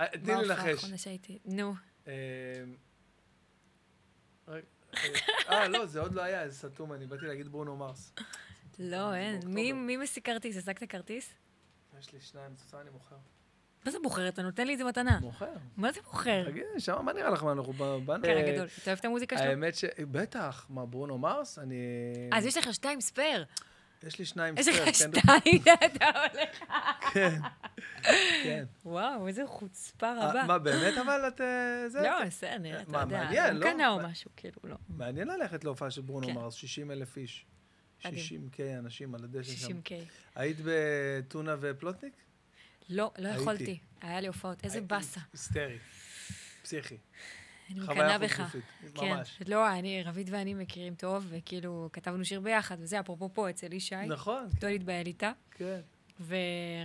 Speaker 1: אה, תני
Speaker 2: מה
Speaker 1: לי
Speaker 2: ההופעה
Speaker 1: לנחש.
Speaker 2: האחרונה שהייתי? נו.
Speaker 1: אמ, רק- אה, לא, זה עוד לא היה, זה סתום, אני באתי להגיד ברונו מרס. אה,
Speaker 2: לא, אין.
Speaker 1: באוקטובר.
Speaker 2: מי- מי משיג כרטיס? השגת כרטיס?
Speaker 1: יש לי שניים, תוצאה אני מוכר.
Speaker 2: מה זה בוחר? אתה נותן לי איזה מתנה.
Speaker 1: מוכר.
Speaker 2: מה זה בוחר?
Speaker 1: תגיד, שמה, מה נראה לך, מה אנחנו ב- באנו?
Speaker 2: קרע
Speaker 1: אה,
Speaker 2: גדול. כן, אתה אוהב את המוזיקה שלו?
Speaker 1: האמת ש... בטח, מה, ברונו מרס? אני...
Speaker 2: אז יש לך שתיים ספייר.
Speaker 1: יש לי שניים
Speaker 2: יש
Speaker 1: ספייר,
Speaker 2: לך
Speaker 1: כן,
Speaker 2: שתיים, אתה הולך.
Speaker 1: כן.
Speaker 2: וואו, איזה חוצפה
Speaker 1: אה,
Speaker 2: רבה.
Speaker 1: מה, באמת, אבל את... אה, זה?
Speaker 2: לא, בסדר, אתה
Speaker 1: מה,
Speaker 2: יודע.
Speaker 1: מעניין,
Speaker 2: הוא
Speaker 1: לא?
Speaker 2: קנה או
Speaker 1: מה-
Speaker 2: משהו, כאילו, לא.
Speaker 1: מעניין ללכת להופעה של ברונו
Speaker 2: כן.
Speaker 1: מרס, 60 אלף איש.
Speaker 2: מדהים.
Speaker 1: 60 קיי אנשים על הדשא שם.
Speaker 2: 60K.
Speaker 1: היית בטונה ופלוטניק?
Speaker 2: לא, לא
Speaker 1: הייתי.
Speaker 2: יכולתי. היה לי הופעות. איזה
Speaker 1: הייתי
Speaker 2: באסה.
Speaker 1: היסטרי, פסיכי.
Speaker 2: אני
Speaker 1: חוויה
Speaker 2: מקנאה בך.
Speaker 1: חוץ-גופית,
Speaker 2: כן.
Speaker 1: ממש.
Speaker 2: לא, אני, רביד ואני מכירים טוב, וכאילו, כתבנו שיר ביחד, וזה, אפרופו פה, אצל ישי.
Speaker 1: נכון,
Speaker 2: לא להתבייל איתה.
Speaker 1: כן.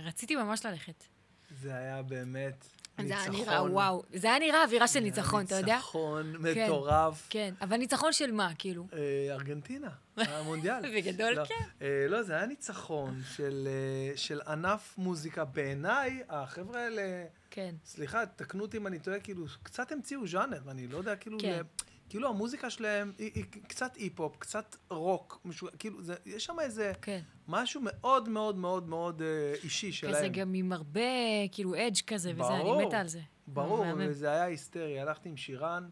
Speaker 2: ורציתי ממש ללכת.
Speaker 1: זה היה באמת ניצחון.
Speaker 2: זה היה נראה, וואו. זה היה נראה אווירה של
Speaker 1: היה
Speaker 2: ניצחון, אתה יודע?
Speaker 1: ניצחון
Speaker 2: כן.
Speaker 1: מטורף.
Speaker 2: כן, אבל ניצחון של מה, כאילו?
Speaker 1: אה, ארגנטינה, המונדיאל.
Speaker 2: בגדול,
Speaker 1: לא,
Speaker 2: כן.
Speaker 1: אה, לא, זה היה ניצחון של, אה, של ענף מוזיקה. בעיניי, החבר'ה האלה,
Speaker 2: כן.
Speaker 1: סליחה, תקנו אותי אם אני טועה, כאילו, קצת המציאו ז'אנר, אני לא יודע, כאילו,
Speaker 2: כן.
Speaker 1: ל- כאילו המוזיקה שלהם היא, היא קצת אי-פופ, קצת רוק, משו, כאילו, זה, יש שם איזה
Speaker 2: כן.
Speaker 1: משהו מאוד מאוד מאוד מאוד אה, אישי שלהם.
Speaker 2: כזה גם עם הרבה, כאילו, אדג' כזה, וזה, אני
Speaker 1: ברור,
Speaker 2: מתה על זה.
Speaker 1: ברור,
Speaker 2: מהמם.
Speaker 1: וזה היה היסטרי. הלכתי עם שירן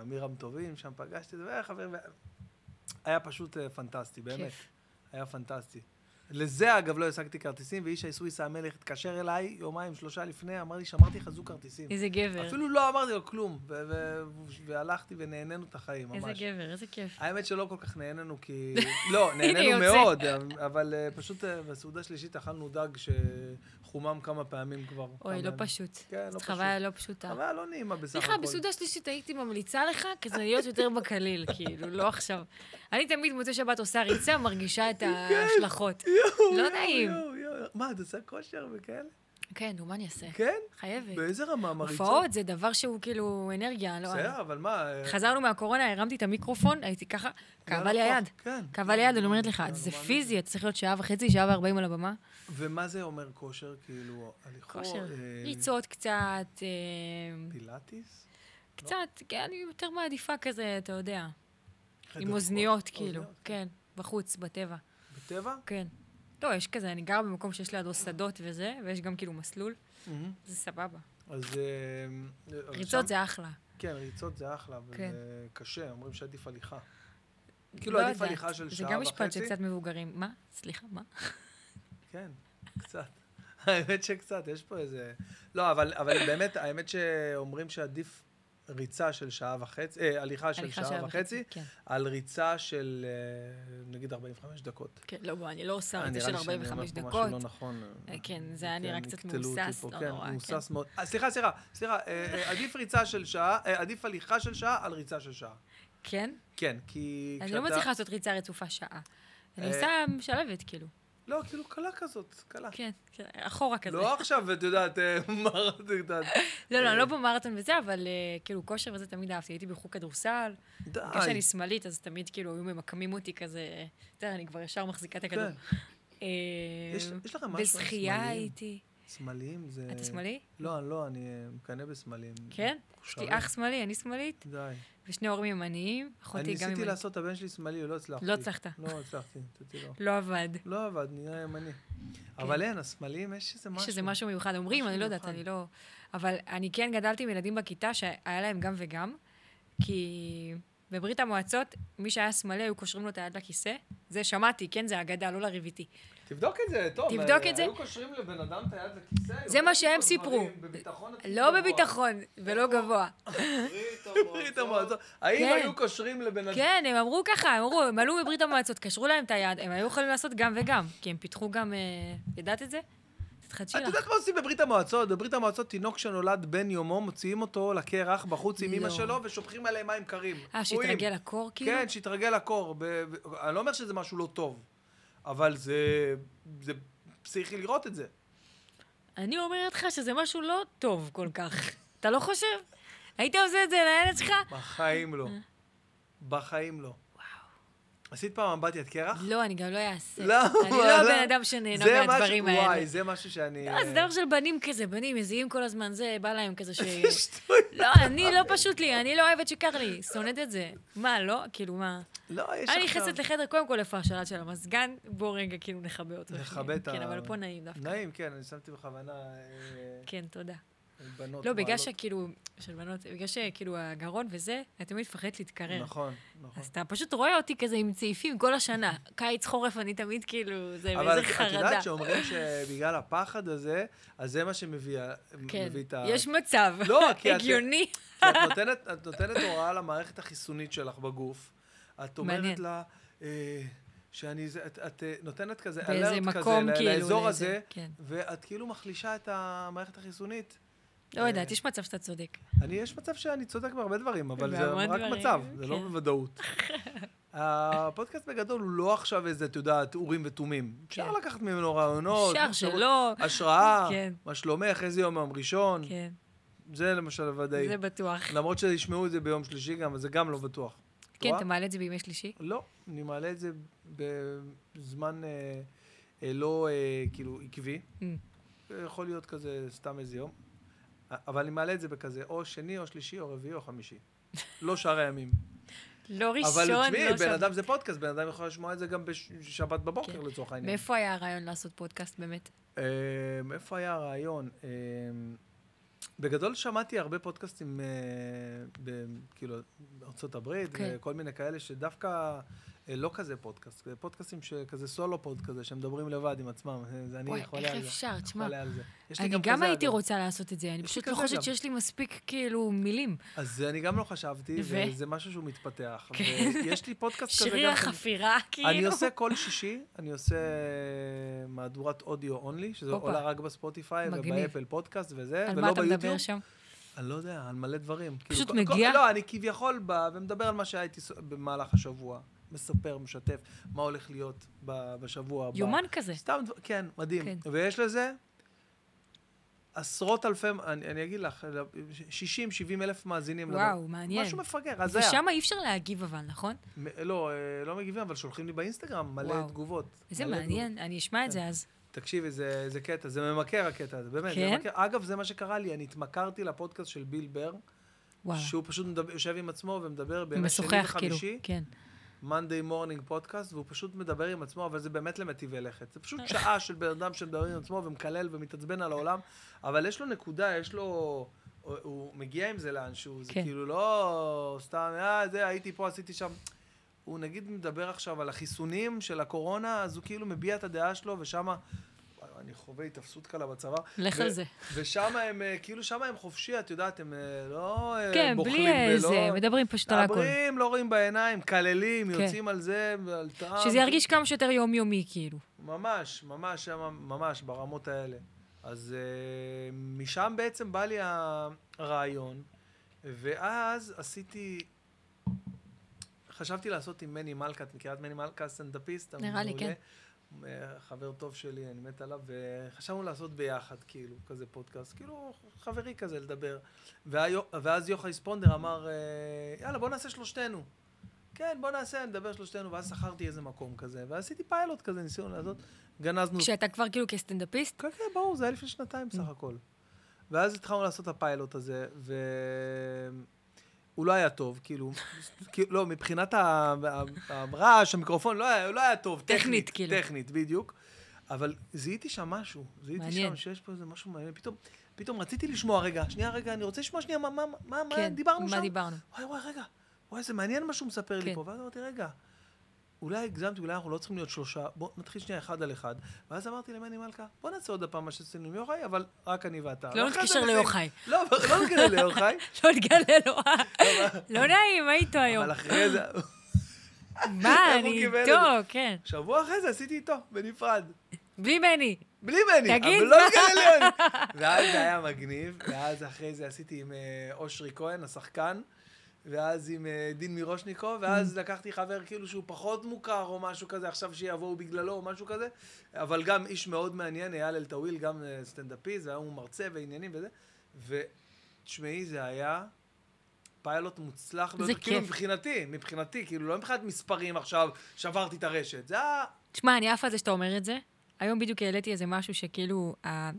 Speaker 1: ועמירם טובים, שם פגשתי את זה, והיה חבר... ו- היה פשוט אה, פנטסטי, באמת.
Speaker 2: כיף.
Speaker 1: היה פנטסטי. לזה, אגב, לא השגתי כרטיסים, וישי סוויסה המלך התקשר אליי יומיים, שלושה לפני, אמר לי, שמרתי לך זוג כרטיסים.
Speaker 2: איזה גבר.
Speaker 1: אפילו לא אמרתי לו כלום, ו- ו- והלכתי ונהנינו את החיים, ממש.
Speaker 2: איזה גבר, איזה כיף.
Speaker 1: האמת שלא כל כך נהנינו, כי... לא,
Speaker 2: הנה,
Speaker 1: נהנינו
Speaker 2: יוצא.
Speaker 1: מאוד, אבל אה, פשוט אה, בסעודה שלישית אכלנו דג שחומם כמה פעמים כבר.
Speaker 2: אוי, לא
Speaker 1: כמה-
Speaker 2: פשוט.
Speaker 1: כן, לא
Speaker 2: זאת
Speaker 1: פשוט.
Speaker 2: חוויה לא פשוטה.
Speaker 1: חוויה לא נעימה בסך הכל.
Speaker 2: סליחה, בסעודה שלישית הייתי ממליצה לך כזה להיות יותר בקליל, כאילו, לא עכשיו. אני תמיד מוצא שבת עושה ריצה, מרגישה
Speaker 1: כן.
Speaker 2: את ההשלכות.
Speaker 1: יואו,
Speaker 2: לא
Speaker 1: יואו,
Speaker 2: נעים.
Speaker 1: יואו, יואו. מה, את עושה כושר וכאלה?
Speaker 2: כן, נו, מה אני אעשה?
Speaker 1: כן?
Speaker 2: חייבת.
Speaker 1: באיזה רמה מריצות?
Speaker 2: אה. הופעות זה דבר שהוא כאילו אנרגיה, לא...
Speaker 1: בסדר, אבל מה... אה,
Speaker 2: חזרנו מהקורונה, הרמתי את המיקרופון, הייתי ככה, כאבה לי
Speaker 1: לא,
Speaker 2: היד.
Speaker 1: כן.
Speaker 2: כאבה לי היד, אני אומרת לך,
Speaker 1: לא, לא
Speaker 2: זה
Speaker 1: מאמין.
Speaker 2: פיזי, אתה צריך להיות שעה וחצי, שעה וארבעים על הבמה.
Speaker 1: ומה זה אומר כושר? כאילו, הליכות?
Speaker 2: כושר,
Speaker 1: אה,
Speaker 2: ריצות קצת, אה,
Speaker 1: פילאטיס?
Speaker 2: קצת, כן, אני יותר מעדיפה כזה, אתה יודע,
Speaker 1: חדר
Speaker 2: עם
Speaker 1: כושר.
Speaker 2: אוזניות, כאילו,
Speaker 1: אוזניות, כן.
Speaker 2: כן, בחוץ, בטבע.
Speaker 1: טבע?
Speaker 2: כן. לא, יש כזה, אני גרה במקום שיש לידו שדות וזה, ויש גם כאילו מסלול,
Speaker 1: מהמם.
Speaker 2: זה סבבה.
Speaker 1: Mm-hmm. אז... אה, אבל שם-
Speaker 2: ריצות זה אחלה.
Speaker 1: כן, ריצות זה אחלה, אבל
Speaker 2: כן.
Speaker 1: זה קשה, אומרים שעדיף הליכה.
Speaker 2: לא
Speaker 1: כאילו, עדיף
Speaker 2: יודעת.
Speaker 1: הליכה של
Speaker 2: זה גם
Speaker 1: שעה
Speaker 2: משפט
Speaker 1: וחצי.
Speaker 2: שקצת מבוגרים. מה? סליחה, מה?
Speaker 1: כן, קצת. האמת שקצת, יש פה איזה... לא, אבל, אבל באמת, האמת שאומרים שעדיף ריצה של שעה וחצי, אה, הליכה של
Speaker 2: הליכה
Speaker 1: שעה וחצי,
Speaker 2: כן.
Speaker 1: על ריצה של אה, נגיד 45 דקות.
Speaker 2: כן, לא, בוא, אני לא עושה
Speaker 1: אה,
Speaker 2: ריצה
Speaker 1: נראה
Speaker 2: של
Speaker 1: לי שאני אומר
Speaker 2: 45
Speaker 1: פה
Speaker 2: דקות.
Speaker 1: משהו לא נכון.
Speaker 2: אה, כן, זה היה נראה קצת
Speaker 1: יקטלו אותי
Speaker 2: מהוסס,
Speaker 1: פה,
Speaker 2: לא
Speaker 1: כן,
Speaker 2: נורא, כן.
Speaker 1: מהוסס מאוד. אה, סליחה, סליחה, סליחה, אה, אה, עדיף ריצה של שעה, אה, עדיף הליכה של שעה על ריצה של שעה.
Speaker 2: כן?
Speaker 1: כן, כי
Speaker 2: אני לא מצליחה לעשות ריצה רצופה שעה. אני
Speaker 1: אה,
Speaker 2: עושה משלבת, כאילו.
Speaker 1: לא, כאילו, קלה כזאת, קלה.
Speaker 2: כן, כן, אחורה כזה.
Speaker 1: לא אה. עכשיו, את יודעת, אה, מה את יודעת.
Speaker 2: לא, לא, אני לא במרתון וזה, אבל אה, כאילו, כושר וזה תמיד אהבתי. הייתי בחוג כדורסל,
Speaker 1: די.
Speaker 2: בגלל שאני שמאלית, אז תמיד כאילו היו ממקמים אותי כזה, אתה יודע, אני כבר ישר מחזיקה את הכדור.
Speaker 1: כן.
Speaker 2: אה,
Speaker 1: יש יש לכם משהו על
Speaker 2: בזכייה
Speaker 1: סמלים?
Speaker 2: הייתי.
Speaker 1: סמלים זה...
Speaker 2: אתה שמאלי?
Speaker 1: לא, אני לא, אני אה, מקנא בסמלים.
Speaker 2: כן? יש
Speaker 1: מוכשרים.
Speaker 2: לי אח שמאלי, אני שמאלית,
Speaker 1: די.
Speaker 2: ושני הורים ימניים,
Speaker 1: אני
Speaker 2: אחותי גם
Speaker 1: ניסיתי
Speaker 2: ימנית.
Speaker 1: לעשות את הבן שלי שמאלי, לא הצלחתי.
Speaker 2: לא הצלחת.
Speaker 1: לא הצלחתי, נתתי לו.
Speaker 2: לא עבד.
Speaker 1: לא עבד, נהיה ימני. אבל אין, הסמלים, יש איזה משהו.
Speaker 2: יש איזה כן. משהו מיוחד. אומרים,
Speaker 1: משהו
Speaker 2: אני לא יודעת,
Speaker 1: מיוחד.
Speaker 2: אני לא... אבל אני כן גדלתי עם ילדים בכיתה שהיה להם גם וגם, כי בברית המועצות, מי שהיה שמאלי, היו קושרים לו את היד לכיסא. זה שמעתי, כן, זה אגדה, לא לריב איתי.
Speaker 1: תבדוק את זה, טוב.
Speaker 2: תבדוק
Speaker 1: אה,
Speaker 2: את זה.
Speaker 1: היו קושרים לבן אדם את היד לכיסא.
Speaker 2: זה
Speaker 1: היו
Speaker 2: מה שהם
Speaker 1: עושים לו
Speaker 2: סיפרו.
Speaker 1: דברים בביטחון עצמי
Speaker 2: לא
Speaker 1: גבוה.
Speaker 2: בביטחון, ולא גבוה.
Speaker 1: ברית המועצות. האם
Speaker 2: כן.
Speaker 1: היו קושרים לבן אדם...
Speaker 2: כן, הם אמרו ככה, הם אמרו, הם עלו מברית המועצות, קשרו להם את היד, הם היו יכולים לעשות גם וגם, כי הם פיתחו גם... אה, ידעת את זה? תתחדשי
Speaker 1: את
Speaker 2: לך.
Speaker 1: יודעת מה עושים בברית המועצות? בברית המועצות תינוק שנולד בן יומו, מוציאים אותו לקרח בחוץ עם
Speaker 2: לא.
Speaker 1: אמא שלו ושופכים עליהם מים קרים.
Speaker 2: אה,
Speaker 1: קפואים.
Speaker 2: שהתרגל לקור, כאילו?
Speaker 1: כן, שיתרגל לקור. ב- ב- אני לא אומר שזה משהו לא טוב, אבל זה זה פסיכי לראות את זה.
Speaker 2: אני אומרת לך שזה משהו לא טוב כל כך. אתה לא חושב? היית עושה את זה לילד שלך?
Speaker 1: בחיים לא.
Speaker 2: אה.
Speaker 1: בחיים לא. עשית פעם אמבטיית קרח?
Speaker 2: לא, אני גם לא אעשה.
Speaker 1: למה?
Speaker 2: אני לא הבן
Speaker 1: למה?
Speaker 2: אדם שנהנה
Speaker 1: זה משהו-
Speaker 2: מהדברים האלה.
Speaker 1: וואי, זה משהו שאני...
Speaker 2: לא, זה דבר של בנים כזה, בנים מזיעים כל הזמן, זה בא להם כזה ש...
Speaker 1: שטויות.
Speaker 2: לא, אני לא פשוט לי, אני לא אוהבת שקר לי, שונאת את זה. מה, לא? כאילו, מה?
Speaker 1: לא, יש
Speaker 2: אני
Speaker 1: עכשיו-
Speaker 2: נכנסת לחדר, קודם כל איפה השלט של המזגן, בוא רגע, כאילו נכבה אותו.
Speaker 1: נכבה את
Speaker 2: ה... כן,
Speaker 1: ה-
Speaker 2: אבל פה נעים דווקא.
Speaker 1: נעים, כן, אני שמתי בכוונה אה,
Speaker 2: כן, תודה.
Speaker 1: בנות.
Speaker 2: לא, בגלל
Speaker 1: מעלות.
Speaker 2: שכאילו, של בנות, בגלל שכאילו הגרון וזה, אני תמיד מפחדת להתקרר.
Speaker 1: נכון, נכון.
Speaker 2: אז אתה פשוט רואה אותי כזה עם צעיפים כל השנה. קיץ, חורף, אני תמיד כאילו, זה
Speaker 1: אבל
Speaker 2: באיזה
Speaker 1: את את
Speaker 2: חרדה.
Speaker 1: יודעת שאומרים שבגלל הפחד הזה, אז זה מה שמביא מביא את ה...
Speaker 2: כן, יש מצב.
Speaker 1: לא, כי את-
Speaker 2: הגיוני.
Speaker 1: כי את נותנת, את נותנת הוראה למערכת החיסונית שלך בגוף. את אומרת
Speaker 2: מעניין.
Speaker 1: לה אה, שאני... זה- את, את אה, נותנת כזה
Speaker 2: באיזה
Speaker 1: אלרט כזה
Speaker 2: מקום,
Speaker 1: ל-
Speaker 2: כאילו,
Speaker 1: לאזור
Speaker 2: לאיזה-
Speaker 1: הזה,
Speaker 2: כן.
Speaker 1: ואת כאילו מחלישה את המערכת החיסונית.
Speaker 2: לא
Speaker 1: אה,
Speaker 2: יודעת, יש מצב שאתה צודק.
Speaker 1: אני, יש מצב שאני צודק בהרבה דברים, אבל זה
Speaker 2: בהמון
Speaker 1: רק
Speaker 2: דברים,
Speaker 1: מצב, זה לא
Speaker 2: כן.
Speaker 1: בוודאות. הפודקאסט בגדול הוא לא עכשיו איזה, את יודעת, אורים ותומים. אפשר
Speaker 2: כן.
Speaker 1: לקחת ממנו רעיונות.
Speaker 2: אפשר
Speaker 1: מחשבות,
Speaker 2: שלא.
Speaker 1: השראה,
Speaker 2: כן.
Speaker 1: מה שלומך, איזה יום היום ראשון.
Speaker 2: כן,
Speaker 1: זה למשל ודאי.
Speaker 2: זה בטוח.
Speaker 1: למרות שישמעו את זה ביום שלישי גם, אז זה גם לא בטוח.
Speaker 2: כן,
Speaker 1: טועה?
Speaker 2: אתה מעלה את זה בימי שלישי?
Speaker 1: לא, אני מעלה את זה בזמן אה, אה, לא אה, כאילו עקבי.
Speaker 2: Mm.
Speaker 1: אה, יכול להיות כזה סתם איזה יום. א- אבל אני מעלה את זה בכזה, או שני, או שלישי, או רביעי, או חמישי. לא שאר הימים.
Speaker 2: לא ראשון,
Speaker 1: אבל
Speaker 2: לא
Speaker 1: תשמעי, בן
Speaker 2: שם.
Speaker 1: אדם זה פודקאסט, בן אדם יכול לשמוע את זה גם בשבת בבוקר
Speaker 2: כן.
Speaker 1: לצורך העניין.
Speaker 2: מאיפה היה הרעיון לעשות פודקאסט באמת?
Speaker 1: אמ, איפה היה הרעיון? אמ, בגדול שמעתי הרבה פודקאסטים, אה, ב- כאילו, בארצות הברית,
Speaker 2: כן.
Speaker 1: וכל מיני כאלה שדווקא אה, לא כזה פודקאסט, אה, פודקאסטים שכזה סולו פוד כזה, שמדברים לבד עם עצמם, אה, זה אני
Speaker 2: וואי,
Speaker 1: חולה
Speaker 2: איך
Speaker 1: על זה.
Speaker 2: אפשר? תשמע,
Speaker 1: חולה על זה. יש לי
Speaker 2: אני גם
Speaker 1: כזה,
Speaker 2: הייתי
Speaker 1: אגב.
Speaker 2: רוצה לעשות את זה, אני
Speaker 1: לי
Speaker 2: פשוט לא
Speaker 1: כזה גם.
Speaker 2: חושבת שיש לי מספיק כאילו מילים.
Speaker 1: אז אני גם לא חשבתי,
Speaker 2: ו?
Speaker 1: וזה משהו שהוא מתפתח.
Speaker 2: כן.
Speaker 1: ויש לי פודקאסט כזה
Speaker 2: שריר
Speaker 1: גם. שאני-
Speaker 2: החפירה, כאילו.
Speaker 1: אני עושה כל שישי, אני עושה אה, מהדורת אודיו אונלי, שזה
Speaker 2: הופה.
Speaker 1: עולה רק בספוטיפיי
Speaker 2: מגניב.
Speaker 1: ובאפל פודקאסט וזה,
Speaker 2: על מה
Speaker 1: ולא
Speaker 2: אתה
Speaker 1: ביוטיוב.
Speaker 2: מדבר שם?
Speaker 1: אני לא יודע, על מלא דברים.
Speaker 2: פשוט
Speaker 1: כל- כל-
Speaker 2: מגיע?
Speaker 1: לא, אני כביכול בא ומדבר על מה שהייתי ס- במהלך השבוע. מספר, משתף, מה הולך להיות ב- בשבוע הבא.
Speaker 2: יומן כזה.
Speaker 1: סתם, דבר- כן, מדהים.
Speaker 2: כן.
Speaker 1: ויש לזה עשרות אלפי, אני, אני אגיד לך, 60-70 אלף מאזינים. לדבר.
Speaker 2: וואו, מעניין.
Speaker 1: משהו מפגר, הזיה.
Speaker 2: ושם אי אפשר להגיב אבל, נכון?
Speaker 1: מ- לא, אה, לא מגיבים, אבל שולחים לי באינסטגרם מלא
Speaker 2: וואו.
Speaker 1: תגובות.
Speaker 2: איזה
Speaker 1: מלא
Speaker 2: מעניין, אני אשמע
Speaker 1: כן.
Speaker 2: את זה אז.
Speaker 1: תקשיבי, זה, זה קטע, זה ממכר הקטע הזה, באמת. זה
Speaker 2: כן?
Speaker 1: ממכר. אגב, זה מה שקרה לי, אני התמכרתי לפודקאסט של ביל בר,
Speaker 2: וואלה.
Speaker 1: שהוא פשוט מדבר, יושב עם עצמו ומדבר בין השני
Speaker 2: משוחח כאילו,
Speaker 1: וחמישי,
Speaker 2: כן.
Speaker 1: Monday Morning פודקאסט, והוא פשוט מדבר עם עצמו, אבל זה באמת למטיבי לכת. זה פשוט שעה של בן אדם שמדבר עם עצמו ומקלל ומתעצבן על העולם, אבל יש לו נקודה, יש לו... הוא- הוא מגיע עם זה לאנשהו, זה
Speaker 2: כן.
Speaker 1: כאילו לא סתם, אה, זה, הייתי פה, עשיתי שם. הוא נגיד מדבר עכשיו על החיסונים של הקורונה, אז הוא כאילו מביע את הדעה שלו, ושמה... וואי, אני חווה התאפסות קלה בצוואר.
Speaker 2: לך
Speaker 1: ו-
Speaker 2: על זה.
Speaker 1: ושם הם, אה, כאילו שם הם חופשי, את יודעת, הם אה, לא אה,
Speaker 2: כן,
Speaker 1: בוחלים
Speaker 2: בלי
Speaker 1: ולא...
Speaker 2: איזה, מדברים פשוט על הכל.
Speaker 1: מדברים, לא רואים בעיניים, מקללים,
Speaker 2: כן.
Speaker 1: יוצאים על זה ועל טעם.
Speaker 2: שזה ירגיש כמה שיותר יומיומי, כאילו.
Speaker 1: ממש, ממש, שם, ממש, ברמות האלה. אז אה, משם בעצם בא לי הרעיון, ואז עשיתי... חשבתי לעשות עם מני מלכה, את מכירה את מני מלכה, הסטנדאפיסט?
Speaker 2: נראה לי, כן.
Speaker 1: המעולה? אה, חבר טוב שלי, אני מת עליו, וחשבנו לעשות ביחד, כאילו, כזה פודקאסט, כאילו, חברי כזה לדבר. והיו, ואז יוחאי ספונדר אמר, אה, יאללה, בוא נעשה שלושתנו. כן, בוא נעשה, נדבר שלושתנו, ואז שכרתי איזה מקום כזה, ועשיתי פיילוט כזה, ניסינו לעשות, גנזנו...
Speaker 2: כשאתה כבר כאילו כסטנדאפיסט,
Speaker 1: כן, כן, ברור, זה היה לפני שנתיים
Speaker 2: Mm.
Speaker 1: בסך הכל. ואז התחלנו לעשות את הפיילוט הזה, והוא לא היה טוב, כאילו, כאילו, לא, מבחינת ה- ה- הרעש, המיקרופון, לא היה, לא היה טוב,
Speaker 2: טכנית,
Speaker 1: טכנית,
Speaker 2: כאילו.
Speaker 1: טכנית, בדיוק. אבל זיהיתי שם משהו, זיהיתי
Speaker 2: מעניין.
Speaker 1: שם שיש פה איזה משהו מעניין, פתאום, פתאום רציתי לשמוע רגע, שנייה רגע, אני רוצה לשמוע שנייה, מה, מה, מה, מה
Speaker 2: כן,
Speaker 1: דיברנו שם? אה,
Speaker 2: מה דיברנו?
Speaker 1: וואי וואי, רגע, וואי, זה מעניין מה שהוא מספר
Speaker 2: כן.
Speaker 1: לי פה. ואז אמרתי, רגע, אולי הגזמתי, אולי אנחנו לא צריכים להיות שלושה, בוא נתחיל שנייה אחד על אחד. ואז אמרתי למני מלכה, בוא נעשה עוד הפעם מה שעשינו עם יוחאי, אבל רק אני ואתה.
Speaker 2: לא
Speaker 1: ואחרי זה
Speaker 2: נתקשר
Speaker 1: נשים-
Speaker 2: ליוחאי.
Speaker 1: לא, אבל- לא נתקשר ליוחאי,
Speaker 2: לא נגלה לו, אה, לא נעים, מה איתו היום?
Speaker 1: אבל אחרי זה,
Speaker 2: מה,
Speaker 1: איך הוא
Speaker 2: אני
Speaker 1: קיבל את
Speaker 2: איתו, כן.
Speaker 1: שבוע אחרי זה עשיתי איתו, בנפרד.
Speaker 2: בלי מני.
Speaker 1: בלי מני,
Speaker 2: תגיד,
Speaker 1: אבל לא
Speaker 2: מה?
Speaker 1: נגלה ליוני. ואז זה היה מגניב, ואז אחרי זה עשיתי עם אה, אושרי כהן, השחקן, ואז עם אה, דין מירושניקו,
Speaker 2: Mm.
Speaker 1: ואז לקחתי חבר כאילו שהוא פחות מוכר או משהו כזה, עכשיו שיבואו בגללו או משהו כזה, אבל גם איש מאוד מעניין, אייל אלטאוויל, גם אה, סטנדאפיסט, והיום הוא מרצה ועניינים וזה. ותשמעי, זה היה... פיילוט מוצלח, ביותר. כאילו
Speaker 2: כיף.
Speaker 1: מבחינתי, מבחינתי, כאילו לא מבחינת מספרים עכשיו, שברתי את הרשת, זה היה
Speaker 2: תשמע, אני עפה על זה שאתה אומר את זה. היום בדיוק העליתי איזה משהו שכאילו, ה...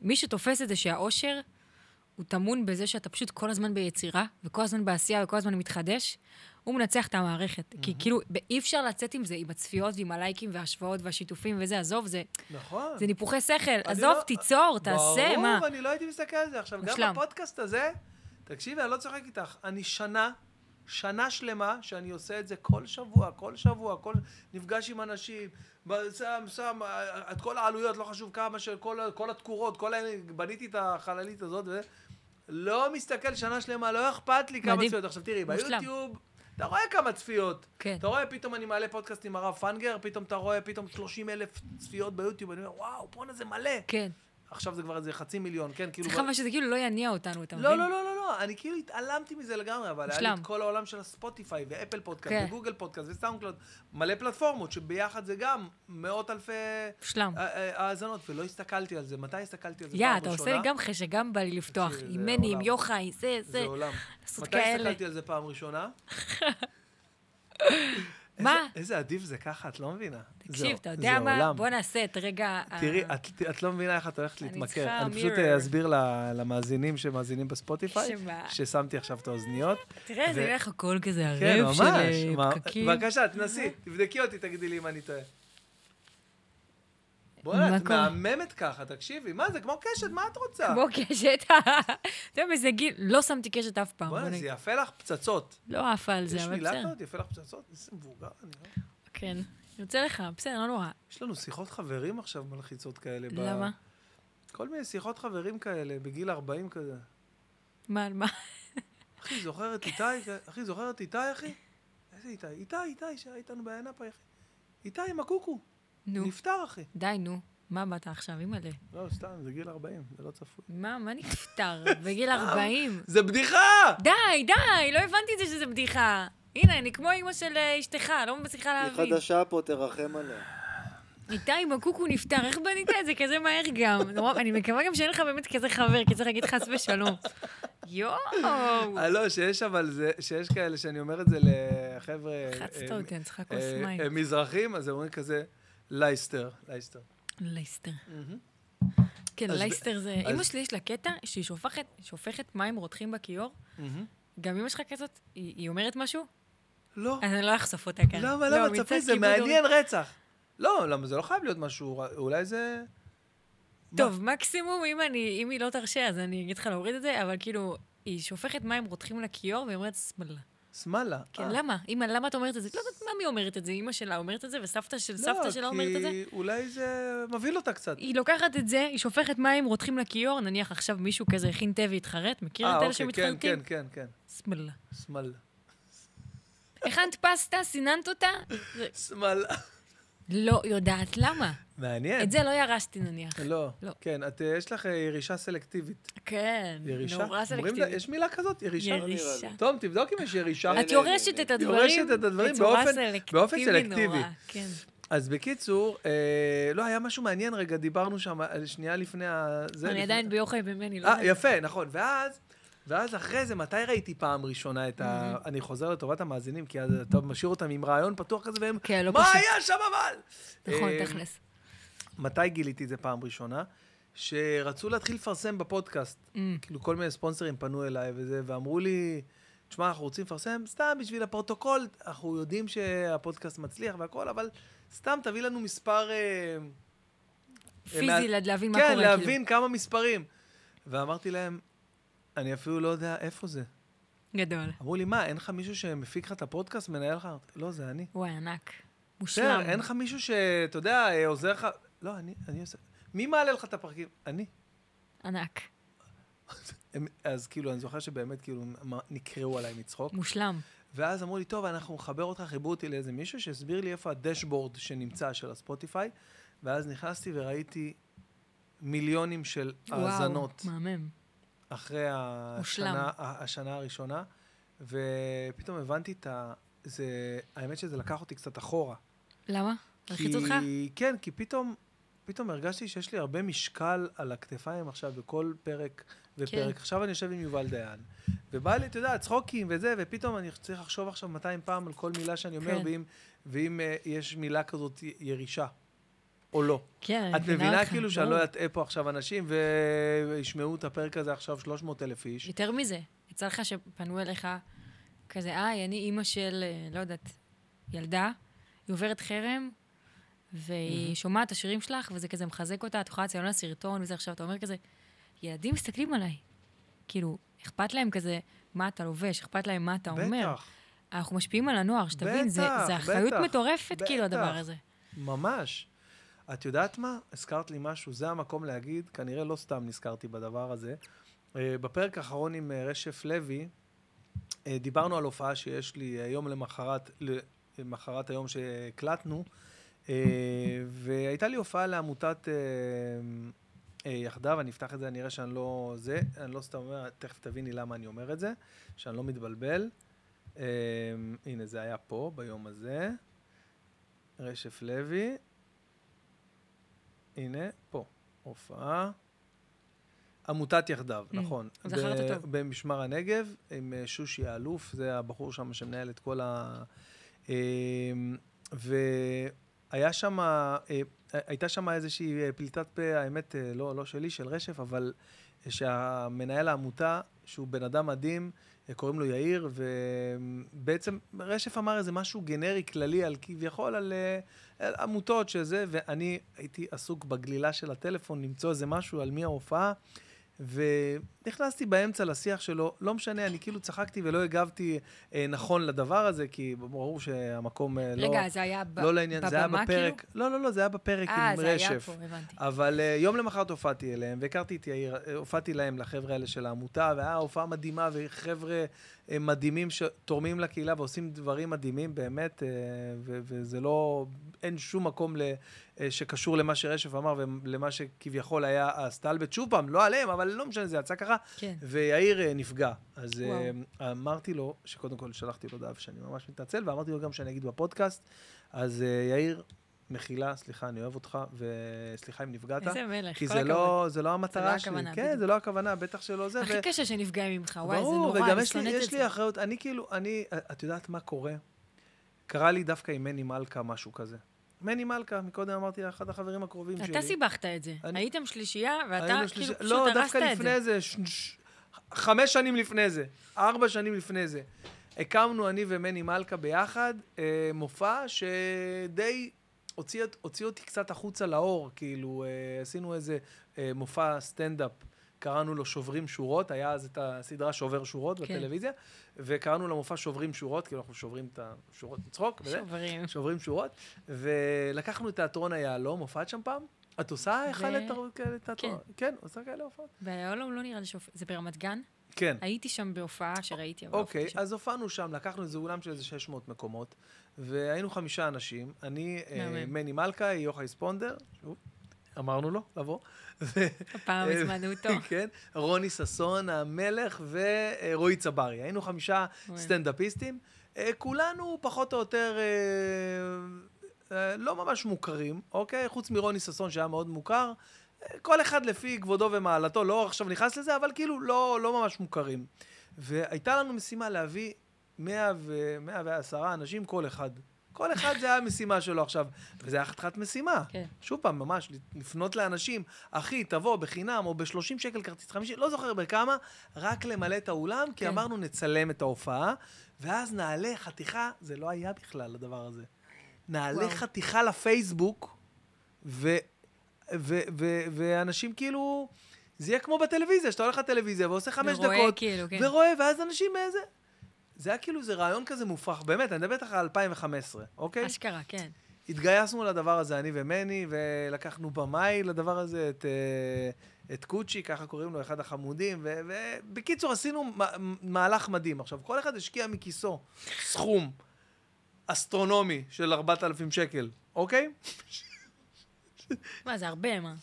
Speaker 2: מי שתופס את זה שהאושר, הוא טמון בזה שאתה פשוט כל הזמן ביצירה, וכל הזמן בעשייה, וכל הזמן מתחדש, הוא מנצח את המערכת. כי כאילו, אי אפשר לצאת עם זה, עם הצפיות ועם הלייקים וההשוואות והשיתופים וזה, עזוב, זה,
Speaker 1: נכון.
Speaker 2: זה ניפוחי שכל.
Speaker 1: אני
Speaker 2: עזוב,
Speaker 1: לא-
Speaker 2: תיצור, תעשה, מה?
Speaker 1: ברור, אני לא הייתי מסתכל על זה. עכשיו,
Speaker 2: מושלם.
Speaker 1: גם בפודקאסט הזה, תקשיבי, אני לא צוחק איתך, אני שנה, שנה שלמה שאני עושה את זה כל שבוע, כל שבוע, כל... נפגש עם אנשים, ב- שם, שם, אה, את כל העלויות, לא חשוב כמה, של כל, ה- כל התקורות, כל ה... בניתי את החללית הזאת, ו... לא מסתכל שנה שלמה, לא אכפת לי כמה
Speaker 2: מדהים.
Speaker 1: צפיות. עכשיו תראי,
Speaker 2: מושלם.
Speaker 1: ביוטיוב, אתה רואה כמה צפיות.
Speaker 2: כן.
Speaker 1: אתה רואה, פתאום אני מעלה פודקאסט עם הרב פנגר, פתאום אתה רואה, פתאום 30 אלף צפיות ביוטיוב, אני אומר, וואו, בואנה זה מלא.
Speaker 2: כן.
Speaker 1: עכשיו זה כבר איזה חצי מיליון, כן? כאילו...
Speaker 2: צריך אבל שזה כאילו לא יניע אותנו, אתה מבין?
Speaker 1: לא, לא, לא, לא, לא, אני כאילו התעלמתי מזה לגמרי, אבל היה לי
Speaker 2: מושלם.
Speaker 1: את כל העולם של הספוטיפיי, ואפל פודקאסט,
Speaker 2: כן.
Speaker 1: וגוגל פודקאסט, וסאונדקלוד, מלא פלטפורמות, שביחד זה גם מאות אלפי
Speaker 2: מושלם.
Speaker 1: אה, אה, האזנות, ולא הסתכלתי על זה. מתי הסתכלתי על זה
Speaker 2: יא,
Speaker 1: פעם
Speaker 2: אתה
Speaker 1: ראשונה?
Speaker 2: עושה לי גם חשק, גם בא לי לפתוח.
Speaker 1: תקשיבי, זה
Speaker 2: עם מני, עם
Speaker 1: עולם.
Speaker 2: יוחאי, זה,
Speaker 1: זה
Speaker 2: זה.
Speaker 1: עולם.
Speaker 2: לעשות
Speaker 1: מתי
Speaker 2: כאלה.
Speaker 1: הסתכלתי על זה פעם ראשונה?
Speaker 2: מה?
Speaker 1: איזה- איזה עדיף זה ככה, את לא מבינה.
Speaker 2: תקשיב,
Speaker 1: זה-
Speaker 2: אתה
Speaker 1: זה
Speaker 2: יודע מה?
Speaker 1: עולם.
Speaker 2: בוא נעשה את רגע... ה-
Speaker 1: תראי, את, את לא מבינה איך את הולכת
Speaker 2: אה, אני
Speaker 1: להתמכר.
Speaker 2: צריכה
Speaker 1: אני פשוט
Speaker 2: mirror.
Speaker 1: אה, אסביר ל- למאזינים שמאזינים בספוטיפיי,
Speaker 2: שמה?
Speaker 1: ששמתי עכשיו את האוזניות.
Speaker 2: תראה, זה
Speaker 1: ו-
Speaker 2: נראה לך קול כזה ערב
Speaker 1: כן,
Speaker 2: של
Speaker 1: ממש.
Speaker 2: אה,
Speaker 1: מה-
Speaker 2: פקקים.
Speaker 1: בבקשה, תנסי, תבדקי אותי, תגידי לי אם אני טועה. בוא'נה,
Speaker 2: מה
Speaker 1: את
Speaker 2: קורה?
Speaker 1: מהממת ככה, תקשיבי. מה, זה כמו קשת, מה את רוצה?
Speaker 2: כמו קשת. אתה יודע באיזה גיל, לא שמתי קשת אף פעם. בוא
Speaker 1: בוא'נה, זה
Speaker 2: נגיד.
Speaker 1: יפה לך פצצות.
Speaker 2: לא עפה על זה,
Speaker 1: יש
Speaker 2: אבל
Speaker 1: מילה
Speaker 2: בסדר.
Speaker 1: כזאת, יפה לך פצצות? איזה מבוגר אני. לא?
Speaker 2: כן. יוצא לך, בסדר, לא נורא.
Speaker 1: יש לנו שיחות חברים עכשיו מלחיצות כאלה. ב-
Speaker 2: למה?
Speaker 1: כל מיני שיחות חברים כאלה, בגיל 40 כזה.
Speaker 2: מה, על מה?
Speaker 1: אחי, זוכר את איתי? אחי, זוכר את איתי, אחי? איזה איתי? איתי, איתי, שהיה איתנו בענפה, אחי. איתי עם הקוקו.
Speaker 2: נו,
Speaker 1: נפטר, אחי.
Speaker 2: די, נו. מה באת עכשיו, אימא'לה?
Speaker 1: לא, סתם, זה גיל 40, זה לא צפוי.
Speaker 2: מה, מה נפטר? בגיל 40?
Speaker 1: זה בדיחה!
Speaker 2: די, די, לא הבנתי את זה שזה בדיחה. הנה, אני כמו אימא של אה, אשתך, לא מצליחה
Speaker 3: היא
Speaker 2: להבין.
Speaker 3: חדשה פה, תרחם עליה.
Speaker 2: איתי עם הקוקו נפטר, איך בנית את זה כזה מהר גם? נורא- אני מקווה גם שאין לך באמת כזה חבר, כי צריך להגיד חס ושלום. יואו,
Speaker 1: אה, לא, שיש אבל זה, שיש כאלה שאני אומר את זה לחבר'ה...
Speaker 2: חצת
Speaker 1: אה,
Speaker 2: אותי, אני צריכה כוס
Speaker 1: אה,
Speaker 2: מים.
Speaker 1: אה, מזרחים, אז הם אומרים כזה, לייסטר, לייסטר.
Speaker 2: לייסטר.
Speaker 1: מהמם.
Speaker 2: כן,
Speaker 1: אז-
Speaker 2: לייסטר זה...
Speaker 1: אז-
Speaker 2: אימא שלי יש לה קטע שהיא שופכת- שופכת מים רותחים בכיור. גם אימא שלך כזאת, היא היא אומרת משהו,
Speaker 1: לא.
Speaker 2: אז אני לא אחשוף אותה כאן.
Speaker 1: למה,
Speaker 2: לא,
Speaker 1: למה?
Speaker 2: מצד
Speaker 1: תספרי, זה
Speaker 2: כיבוד הורי.
Speaker 1: מעניין רצח. לא, למה זה לא חייב להיות משהו רע, אולי זה...
Speaker 2: טוב, מקסימום, אם, אני, אם היא לא תרשה, אז אני אגיד לך להוריד את זה, אבל כאילו, היא שופכת מים רותחים לכיור, והיא אומרת, שמאלה.
Speaker 1: שמאלה.
Speaker 2: כן,
Speaker 1: אה.
Speaker 2: למה? אמא, למה את אומרת את זה? לא יודעת מה מי אומרת את זה, אמא שלה אומרת את זה, וסבתא של סבתא שלה אומרת את זה.
Speaker 1: לא, כי אולי זה מבהיל אותה קצת.
Speaker 2: היא לוקחת את זה, היא שופכת מים, רותחים לכיור, נניח עכשיו מישהו כזה הכין תה והתחרט, מכיר
Speaker 1: אה,
Speaker 2: את אלה
Speaker 1: אוקיי, כן, כן,
Speaker 2: שמתחרטים?
Speaker 1: כן, כן.
Speaker 2: שמאלה.
Speaker 1: שמאלה.
Speaker 2: הכנת פסטה, סיננת אותה? זה-
Speaker 1: שמאלה.
Speaker 2: לא יודעת למה.
Speaker 1: מעניין.
Speaker 2: את זה לא ירשתי נניח.
Speaker 1: לא.
Speaker 2: לא.
Speaker 1: כן, את, אה, יש לך אה, ירישה סלקטיבית.
Speaker 2: כן,
Speaker 1: ירישה?
Speaker 2: נורא
Speaker 1: אומרים לה-
Speaker 2: סלקטיבית.
Speaker 1: יש מילה כזאת? ירישה? לא
Speaker 3: נראה לי.
Speaker 2: ירישה.
Speaker 1: תום, תבדוק אם יש ירישה.
Speaker 2: את יורשת את הדברים
Speaker 1: יורשת את הדברים
Speaker 2: בצורה
Speaker 1: באופן- באופן
Speaker 2: סלקטיבי נורא.
Speaker 1: סלקטיבי.
Speaker 2: כן.
Speaker 1: אז בקיצור, אה, לא, היה משהו מעניין רגע, דיברנו שם על שנייה לפני ה... זה,
Speaker 2: אני
Speaker 1: לפני-
Speaker 2: עדיין ביוחד ממני, לא
Speaker 1: אה,
Speaker 2: יודעת.
Speaker 1: יפה, נכון. ואז, ואז אחרי זה, מתי ראיתי פעם ראשונה את ה... אני חוזר לטובת המאזינים, כי אז אתה משאיר אותם עם רעיון פתוח כזה, והם...
Speaker 2: כן, לא
Speaker 1: מה
Speaker 2: פשוט."
Speaker 1: היה שם אבל?
Speaker 2: נכון,
Speaker 1: אה,
Speaker 2: תכלס.
Speaker 1: מתי גיליתי את זה פעם ראשונה? שרצו להתחיל לפרסם בפודקאסט. כאילו, כל מיני ספונסרים פנו אליי וזה, ואמרו לי, תשמע, אנחנו רוצים לפרסם סתם בשביל הפרוטוקול, אנחנו יודעים שהפודקאסט מצליח והכל, אבל סתם תביא לנו מספר... אה,
Speaker 2: פיזי,
Speaker 1: מה-
Speaker 2: להבין מה
Speaker 1: כן,
Speaker 2: קורה, כאילו.
Speaker 1: להבין כמה מספרים. ואמרתי להם, אני אפילו לא יודע איפה זה.
Speaker 2: גדול.
Speaker 1: אמרו לי, מה, אין לך מישהו שמפיק לך את הפודקאסט, מנהל לך? אמרתי, לא, זה אני.
Speaker 2: וואי, ענק.
Speaker 1: בסדר,
Speaker 2: מושלם.
Speaker 1: אין לך מישהו שאתה יודע, אה, עוזר לך... לא, אני, אני עושה... מי מעלה לך את הפרקים? אני.
Speaker 2: ענק.
Speaker 1: הם, אז כאילו, אני זוכר שבאמת כאילו הם נקרעו עליי מצחוק.
Speaker 2: מושלם.
Speaker 1: ואז אמרו לי, טוב, אנחנו נחבר אותך, חיברו אותי לאיזה מישהו שהסביר לי איפה הדשבורד שנמצא של הספוטיפיי, ואז נכנסתי וראיתי מיליונים של אה, האזנות
Speaker 2: וואו, מהמם.
Speaker 1: אחרי
Speaker 2: מושלם.
Speaker 1: השנה, ה- השנה הראשונה, ופתאום הבנתי את ה... זה, האמת שזה לקח אותי קצת אחורה.
Speaker 2: למה? הלחיץ אותך?
Speaker 1: כי, כן, כי פתאום, פתאום הרגשתי שיש לי הרבה משקל על הכתפיים עכשיו בכל פרק ופרק.
Speaker 2: כן.
Speaker 1: כן. עכשיו אני יושב עם יובל דיין, ובא לי, אתה יודע, צחוקים וזה, ופתאום אני צריך לחשוב עכשיו 200 פעם על כל מילה שאני אומר,
Speaker 2: כן.
Speaker 1: כן. ואם, ואם אה, יש מילה כזאת י- ירישה, או לא.
Speaker 2: כן, אני
Speaker 1: את מבינה
Speaker 2: אותך,
Speaker 1: כאילו שאני
Speaker 2: ברור.
Speaker 1: לא אטעה פה עכשיו אנשים, ו- וישמעו את הפרק הזה עכשיו 300 אלף איש.
Speaker 2: יותר מזה, יצא לך שפנו אליך כזה, היי, אני אימא של, אה, לא יודעת, ילדה, היא עוברת חרם, והיא שומעת את השירים שלך, וזה כזה מחזק אותה, את יכולה לציין לה סרטון וזה עכשיו, אתה אומר כזה, ילדים מסתכלים עליי. כאילו, אכפת להם כזה, מה אתה לובש, אכפת להם מה אתה אומר.
Speaker 1: בטח,
Speaker 2: אנחנו משפיעים על הנוער, שתבין, זה
Speaker 1: בטח,
Speaker 2: זה אחריות
Speaker 1: בטח,
Speaker 2: מטורפת, כאילו,
Speaker 1: בטח.
Speaker 2: הדבר הזה.
Speaker 1: ממש. את יודעת מה? הזכרת לי משהו, זה המקום להגיד, כנראה לא סתם נזכרתי בדבר הזה. אה, בפרק האחרון עם אה, רשף לוי, אה, דיברנו על הופעה שיש לי היום למחרת, למחרת היום שהקלטנו, אה, והייתה לי הופעה לעמותת אה, אה, יחדיו, אני אפתח את זה, אני אראה שאני לא זה, אני לא סתם אומר, תכף תביני למה אני אומר את זה, שאני לא מתבלבל. אה, הנה, זה היה פה, ביום הזה. רשף לוי. הנה, פה, הופעה. עמותת יחדיו,
Speaker 2: Mm,
Speaker 1: נכון.
Speaker 2: זכרת
Speaker 1: ב-
Speaker 2: טוב.
Speaker 1: במשמר הנגב, עם אה, שושי האלוף, זה הבחור שם שמנהל את כל ה... אמ, והיה שם, הייתה שם איזושהי אה, פליטת פה, האמת, אה, לא, לא שלי, של רשף, אבל אה, שהמנהל העמותה, שהוא בן אדם מדהים, אה, קוראים לו יאיר, ובעצם רשף אמר איזה משהו גנרי כללי על כביכול, על, אה, על עמותות שזה, ואני הייתי עסוק בגלילה של הטלפון, למצוא איזה משהו על מי ההופעה. ונכנסתי באמצע לשיח שלו, לא משנה, אני כאילו צחקתי ולא הגבתי אה, נכון לדבר הזה, כי ברור שהמקום אה, לא...
Speaker 2: רגע, זה היה ב-
Speaker 1: לא לעניין, זה היה
Speaker 2: בבמה, כאילו?
Speaker 1: בפרק, לא, לא, לא, זה היה בפרק עם רשף.
Speaker 2: אה, זה היה פה, הבנתי.
Speaker 1: אבל uh, יום למחרת הופעתי אליהם, והכרתי את יאיר, אה, הופעתי להם, לחבר'ה האלה של העמותה, והיה הופעה מדהימה, וחבר'ה אה, מדהימים שתורמים לקהילה ועושים דברים מדהימים, באמת, אה, ו- וזה לא, אין שום מקום ל- אה, שקשור למה שרשף אמר ולמה שכביכול היה הסטלבט. שוב פעם, לא עליהם, אבל לא משנה, זה יצא ככה,
Speaker 2: כן.
Speaker 1: ויאיר אה, נפגע. אז
Speaker 2: וואו.
Speaker 1: וואו. אמרתי לו, שקודם כל שלחתי לו דף שאני ממש מתנצל, ואמרתי לו גם שאני אגיד בפודקאסט, אז אה, יאיר, מחילה, סליחה, אני אוהב אותך, וסליחה אם נפגעת.
Speaker 2: איזה מלך,
Speaker 1: כי
Speaker 2: כל
Speaker 1: זה לא,
Speaker 2: הכבוד.
Speaker 1: זה לא
Speaker 2: זה לא
Speaker 1: המטרה שלי.
Speaker 2: הכוונה,
Speaker 1: כן,
Speaker 2: בדיוק.
Speaker 1: זה לא הכוונה, בטח שלא זה.
Speaker 2: הכי
Speaker 1: ו-
Speaker 2: קשה שנפגעים ממך, וואי, זה
Speaker 1: ברור,
Speaker 2: נורא,
Speaker 1: וגם
Speaker 2: אני
Speaker 1: יש לי,
Speaker 2: שונאת את
Speaker 1: יש
Speaker 2: זה.
Speaker 1: לי אחריות. אני כאילו, אני, את יודעת מה קורה? קרה לי דווקא עם מני מלכה משהו כזה. מני מלכה, מקודם אמרתי לה, אחד החברים הקרובים שלי.
Speaker 2: אתה סיבכת את זה.
Speaker 1: אני-
Speaker 2: הייתם שלישייה, ואתה
Speaker 1: היינו
Speaker 2: כאילו
Speaker 1: שלישי-
Speaker 2: פשוט הרסת
Speaker 1: לא, דווקא
Speaker 2: את זה.
Speaker 1: לפני זה, ש- ש- חמש שנים לפני זה, ארבע שנים לפני זה. הקמנו אני ומני מלכה ביחד אה, מופע שדי הוציא, את- הוציא אותי קצת החוצה לאור, כאילו, אה, עשינו איזה אה, מופע סטנדאפ. קראנו לו שוברים שורות, היה אז את הסדרה שובר שורות
Speaker 2: כן.
Speaker 1: בטלוויזיה, וקראנו למופע שוברים שורות, כאילו אנחנו שוברים את השורות מצחוק, וזה.
Speaker 2: שוברים.
Speaker 1: שוברים שורות, ולקחנו את תיאטרון היהלום, הופעת שם פעם? את עושה היכל לתר- כאלה תיאטרון? כן, עושה כאלה הופעות?
Speaker 2: ביהלום לא נראה לי שהופ... זה ברמת גן?
Speaker 1: כן.
Speaker 2: הייתי שם בהופעה שראיתי, אבל לא
Speaker 1: אוקיי,
Speaker 2: הופעתי שם.
Speaker 1: אז הופענו שם, לקחנו איזה אולם של איזה 600 מקומות, והיינו חמישה אנשים, אני, אה,
Speaker 2: מהמם.
Speaker 1: מני מלכה, יוחאי ספונדר, שוב, אמרנו לו לבוא, ו-
Speaker 2: הפעם אה, הזמנו אותו.
Speaker 1: כן, רוני ששון המלך ורועי צברי. היינו חמישה
Speaker 2: וואי.
Speaker 1: סטנדאפיסטים. אה, כולנו פחות או יותר אה, אה, לא ממש מוכרים, אוקיי? חוץ מרוני ששון שהיה מאוד מוכר. אה, כל אחד לפי כבודו ומעלתו, לא עכשיו נכנס לזה, אבל כאילו לא, לא ממש מוכרים. והייתה לנו משימה להביא 100 ו- 110 אנשים, כל אחד. כל אחד זה היה המשימה שלו עכשיו. וזה היה חתיכת משימה.
Speaker 2: כן.
Speaker 1: שוב פעם, ממש, לפנות לאנשים, אחי, תבוא בחינם, או ב-30 שקל כרטיס 50, לא זוכר בכמה, רק למלא את האולם, כי
Speaker 2: כן.
Speaker 1: אמרנו נצלם את ההופעה, ואז נעלה חתיכה, זה לא היה בכלל הדבר הזה. נעלה
Speaker 2: וואו.
Speaker 1: חתיכה לפייסבוק, ו, ו, ו, ו, ואנשים כאילו, זה יהיה כמו בטלוויזיה, שאתה הולך לטלוויזיה ועושה חמש
Speaker 2: ורואה
Speaker 1: דקות,
Speaker 2: כאילו, כן.
Speaker 1: ורואה, ואז אנשים איזה... זה היה כאילו, זה רעיון כזה מופרך, באמת, אני מדבר איתך על 2015, אוקיי?
Speaker 2: אשכרה, כן.
Speaker 1: התגייסנו לדבר הזה, אני ומני, ולקחנו במאי לדבר הזה, את, אה, את קוצ'י, ככה קוראים לו, אחד החמודים, ובקיצור, עשינו מה, מהלך מדהים. עכשיו, כל אחד השקיע מכיסו סכום אסטרונומי של 4,000 שקל, אוקיי?
Speaker 2: מה, זה הרבה, מה?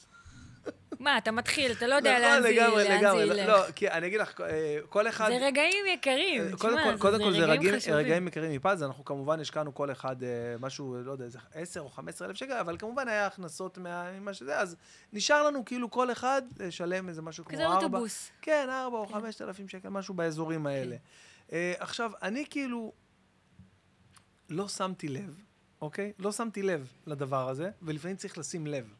Speaker 2: מה, אתה מתחיל, אתה לא יודע
Speaker 1: נכון,
Speaker 2: לאן זה
Speaker 1: לגמרי,
Speaker 2: לאן
Speaker 1: לגמרי.
Speaker 2: זה ילך.
Speaker 1: לא, כי אני אגיד לך, אה, כל אחד...
Speaker 2: זה רגעים יקרים,
Speaker 1: אה, קודם
Speaker 2: תשמע,
Speaker 1: כל- קודם כל, זה רגעים-
Speaker 2: חשובים.
Speaker 1: רגעים יקרים מפז, אז אנחנו כמובן השקענו כל אחד אה, משהו, לא יודע, איזה 10 או 15 אלף שקל, אבל כמובן היה הכנסות מה- ממה שזה, אז נשאר לנו כאילו כל אחד לשלם איזה משהו כמו
Speaker 2: כזה
Speaker 1: ארבע.
Speaker 2: אוטובוס. אוקיי.
Speaker 1: כן, ארבע או חמשת אלפים שקל, משהו באזורים האלה. אה, עכשיו, אני כאילו לא שמתי לב, אוקיי? לא שמתי לב לדבר הזה, ולפעמים צריך לשים לב,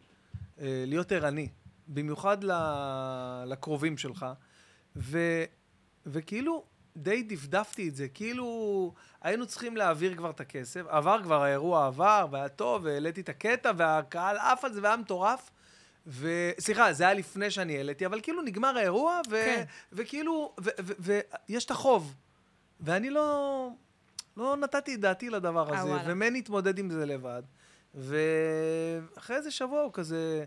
Speaker 1: אה, להיות ערני, במיוחד ל- לקרובים שלך, ו... וכאילו די דפדפתי את זה, כאילו היינו צריכים להעביר כבר את הכסף, עבר כבר, האירוע עבר, והיה טוב, והעליתי את הקטע, והקהל עף על זה, והיה מטורף. ו... סליחה, זה היה לפני שאני העליתי, אבל כאילו נגמר האירוע, ו...
Speaker 2: כן.
Speaker 1: וכאילו, ויש ו- ו- ויש את החוב. ואני לא, לא נתתי את דעתי לדבר
Speaker 2: אה,
Speaker 1: הזה,
Speaker 2: וואלה.
Speaker 1: ומני התמודד עם זה לבד. ואחרי איזה שבוע הוא כזה,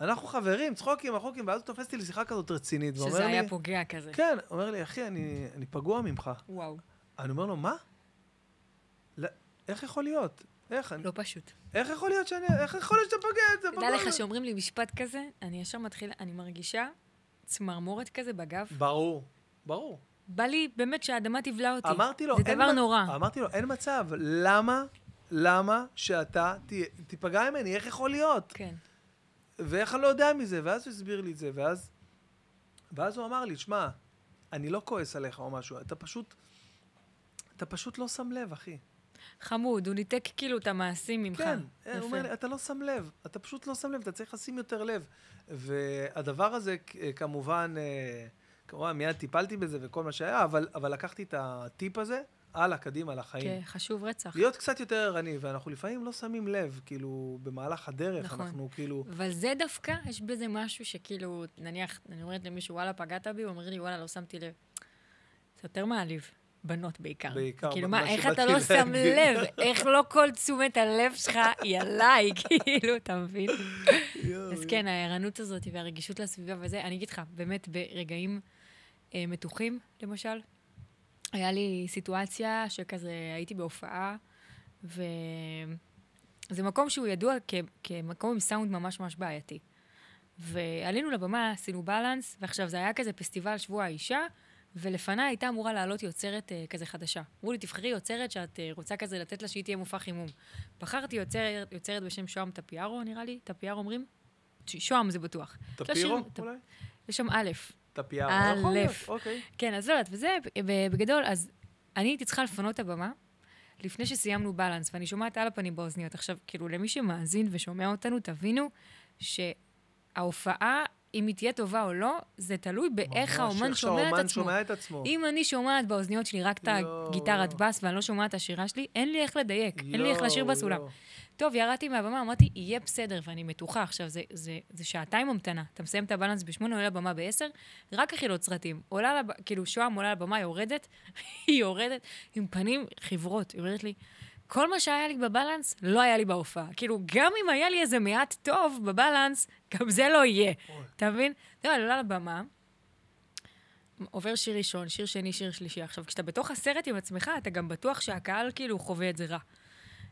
Speaker 1: אנחנו חברים, צחוקים, החוקים, ואז הוא תופס אותי לשיחה כזאת רצינית, ואומר לי...
Speaker 2: שזה היה פוגע כזה.
Speaker 1: כן, הוא אומר לי, אחי, אני, אני פגוע ממך.
Speaker 2: וואו,
Speaker 1: אני אומר לו, מה? לא, איך יכול להיות? איך, אני,
Speaker 2: לא פשוט.
Speaker 1: איך יכול להיות שאני... איך יכול להיות שאתה פוגע את זה?
Speaker 2: תדע
Speaker 1: פגוע
Speaker 2: לך
Speaker 1: בי."
Speaker 2: שאומרים לי משפט כזה, אני ישר מתחילה, אני מרגישה צמרמורת כזה בגב.
Speaker 1: ברור, ברור.
Speaker 2: בא לי באמת שהאדמה תבלע אותי.
Speaker 1: אמרתי לו,
Speaker 2: זה
Speaker 1: "אין אמ-
Speaker 2: דבר
Speaker 1: מצ-
Speaker 2: נורא.
Speaker 1: אמרתי לו, אין מצב. למה, למה שאתה ת, תיפגע ממני? איך יכול להיות?
Speaker 2: כן.
Speaker 1: ואיך אני לא יודע מזה? ואז הוא הסביר לי את זה, ואז... ואז הוא אמר לי, שמע, אני לא כועס עליך או משהו, אתה פשוט... אתה פשוט לא שם לב, אחי.
Speaker 2: חמוד, הוא ניתק כאילו את המעשים ממך.
Speaker 1: כן,
Speaker 2: יפה.
Speaker 1: הוא אומר לי, אתה לא שם לב, אתה פשוט לא שם לב, אתה צריך לשים יותר לב. והדבר הזה, כ- כמובן, אה, כמובן, מיד טיפלתי בזה וכל מה שהיה, אבל, אבל לקחתי את הטיפ הזה, הלאה, קדימה, לחיים.
Speaker 2: כן, חשוב רצח.
Speaker 1: להיות קצת יותר ערני, ואנחנו לפעמים לא שמים לב, כאילו, במהלך הדרך,
Speaker 2: נכון.
Speaker 1: אנחנו כאילו...
Speaker 2: אבל זה דווקא, יש בזה משהו שכאילו, נניח, אני אומרת למישהו, וואלה, פגעת בי, הוא אומר לי, וואלה, לא שמתי לב. זה יותר מעליב. בנות בעיקר.
Speaker 1: בעיקר,
Speaker 2: כאילו,
Speaker 1: מה
Speaker 2: מה, איך אתה
Speaker 1: שבאתי
Speaker 2: לא שם
Speaker 1: להגיד.
Speaker 2: לב? איך לא כל תשומת הלב שלך היא עליי, כאילו, אתה מבין? אז כן, הערנות הזאת והרגישות לסביבה וזה, אני אגיד לך, באמת, ברגעים אה, מתוחים, למשל, היה לי סיטואציה שכזה הייתי בהופעה, וזה מקום שהוא ידוע כ- כמקום עם סאונד ממש ממש בעייתי. ועלינו לבמה, עשינו בלנס, ועכשיו זה היה כזה פסטיבל שבוע האישה, ולפניי הייתה אמורה לעלות יוצרת אה, כזה חדשה. אמרו לי, תבחרי יוצרת שאת אה, רוצה כזה לתת לה שהיא תהיה מופע חימום. בחרתי יוצרת, יוצרת בשם שוהם טפיארו, נראה לי, טפיארו אומרים? ש- שוהם זה בטוח.
Speaker 1: טפירו,
Speaker 2: טפ-
Speaker 1: אולי?
Speaker 2: יש שם א',
Speaker 1: טפיארו. יכול להיות,
Speaker 2: אלף.
Speaker 1: אוקיי.
Speaker 2: כן, אז לא יודעת, וזה ב- בגדול, אז אני הייתי צריכה לפנות את הבמה לפני שסיימנו בלנס, ואני שומעת על הפנים באוזניות. עכשיו, כאילו, למי שמאזין ושומע אותנו, תבינו שההופעה אם היא תהיה טובה או לא, זה תלוי
Speaker 1: ממש,
Speaker 2: באיך האומן
Speaker 1: איך
Speaker 2: שומע את
Speaker 1: שהאומן
Speaker 2: עצמו.
Speaker 1: שומע את עצמו.
Speaker 2: אם אני שומעת באוזניות שלי רק את
Speaker 1: לא,
Speaker 2: הגיטרת
Speaker 1: לא.
Speaker 2: בס ואני לא שומעת את השירה שלי, אין לי איך לדייק, אין לי איך
Speaker 1: לא,
Speaker 2: לשיר בסולם.
Speaker 1: לא.
Speaker 2: טוב, ירדתי מהבמה, אמרתי, יהיה בסדר, ואני מתוחה. עכשיו, זה, זה, זה שעתיים המתנה. אתה מסיים את הבלנס בשמונה, עולה לבמה בעשר, רק החילות סרטים. עולה לב... כאילו, שוהם עולה לבמה, יורדת, היא יורדת עם פנים חיוורות. היא אומרת לי, כל מה שהיה לי בבלנס, לא היה לי בהופעה. כאילו, גם אם היה לי איזה מעט טוב בבלנס, גם זה לא יהיה. אתה מבין? לא, אני עולה לבמה, עובר שיר ראשון, שיר שני, שיר שלישי. עכשיו, כשאתה בתוך הסרט עם עצמך, אתה גם בטוח שהקהל כאילו חווה את זה רע.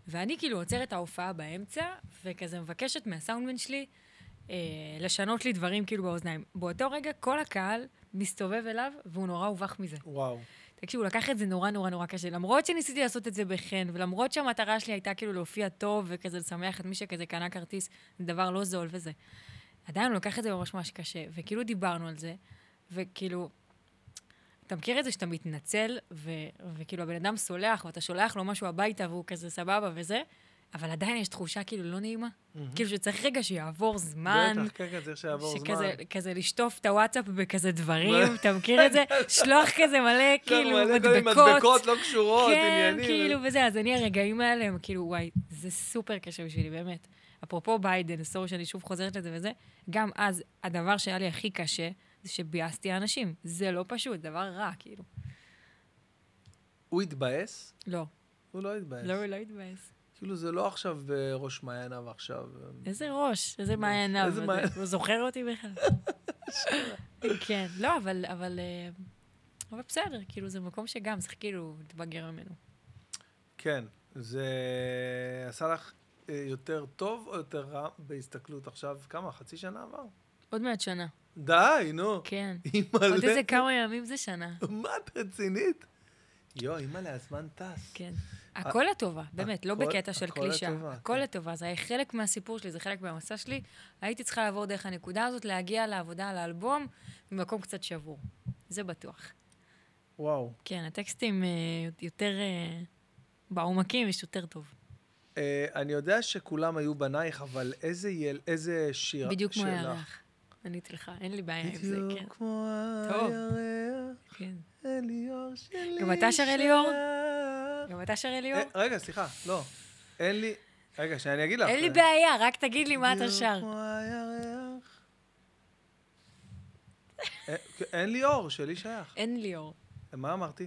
Speaker 2: ואני כאילו עוצרת את ההופעה באמצע, וכזה מבקשת מהסאונדמן שלי אה, לשנות לי דברים כאילו באוזניים. באותו רגע כל הקהל מסתובב אליו, והוא נורא הובך מזה.
Speaker 1: וואו.
Speaker 2: תקשיבו, לקח את זה נורא נורא נורא קשה. למרות שניסיתי לעשות את זה בחן, ולמרות שהמטרה שלי הייתה כאילו להופיע טוב, וכזה לשמח את מי שכזה קנה כרטיס, זה דבר לא זול וזה. עדיין הוא לקח את זה ממש ממש קשה, וכאילו דיברנו על זה, וכאילו... אתה מכיר את זה שאתה מתנצל, ו- וכאילו הבן אדם סולח, ואתה שולח לו משהו הביתה, והוא כזה סבבה וזה, אבל עדיין יש תחושה כאילו לא נעימה. כאילו שצריך רגע שיעבור זמן.
Speaker 1: בטח, כן, כן, צריך שיעבור זמן.
Speaker 2: שכזה כזה לשטוף את הוואטסאפ בכזה דברים, אתה מכיר את זה? שלוח כזה מלא, כאילו,
Speaker 1: מלא כל מיני
Speaker 2: מדבקות.
Speaker 1: מדבקות לא קשורות,
Speaker 2: כן,
Speaker 1: עניינים.
Speaker 2: כאילו, וזה, אז אני, הרגעים האלה הם כאילו, וואי, זה סופר קשה בשבילי, באמת. אפרופו ביידן, סורי שאני שוב חוזרת לזה וזה, גם אז, הדבר שהיה לי הכי קשה, זה שביאסתי אנשים. זה לא פשוט, דבר רע, כאילו.
Speaker 1: הוא התבאס?
Speaker 2: לא,
Speaker 1: הוא לא התבאס.
Speaker 2: לא, הוא לא התבאס.
Speaker 1: כאילו, זה לא עכשיו בראש מעייניו עכשיו.
Speaker 2: איזה ראש, איזה מעיין אב,
Speaker 1: איזה מעיין.
Speaker 2: הוא זוכר אותי בכלל. כן, לא, אבל, אבל, אה, אבל בסדר, כאילו, זה מקום שגם צריך כאילו להתבגר ממנו.
Speaker 1: כן, זה עשה לך אה, יותר טוב או יותר רע בהסתכלות עכשיו? כמה? חצי שנה עבר?
Speaker 2: עוד מעט שנה,
Speaker 1: די, נו.
Speaker 2: כן.
Speaker 1: אימא'לה.
Speaker 2: עוד איזה כמה ימים זה שנה.
Speaker 1: מה, את רצינית? יואו, אימא'לה, הזמן טס.
Speaker 2: כן. הכל לטובה, באמת, לא
Speaker 1: הכל-
Speaker 2: בקטע של
Speaker 1: הכל
Speaker 2: קלישה.
Speaker 1: לטובה,
Speaker 2: הכל
Speaker 1: כן.
Speaker 2: לטובה, זה היה חלק מהסיפור שלי, זה חלק מהמסע שלי. הייתי צריכה לעבור דרך הנקודה הזאת, להגיע לעבודה על האלבום, ממקום קצת שבור. זה בטוח.
Speaker 1: וואו.
Speaker 2: כן, הטקסטים אה, יותר אה, בעומקים, יש יותר טוב.
Speaker 1: אה, אני יודע שכולם היו בנייך, אבל איזה יל- איזה שיר שלך?
Speaker 2: בדיוק כמו הירח. עניתי לך, אין לי בעיה עם זה, כן.
Speaker 1: בדיוק כמו
Speaker 2: טוב.
Speaker 1: הירח.
Speaker 2: כן.
Speaker 1: אליאור שלי.
Speaker 2: גם אתה שר אליאור?
Speaker 1: שלך.
Speaker 2: גם אתה שר לי
Speaker 1: אה, רגע, סליחה, לא. אין לי... רגע, שאני אגיד לך.
Speaker 2: אין לי בעיה, רק תגיד לי מה אתה
Speaker 1: לא, אה. בדיוק
Speaker 2: שר.
Speaker 1: כמו הירח. אה, אין לי אור, שלי שייך.
Speaker 2: אין ליאור.
Speaker 1: מה אמרתי?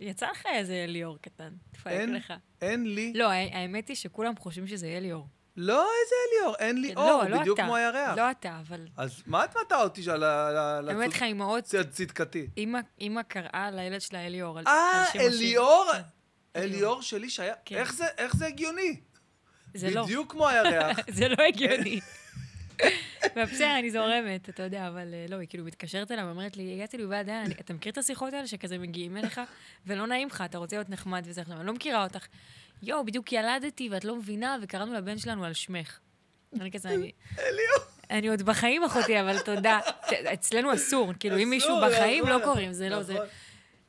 Speaker 2: יצא לך איזה ליאור קטן, תפהק
Speaker 1: אין-
Speaker 2: לך.
Speaker 1: אין לי...
Speaker 2: לא, הא- האמת היא שכולם חושבים שזה יהיה ליאור.
Speaker 1: לא, איזה אין לי אור? אין לי
Speaker 2: כן,
Speaker 1: אור,
Speaker 2: לא, לא
Speaker 1: בדיוק
Speaker 2: אתה.
Speaker 1: כמו הירח.
Speaker 2: לא אתה, אבל...
Speaker 1: אז מה את מטעה אותי על ה- על ה...
Speaker 2: אני אומרת לך, אמהות,
Speaker 1: צדקתי.
Speaker 2: אמא- אמא קראה לילד שלה אליאור. על-
Speaker 1: אה,
Speaker 2: על שם השיר.
Speaker 1: אליאור?
Speaker 2: כן.
Speaker 1: אליאור שלי שייך?
Speaker 2: כן.
Speaker 1: איך זה- איך זה הגיוני?
Speaker 2: זה לא.
Speaker 1: בדיוק כמו הירח.
Speaker 2: זה לא הגיוני. ובסדר, אני זורמת, אתה יודע, אבל אה, לא, היא כאילו מתקשרת אליו, אומרת לי, הגעתי לוועדה, אני- אתה מכיר את השיחות האלה שכזה מגיעים אליך, ולא נעים לך, אתה רוצה להיות נחמד וזה, עכשיו, אני לא מכירה אותך. יואו, בדיוק ילדתי ואת לא מבינה, וקראנו לבן שלנו על שמך. אני כזה, אני... אני עוד בחיים, אחותי, אבל תודה. ת- אצלנו אסור, כאילו, אם מישהו
Speaker 1: אסור,
Speaker 2: בחיים לא
Speaker 1: נכון,
Speaker 2: קוראים, זה לא, זה...
Speaker 1: נכון.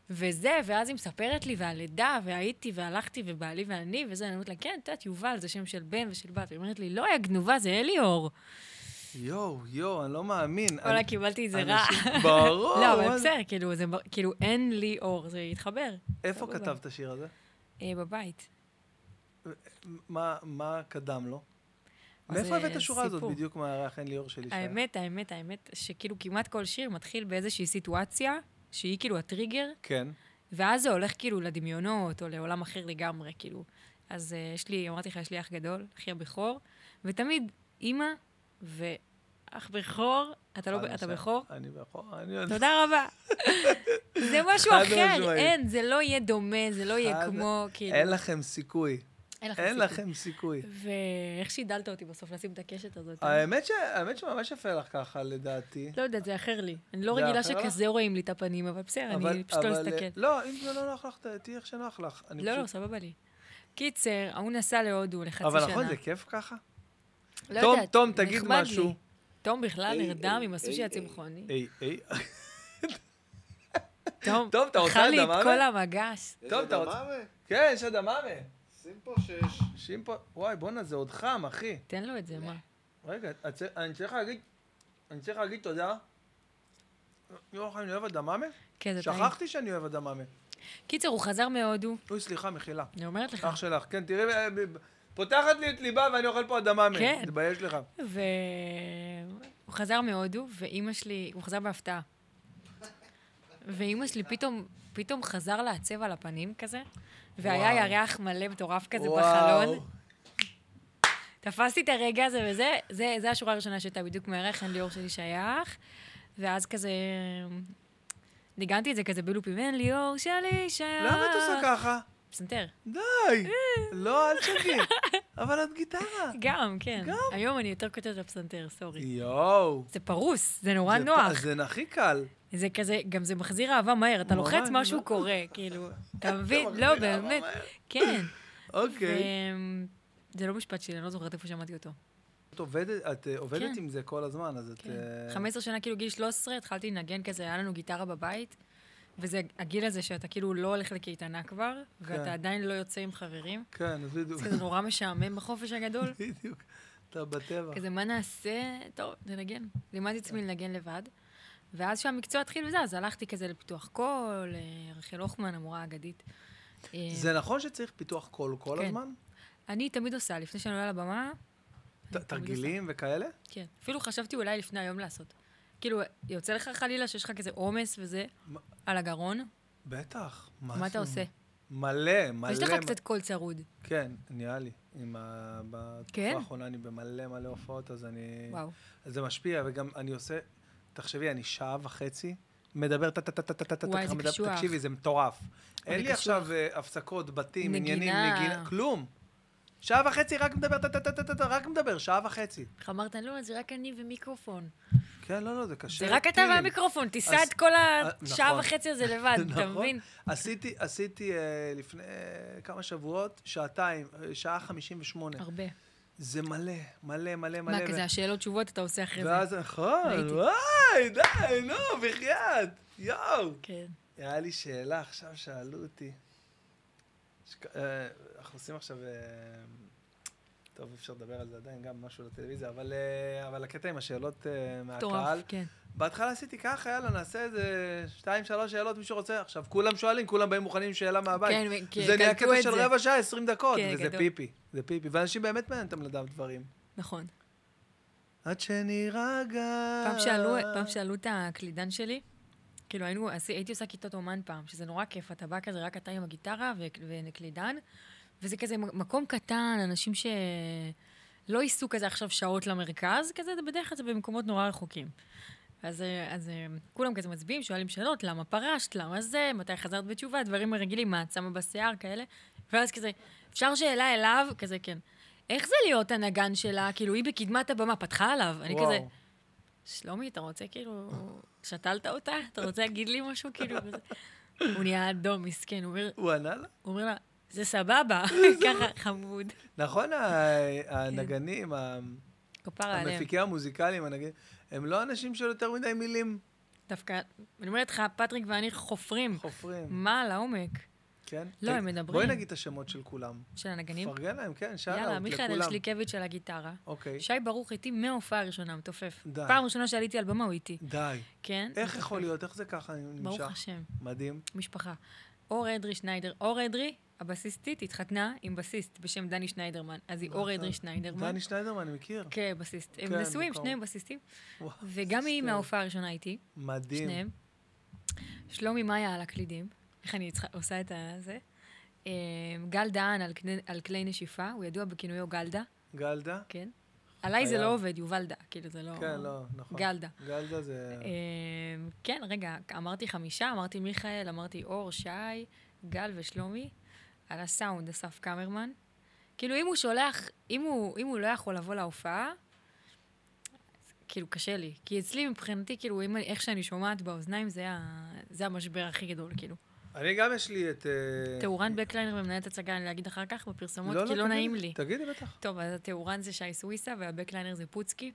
Speaker 2: וזה, ואז היא מספרת לי, והלידה, והייתי, והלכתי, ובעלי ואני, וזה, אני אומרת לה, כן, את יודעת, יובל זה שם של בן ושל בת. היא אומרת לי, לא, יא גנובה, זה אליאור.
Speaker 1: יואו, יואו, אני לא מאמין.
Speaker 2: וואלה,
Speaker 1: אני-
Speaker 2: קיבלתי את זה רע.
Speaker 1: אנשים- ברור.
Speaker 2: לא, אבל
Speaker 1: וואלה.
Speaker 2: בסדר, כאילו, זה בר- כאילו, אין לי אור, זה התחבר.
Speaker 1: איפה
Speaker 2: סבבה.
Speaker 1: כתבת את השיר הזה?
Speaker 2: אה, בבית.
Speaker 1: מה- מה קדם לו?
Speaker 2: אז
Speaker 1: מאיפה
Speaker 2: זה
Speaker 1: הבאת את השורה הזאת?
Speaker 2: סיפור.
Speaker 1: בדיוק מהירח, אין לי אור שלי. שייך.
Speaker 2: האמת, האמת, האמת, שכאילו כמעט כל שיר מתחיל באיזושהי סיטואציה, שהיא כאילו הטריגר,
Speaker 1: כן.
Speaker 2: ואז זה הולך כאילו לדמיונות, או לעולם אחר לגמרי, כאילו. אז uh, יש לי, אמרתי לך, יש לי אח גדול, אחי הבכור, ותמיד אימא ואח בכור, אתה לא,
Speaker 1: אני
Speaker 2: אתה
Speaker 1: שם.
Speaker 2: בכור?
Speaker 1: אני בכור. אני יודע.
Speaker 2: תודה רבה. זה משהו
Speaker 1: חד
Speaker 2: אחר,
Speaker 1: משמעית.
Speaker 2: אין, זה לא יהיה דומה, זה לא יהיה
Speaker 1: חד-
Speaker 2: כמו, כאילו,
Speaker 1: אין לכם סיכוי.
Speaker 2: לכם
Speaker 1: אין
Speaker 2: סיכוי.
Speaker 1: לכם סיכוי.
Speaker 2: ואיך שידלת אותי בסוף לשים את הקשת הזאת?
Speaker 1: האמת ש- האמת שממש יפה לך ככה, לדעתי.
Speaker 2: לא יודעת, זה אחר לי. אני לא
Speaker 1: אה, זה
Speaker 2: רגילה
Speaker 1: אחר לך?
Speaker 2: שכזה רואים לי את הפנים, אבל בסדר,
Speaker 1: אבל-
Speaker 2: אני פשוט לא
Speaker 1: אבל, אה,
Speaker 2: אסתכל.
Speaker 1: לא, אם זה לא נוח לך, ת- תהיי איך שנוח לך. אני
Speaker 2: לא,
Speaker 1: פשוט-
Speaker 2: לא, סבבה לי. קיצר, ההוא נסע להודו לחצי שנה.
Speaker 1: אבל נכון, זה כיף ככה?
Speaker 2: לא
Speaker 1: תום,
Speaker 2: יודעת,
Speaker 1: תום, תגיד
Speaker 2: נחמד
Speaker 1: משהו. אה,
Speaker 2: לי. תום בכלל
Speaker 3: היי,
Speaker 2: נרדם
Speaker 3: היי,
Speaker 2: עם הסושי
Speaker 3: היי,
Speaker 2: הצמחוני.
Speaker 1: היי, היי.
Speaker 2: תום,
Speaker 1: אה, תום, אתה רוצה
Speaker 2: אכל לי
Speaker 1: אדמה,
Speaker 2: את
Speaker 1: אבל?
Speaker 2: כל המגש.
Speaker 3: יש
Speaker 1: טוב, אתה
Speaker 3: אדמה,
Speaker 1: רוצה-
Speaker 3: ו-
Speaker 1: כן, יש אדמה.
Speaker 3: שים פה שש.
Speaker 1: שימפו... וואי, בואנה, זה עוד חם, אחי.
Speaker 2: תן לו את זה, מה?
Speaker 1: רגע, את- אני צריך להגיד... אני צריך להגיד תודה. יואו, אני אוהב אדממה?
Speaker 2: כן, זה טעים.
Speaker 1: שכחתי שאני אוהב אדממה.
Speaker 2: קיצר, הוא חזר מהודו,
Speaker 1: אוי, סליחה, מחילה.
Speaker 2: אני אומרת לך.
Speaker 1: אח שלך. כן, תראי, אה, ב- פותחת לי את ליבה ואני אוכל פה אדממה.
Speaker 2: כן.
Speaker 1: תתבייש לך.
Speaker 2: והוא חזר מהודו, ואימא שלי, הוא חזר בהפתעה. ואימא שלי פתאום, פתאום חזר לעצב על הפנים כזה, והיה
Speaker 1: וואו.
Speaker 2: ירח מלא מטורף כזה
Speaker 1: וואו.
Speaker 2: בחלון. תפסתי את הרגע הזה וזה, זה, זה השורה הראשונה שהייתה בדיוק מהירך, אין לי אור שלי שייך. ואז כזה... ניגנתי את זה כזה בלופים, אין לי אור שלי שייך.
Speaker 1: למה את
Speaker 2: אה.
Speaker 1: עושה ככה?
Speaker 2: פסנתר. אה.
Speaker 1: די! לא, אל תשכחי. אבל את גיטרה.
Speaker 2: גם, כן.
Speaker 1: גם?
Speaker 2: היום אני יותר כותבת על פסנתר, סורי.
Speaker 1: יואו.
Speaker 2: זה פרוס, זה נורא
Speaker 1: זה פ-
Speaker 2: נוח.
Speaker 1: זה הכי קל.
Speaker 2: זה כזה, גם זה מחזיר אהבה מהר, אתה
Speaker 1: ממש,
Speaker 2: לוחץ, משהו
Speaker 1: ממש.
Speaker 2: קורה, כאילו, אתה מבין?
Speaker 1: לא- מחזיר
Speaker 2: לא,
Speaker 1: אהבה
Speaker 2: באמת,
Speaker 1: מהר.
Speaker 2: כן.
Speaker 1: אוקיי.
Speaker 2: אמ, זה לא משפט שלי, אני לא זוכרת איפה שמעתי אותו.
Speaker 1: את עובדת, את אה, עובדת
Speaker 2: כן.
Speaker 1: עם זה כל הזמן, אז את...
Speaker 2: כן.
Speaker 1: אה,
Speaker 2: 15 שנה, כאילו גיל 13, התחלתי לנגן כזה, היה לנו גיטרה בבית, וזה הגיל הזה שאתה כאילו לא הולך לקייטנה כבר,
Speaker 1: כן.
Speaker 2: ואתה עדיין לא יוצא עם חברים.
Speaker 1: כן, אז בדיוק.
Speaker 2: אז כזה נורא משעמם בחופש הגדול.
Speaker 1: בדיוק. אתה בטבע.
Speaker 2: כזה, מה נעשה? טוב, ננגן. לימדתי עצמי לנגן לבד. ואז שהמקצוע התחיל וזה, אז הלכתי כזה לפיתוח קול, אה, רחל הוכמן, המורה האגדית. אה,
Speaker 1: זה נכון שצריך פיתוח קול כל
Speaker 2: כן.
Speaker 1: הזמן?
Speaker 2: אני תמיד עושה, לפני שאני עולה לבמה,
Speaker 1: ת- תרגילים וכאלה?
Speaker 2: כן. אפילו חשבתי אולי לפני היום לעשות. כאילו, יוצא לך חלילה שיש לך כזה עומס וזה,
Speaker 1: מה-
Speaker 2: על הגרון,
Speaker 1: בטח.
Speaker 2: מה אתה
Speaker 1: זה?
Speaker 2: עושה?
Speaker 1: מלא, מלא.
Speaker 2: יש לך
Speaker 1: מ-
Speaker 2: קצת קול צרוד.
Speaker 1: כן, נראה לי. עם ה...
Speaker 2: כן?
Speaker 1: בתקופה האחרונה אני במלא מלא הופעות, אז אני...
Speaker 2: וואו.
Speaker 1: אז זה משפיע, וגם אני עושה... תחשבי, אני שעה וחצי מדבר טה-טה-טה-טה-טה-טה,
Speaker 2: וואי,
Speaker 1: ככה
Speaker 2: זה
Speaker 1: מדבר-
Speaker 2: קשוח.
Speaker 1: תקשיבי, זה מטורף. אין לי
Speaker 2: קשוח.
Speaker 1: עכשיו אה, הפסקות, בתים,
Speaker 2: נגינה.
Speaker 1: עניינים, נגינה, כלום. שעה וחצי רק מדבר טה-טה-טה-טה, רק מדבר, שעה וחצי.
Speaker 2: איך אמרת, לא, זה רק אני ומיקרופון.
Speaker 1: כן, לא, לא, זה קשה.
Speaker 2: זה רק אתה
Speaker 1: טילים.
Speaker 2: והמיקרופון, תיסע
Speaker 1: אז-
Speaker 2: את כל
Speaker 1: נכון.
Speaker 2: השעה וחצי הזה לבד, אתה
Speaker 1: נכון.
Speaker 2: מבין?
Speaker 1: עשיתי, עשיתי אה, לפני אה, כמה שבועות, שעתיים, אה, שעה חמישים ושמונה.
Speaker 2: הרבה.
Speaker 1: זה מלא, מלא, מלא, מלא.
Speaker 2: מה,
Speaker 1: ו-
Speaker 2: כזה השאלות תשובות אתה עושה אחרי זה.
Speaker 1: ואז, נכון,
Speaker 2: ראיתי.
Speaker 1: וואי, די, נו, בחייאת, יואו.
Speaker 2: כן.
Speaker 1: היה לי שאלה, עכשיו שאלו אותי. שק- אה, אנחנו עושים עכשיו... אה, טוב, אי אפשר לדבר על זה עדיין, גם משהו לטלוויזיה, אבל, אה, אבל הקטע עם השאלות אה, מהקהל.
Speaker 2: מטורף, כן.
Speaker 1: בהתחלה עשיתי ככה, יאללה, נעשה איזה שתיים, שלוש שאלות, מישהו רוצה. עכשיו, כולם שואלים, כולם באים מוכנים עם שאלה מהבית.
Speaker 2: כן, כן,
Speaker 1: זה נהיה
Speaker 2: קלטו
Speaker 1: קטע
Speaker 2: את
Speaker 1: של
Speaker 2: זה.
Speaker 1: רבע שעה, עשרים דקות,
Speaker 2: כן,
Speaker 1: וזה
Speaker 2: גדול.
Speaker 1: פיפי. זה פיפי. ואנשים באמת מעניין אותם לדעת דברים.
Speaker 2: נכון.
Speaker 1: עד שנירגע.
Speaker 2: פעם שאלו, פעם שאלו את הקלידן שלי, כאילו היינו, עשי- הייתי עושה כיתות אומן פעם, שזה נורא כיף, אתה בא כזה, רק אתה עם הגיטרה ו- וקלידן, וזה כזה מ- מקום קטן, אנשים שלא ייסעו כזה עכשיו שעות למרכז, כזה זה בדרך כלל זה במקומות נורא רחוקים. אז, אה, אז אה, כולם כזה מצביעים, שואלים שאלות, למה פרשת, למה זה, מתי חזרת בתשובה, דברים הרגילים, מה את שמה בשיער, כאלה. ואז כזה, אפשר שאלה אליו, כזה כן. איך זה להיות הנגן שלה? כאילו, היא בקדמת הבמה, פתחה עליו. אני כזה,
Speaker 1: וואו.
Speaker 2: שלומי, אתה רוצה כאילו... שתלת אותה? אתה רוצה להגיד לי משהו? כאילו... וזה. הוא נהיה אדום, מסכן, הוא אומר-
Speaker 1: הוא ענה לה?
Speaker 2: הוא אומר לה, זה סבבה, ככה חמוד.
Speaker 1: נכון, ה- הנגנים, ה-
Speaker 2: כפרה עליהם.
Speaker 1: המפיקים המוזיקליים, הנגנים, הם לא אנשים של יותר מדי מילים
Speaker 2: דווקא, אני אומרת לך, פטריק ואני חופרים.
Speaker 1: חופרים,
Speaker 2: מה לעומק?
Speaker 1: כן?
Speaker 2: לא, הם
Speaker 1: תגיד-
Speaker 2: מדברים.
Speaker 1: בואי נגיד את השמות של כולם.
Speaker 2: של הנגנים?
Speaker 1: פרגן להם, כן, שאלה
Speaker 2: יאללה,
Speaker 1: לכולם.
Speaker 2: מיכאל אלשליקביץ' על הגיטרה.
Speaker 1: אוקיי.
Speaker 2: שי ברוך איתי מההופעה הראשונה, מתופף.
Speaker 1: די.
Speaker 2: פעם ראשונה שעליתי על במה הוא איתי.
Speaker 1: די.
Speaker 2: כן?
Speaker 1: איך יכול להיות? איך זה ככה נמשך?
Speaker 2: ברוך השם.
Speaker 1: מדהים.
Speaker 2: משפחה. אור אדרי שניידר. אור אדרי, הבסיסטית, התחתנה עם בסיסט בשם דני שניידרמן. אז היא אור אדרי שניידרמן.
Speaker 1: נכון. דני שניידרמן, אני מכיר.
Speaker 2: כן, בסיסט.
Speaker 1: כן,
Speaker 2: הם נשואים,
Speaker 1: מקום.
Speaker 2: שניהם בסיסטים.
Speaker 1: וואו,
Speaker 2: וגם היא
Speaker 1: שטויות.
Speaker 2: מההופעה הראשונה איתי,
Speaker 1: מדהים.
Speaker 2: שניהם. שלומי מאיה על הקלידים. איך אני צריכה- עושה את זה? אה, גל דהן על כני- על כלי נשיפה, הוא ידוע בכינויו גלדה,
Speaker 1: גלדה?
Speaker 2: כן? עליי זה
Speaker 1: חייב.
Speaker 2: לא עובד, יובלדה, כאילו זה לא...
Speaker 1: כן, לא, נכון.
Speaker 2: גלדה.
Speaker 1: גלדה זה...
Speaker 2: אמ, כן, רגע, אמרתי חמישה, אמרתי מיכאל, אמרתי אור, שי, גל ושלומי. על הסאונד, אסף קמרמן. כאילו, אם הוא שולח, אם הוא, אם הוא לא יכול לבוא להופעה, אז כאילו, קשה לי. כי אצלי, מבחינתי, כאילו, אם, אני- איך שאני שומעת באוזניים, זה, ה, זה המשבר הכי גדול, כאילו.
Speaker 1: אני גם יש לי את... אה,
Speaker 2: תאורן בקליינר ומנהלת הצגה, אני להגיד אחר כך בפרסומות, כי לא
Speaker 1: תגידי.
Speaker 2: נעים לי.
Speaker 1: תגידי בטח.
Speaker 2: טוב, אז התאורן זה שי סוויסה, והבקליינר זה פוצקי.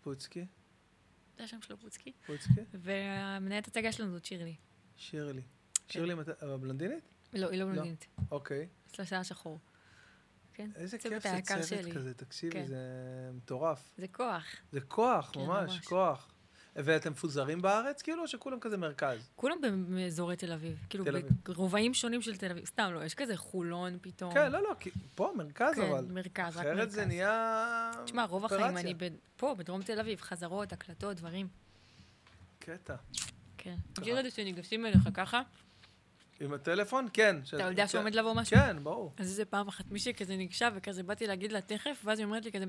Speaker 1: פוצקי,
Speaker 2: זה השם שלו פוצקי.
Speaker 1: פוצקי,
Speaker 2: והמנהלת הצגה שלנו זאת שירלי.
Speaker 1: שירלי. שירלי, מת- הבלונדינית?
Speaker 2: לא, היא לא
Speaker 1: לא.
Speaker 2: מלודינית.
Speaker 1: אוקיי.
Speaker 2: יש לה שיער שחור.
Speaker 4: כן.
Speaker 1: איזה
Speaker 4: הצוות
Speaker 1: כיף
Speaker 4: היקר
Speaker 1: זה
Speaker 4: שלי.
Speaker 1: צוות כזה, תקשיבי,
Speaker 4: כן.
Speaker 1: זה מטורף.
Speaker 4: זה כוח.
Speaker 1: זה כוח,
Speaker 4: כן,
Speaker 1: ממש,
Speaker 4: ממש.
Speaker 1: כוח. ואתם מפוזרים בארץ, כאילו, או שכולם כזה מרכז?
Speaker 4: כולם באזורי תל אביב. כאילו,
Speaker 1: תל אביב.
Speaker 4: ברובעים שונים של תל אביב. סתם לא, יש כזה חולון פתאום.
Speaker 1: כן, לא, לא, כי- פה מרכז,
Speaker 4: כן,
Speaker 1: אבל.
Speaker 4: מרכז, רק
Speaker 1: אחרת
Speaker 4: מרכז.
Speaker 1: זה נהיה...
Speaker 4: תשמע, רוב החיים
Speaker 1: אופרציה.
Speaker 4: אני ב... פה, בדרום תל אביב, חזרות, הקלטות, דברים.
Speaker 1: קטע.
Speaker 4: כן.
Speaker 1: נכון.
Speaker 2: מכיר את זה שניגשים אליך ככה?
Speaker 1: עם הטלפון? כן.
Speaker 2: אתה יודע שעומד לבוא משהו?
Speaker 1: כן, ברור.
Speaker 2: אז איזה פעם אחת מישהי כזה ניגשה וכזה באתי להגיד לה תכף, ואז היא אומרת לי כזה,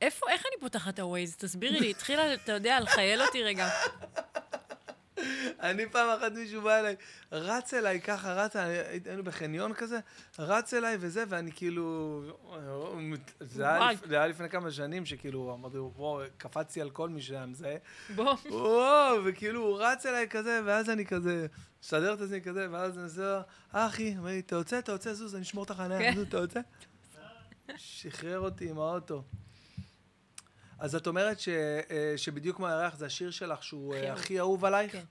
Speaker 2: איפה, איך אני פותחת את הווייז? תסבירי לי, התחילה, אתה יודע, לחייל אותי רגע.
Speaker 1: אני פעם אחת מישהו בא אליי, רץ אליי ככה, רץ, אני- היינו בחניון כזה, רץ אליי וזה, ואני כאילו... זה היה
Speaker 2: וואי.
Speaker 1: לפ- זה היה לפני כמה שנים, שכאילו, אמרתי, וואו, קפצתי על כל מי שהיה מזהה.
Speaker 2: בוא.
Speaker 1: וואו, וכאילו הוא רץ אליי כזה, ואז אני כזה, מסדר את עצמי כזה, ואז אני עושה, לו, אה אחי, אומר לי, אתה רוצה, אתה רוצה, זוז, אני אשמור את החניה,
Speaker 2: כן.
Speaker 1: זוז, אתה רוצה? שחרר אותי עם האוטו. אז את אומרת ש, אה, שבדיוק מהירח זה השיר שלך שהוא
Speaker 2: הכי
Speaker 1: אה,
Speaker 2: אהוב.
Speaker 1: הכי אהוב עלייך?
Speaker 2: כן.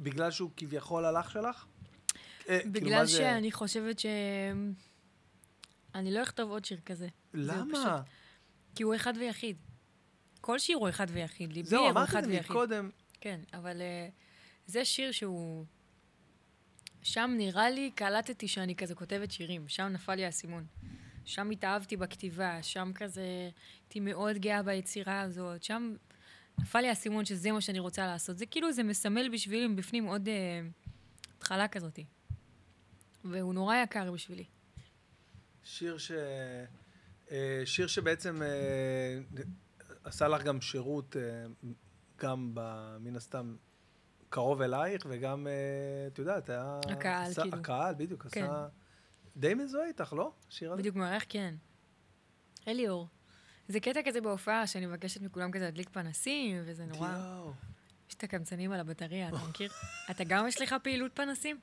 Speaker 1: בגלל שהוא כביכול הלך שלך? אה, כאילו,
Speaker 2: בגלל
Speaker 1: מה זה-
Speaker 2: שאני חושבת ש... אני לא אכתוב עוד שיר כזה.
Speaker 1: למה?
Speaker 2: פשוט כי הוא אחד ויחיד. כל שיר הוא אחד ויחיד, ליבי
Speaker 1: זהו,
Speaker 2: הוא
Speaker 1: אמרת
Speaker 2: אחד
Speaker 1: את זה
Speaker 2: ויחיד.
Speaker 1: מקודם.
Speaker 2: כן, אבל אה, זה שיר שהוא... שם נראה לי, קלטתי שאני כזה כותבת שירים, שם נפל לי האסימון. שם התאהבתי בכתיבה, שם כזה הייתי מאוד גאה ביצירה הזאת, שם נפל לי האסימון שזה מה שאני רוצה לעשות. זה כאילו, זה מסמל בשבילי מבפנים עוד אה, התחלה כזאת. והוא נורא יקר בשבילי.
Speaker 1: שיר ש... אה, שיר שבעצם אה, עשה לך גם שירות, אה, גם ב- מן הסתם קרוב אלייך, וגם, אה, את יודעת, היה...
Speaker 2: הקהל,
Speaker 1: עשה,
Speaker 2: כאילו.
Speaker 1: הקהל, בדיוק,
Speaker 2: כן.
Speaker 1: עשה... די מזוהה איתך, לא? שיר הזה?
Speaker 2: בדיוק מארח, כן. אליאור. זה קטע כזה בהופעה, שאני מבקשת מכולם כזה להדליק פנסים, וזה נורא...
Speaker 1: יואו.
Speaker 2: יש את הקמצנים על הבטריה, אתה מכיר? אתה גם יש לך פעילות פנסים?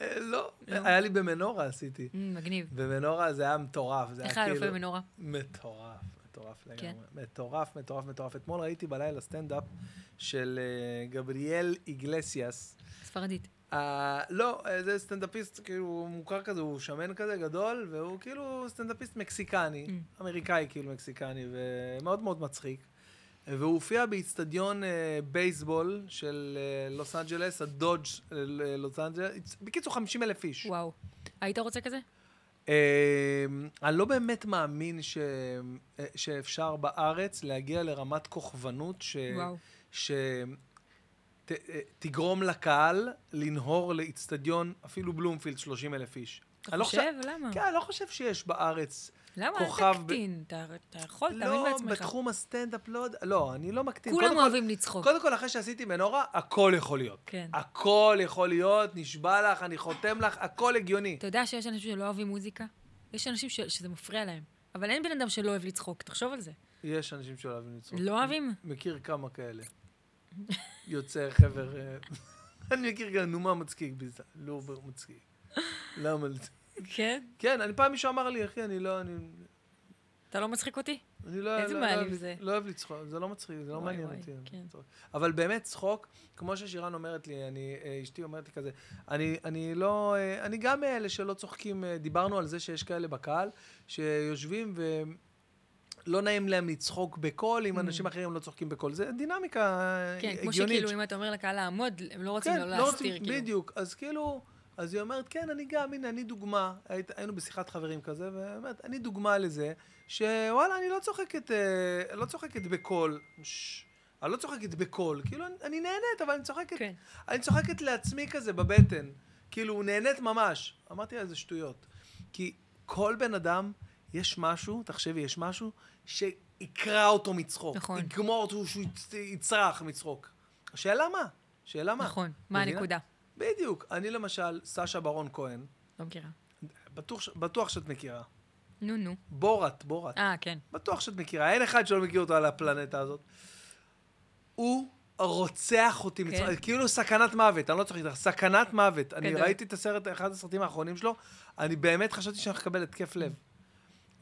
Speaker 1: אה, לא,
Speaker 2: לא.
Speaker 1: היה לי במנורה עשיתי.
Speaker 2: אמ, מגניב.
Speaker 1: במנורה זה היה מטורף, זה היה
Speaker 2: איך
Speaker 1: כאילו...
Speaker 2: היה נופל מנורה?
Speaker 1: מטורף, מטורף
Speaker 2: כן.
Speaker 1: לגמרי. מטורף, מטורף, מטורף. אתמול ראיתי בלילה סטנדאפ של אה, גבריאל איגלסיאס.
Speaker 2: ספרדית.
Speaker 1: אה, לא, אה, זה סטנדאפיסט, כאילו, הוא מוכר כזה, הוא שמן כזה גדול, והוא כאילו סטנדאפיסט מקסיקני,
Speaker 2: Mm.
Speaker 1: אמריקאי כאילו מקסיקני, ומאוד מאוד מצחיק. אה, והוא הופיע באיצטדיון אה, בייסבול של אה, לוס אנג'לס, הדודג' אה, ל- לוס אנג'לס, איצ- בקיצור 50 אלף איש.
Speaker 2: וואו. היית רוצה כזה?
Speaker 1: אה, אני לא באמת מאמין ש... אה, שאפשר בארץ להגיע לרמת כוכבנות ש...
Speaker 2: וואו.
Speaker 1: שתגרום לקהל לנהור לאיצטדיון, אפילו בלומפילד, 30 אלף איש.
Speaker 2: אתה
Speaker 1: אני לא
Speaker 2: חושב? למה?
Speaker 1: כן, אני לא חושב שיש בארץ.
Speaker 2: למה?
Speaker 1: כוכב
Speaker 2: אל
Speaker 1: ב-
Speaker 2: תקטין. אתה- אתה יכול, תאמין
Speaker 1: לא,
Speaker 2: בעצמך.
Speaker 1: בתחום הסטנדאפ, לא יודע, לא, אני לא מקטין.
Speaker 2: כולם
Speaker 1: קודם כל-
Speaker 2: אוהבים לצחוק.
Speaker 1: קודם כל, אחרי שעשיתי מנורה, הכל יכול להיות.
Speaker 2: כן.
Speaker 1: הכל יכול להיות, נשבע לך, אני חותם לך, הכל הגיוני.
Speaker 2: אתה יודע שיש אנשים שלא אוהבים מוזיקה? יש אנשים ש- שזה מפריע להם. אבל אין בן אדם שלא אוהב לצחוק, תחשוב על זה.
Speaker 1: יש אנשים שלא אוהבים לצעוק.
Speaker 2: לא אוהבים?
Speaker 1: מכיר כמה כאלה. יוצא חבר... אה, אני מכיר גם, נו מה מצחיק בזה? לא מצחיק. למה? לצ-
Speaker 2: כן?
Speaker 1: כן, אני פעם מישהו אמר לי, אחי, אני לא... אני,
Speaker 2: אתה לא מצחיק אותי?
Speaker 1: אני לא...
Speaker 2: איזה
Speaker 1: לא,
Speaker 2: מעליב
Speaker 1: לא, אוהב-
Speaker 2: זה.
Speaker 1: לא אוהב לצחוק, זה לא מצחיק, זה לא
Speaker 2: וואי,
Speaker 1: מעניין
Speaker 2: וואי,
Speaker 1: אותי.
Speaker 2: כן.
Speaker 1: צחוק. אבל באמת צחוק, כמו ששירן אומרת לי, אני, אה, אשתי אומרת לי כזה, אני, אני לא... אה, אני גם מאלה שלא צוחקים, אה, דיברנו על זה שיש כאלה בקהל, שיושבים ו... לא נעים להם לצחוק בקול, אם אנשים אחרים לא צוחקים בקול. זה דינמיקה אה,
Speaker 2: Mm. כן,
Speaker 1: הגיונית. כן,
Speaker 2: כמו שכאילו, אם אתה אומר לקהל לעמוד, הם לא רוצים לא להסתיר,
Speaker 1: רוצים-
Speaker 2: כאילו.
Speaker 1: בדיוק, אז כאילו, אז היא אומרת, כן, אני גם, הנה, אני דוגמה, היית, היינו בשיחת חברים כזה, והיא אומרת, אני דוגמה לזה, שוואלה, אני לא צוחקת, אה, לא צוחקת בקול, ש... אני לא צוחקת בקול, כאילו, אני, אני נהנית, אבל אני צוחקת,
Speaker 2: כן.
Speaker 1: אני צוחקת לעצמי כזה בבטן, כאילו, נהנית ממש. אמרתי לה, זה שטויות. כי כל בן אדם, יש משהו, תחשבי, יש משהו, שיקרע אותו מצחוק.
Speaker 2: נכון.
Speaker 1: יגמור אותו, שהוא יצ- יצרח מצחוק. השאלה מה? שאלה מה?
Speaker 2: נכון. מה
Speaker 1: מבינה?
Speaker 2: הנקודה?
Speaker 1: בדיוק. אני למשל, סשה ברון כהן,
Speaker 2: לא מכירה.
Speaker 1: בטוח, ש- בטוח שאת מכירה.
Speaker 2: נו, נו.
Speaker 1: בורת, בורת.
Speaker 2: אה, כן.
Speaker 1: בטוח שאת מכירה, אין אחד שלא מכיר אותו על הפלנטה הזאת. הוא רוצח אותי,
Speaker 2: כן.
Speaker 1: מצחוק, כאילו סכנת מוות, אני לא צריך להגיד לך, סכנת מוות. אני
Speaker 2: גדול.
Speaker 1: ראיתי את הסרט, אחד הסרטים האחרונים שלו, אני באמת חשבתי שאני הולך לקבל התקף לב.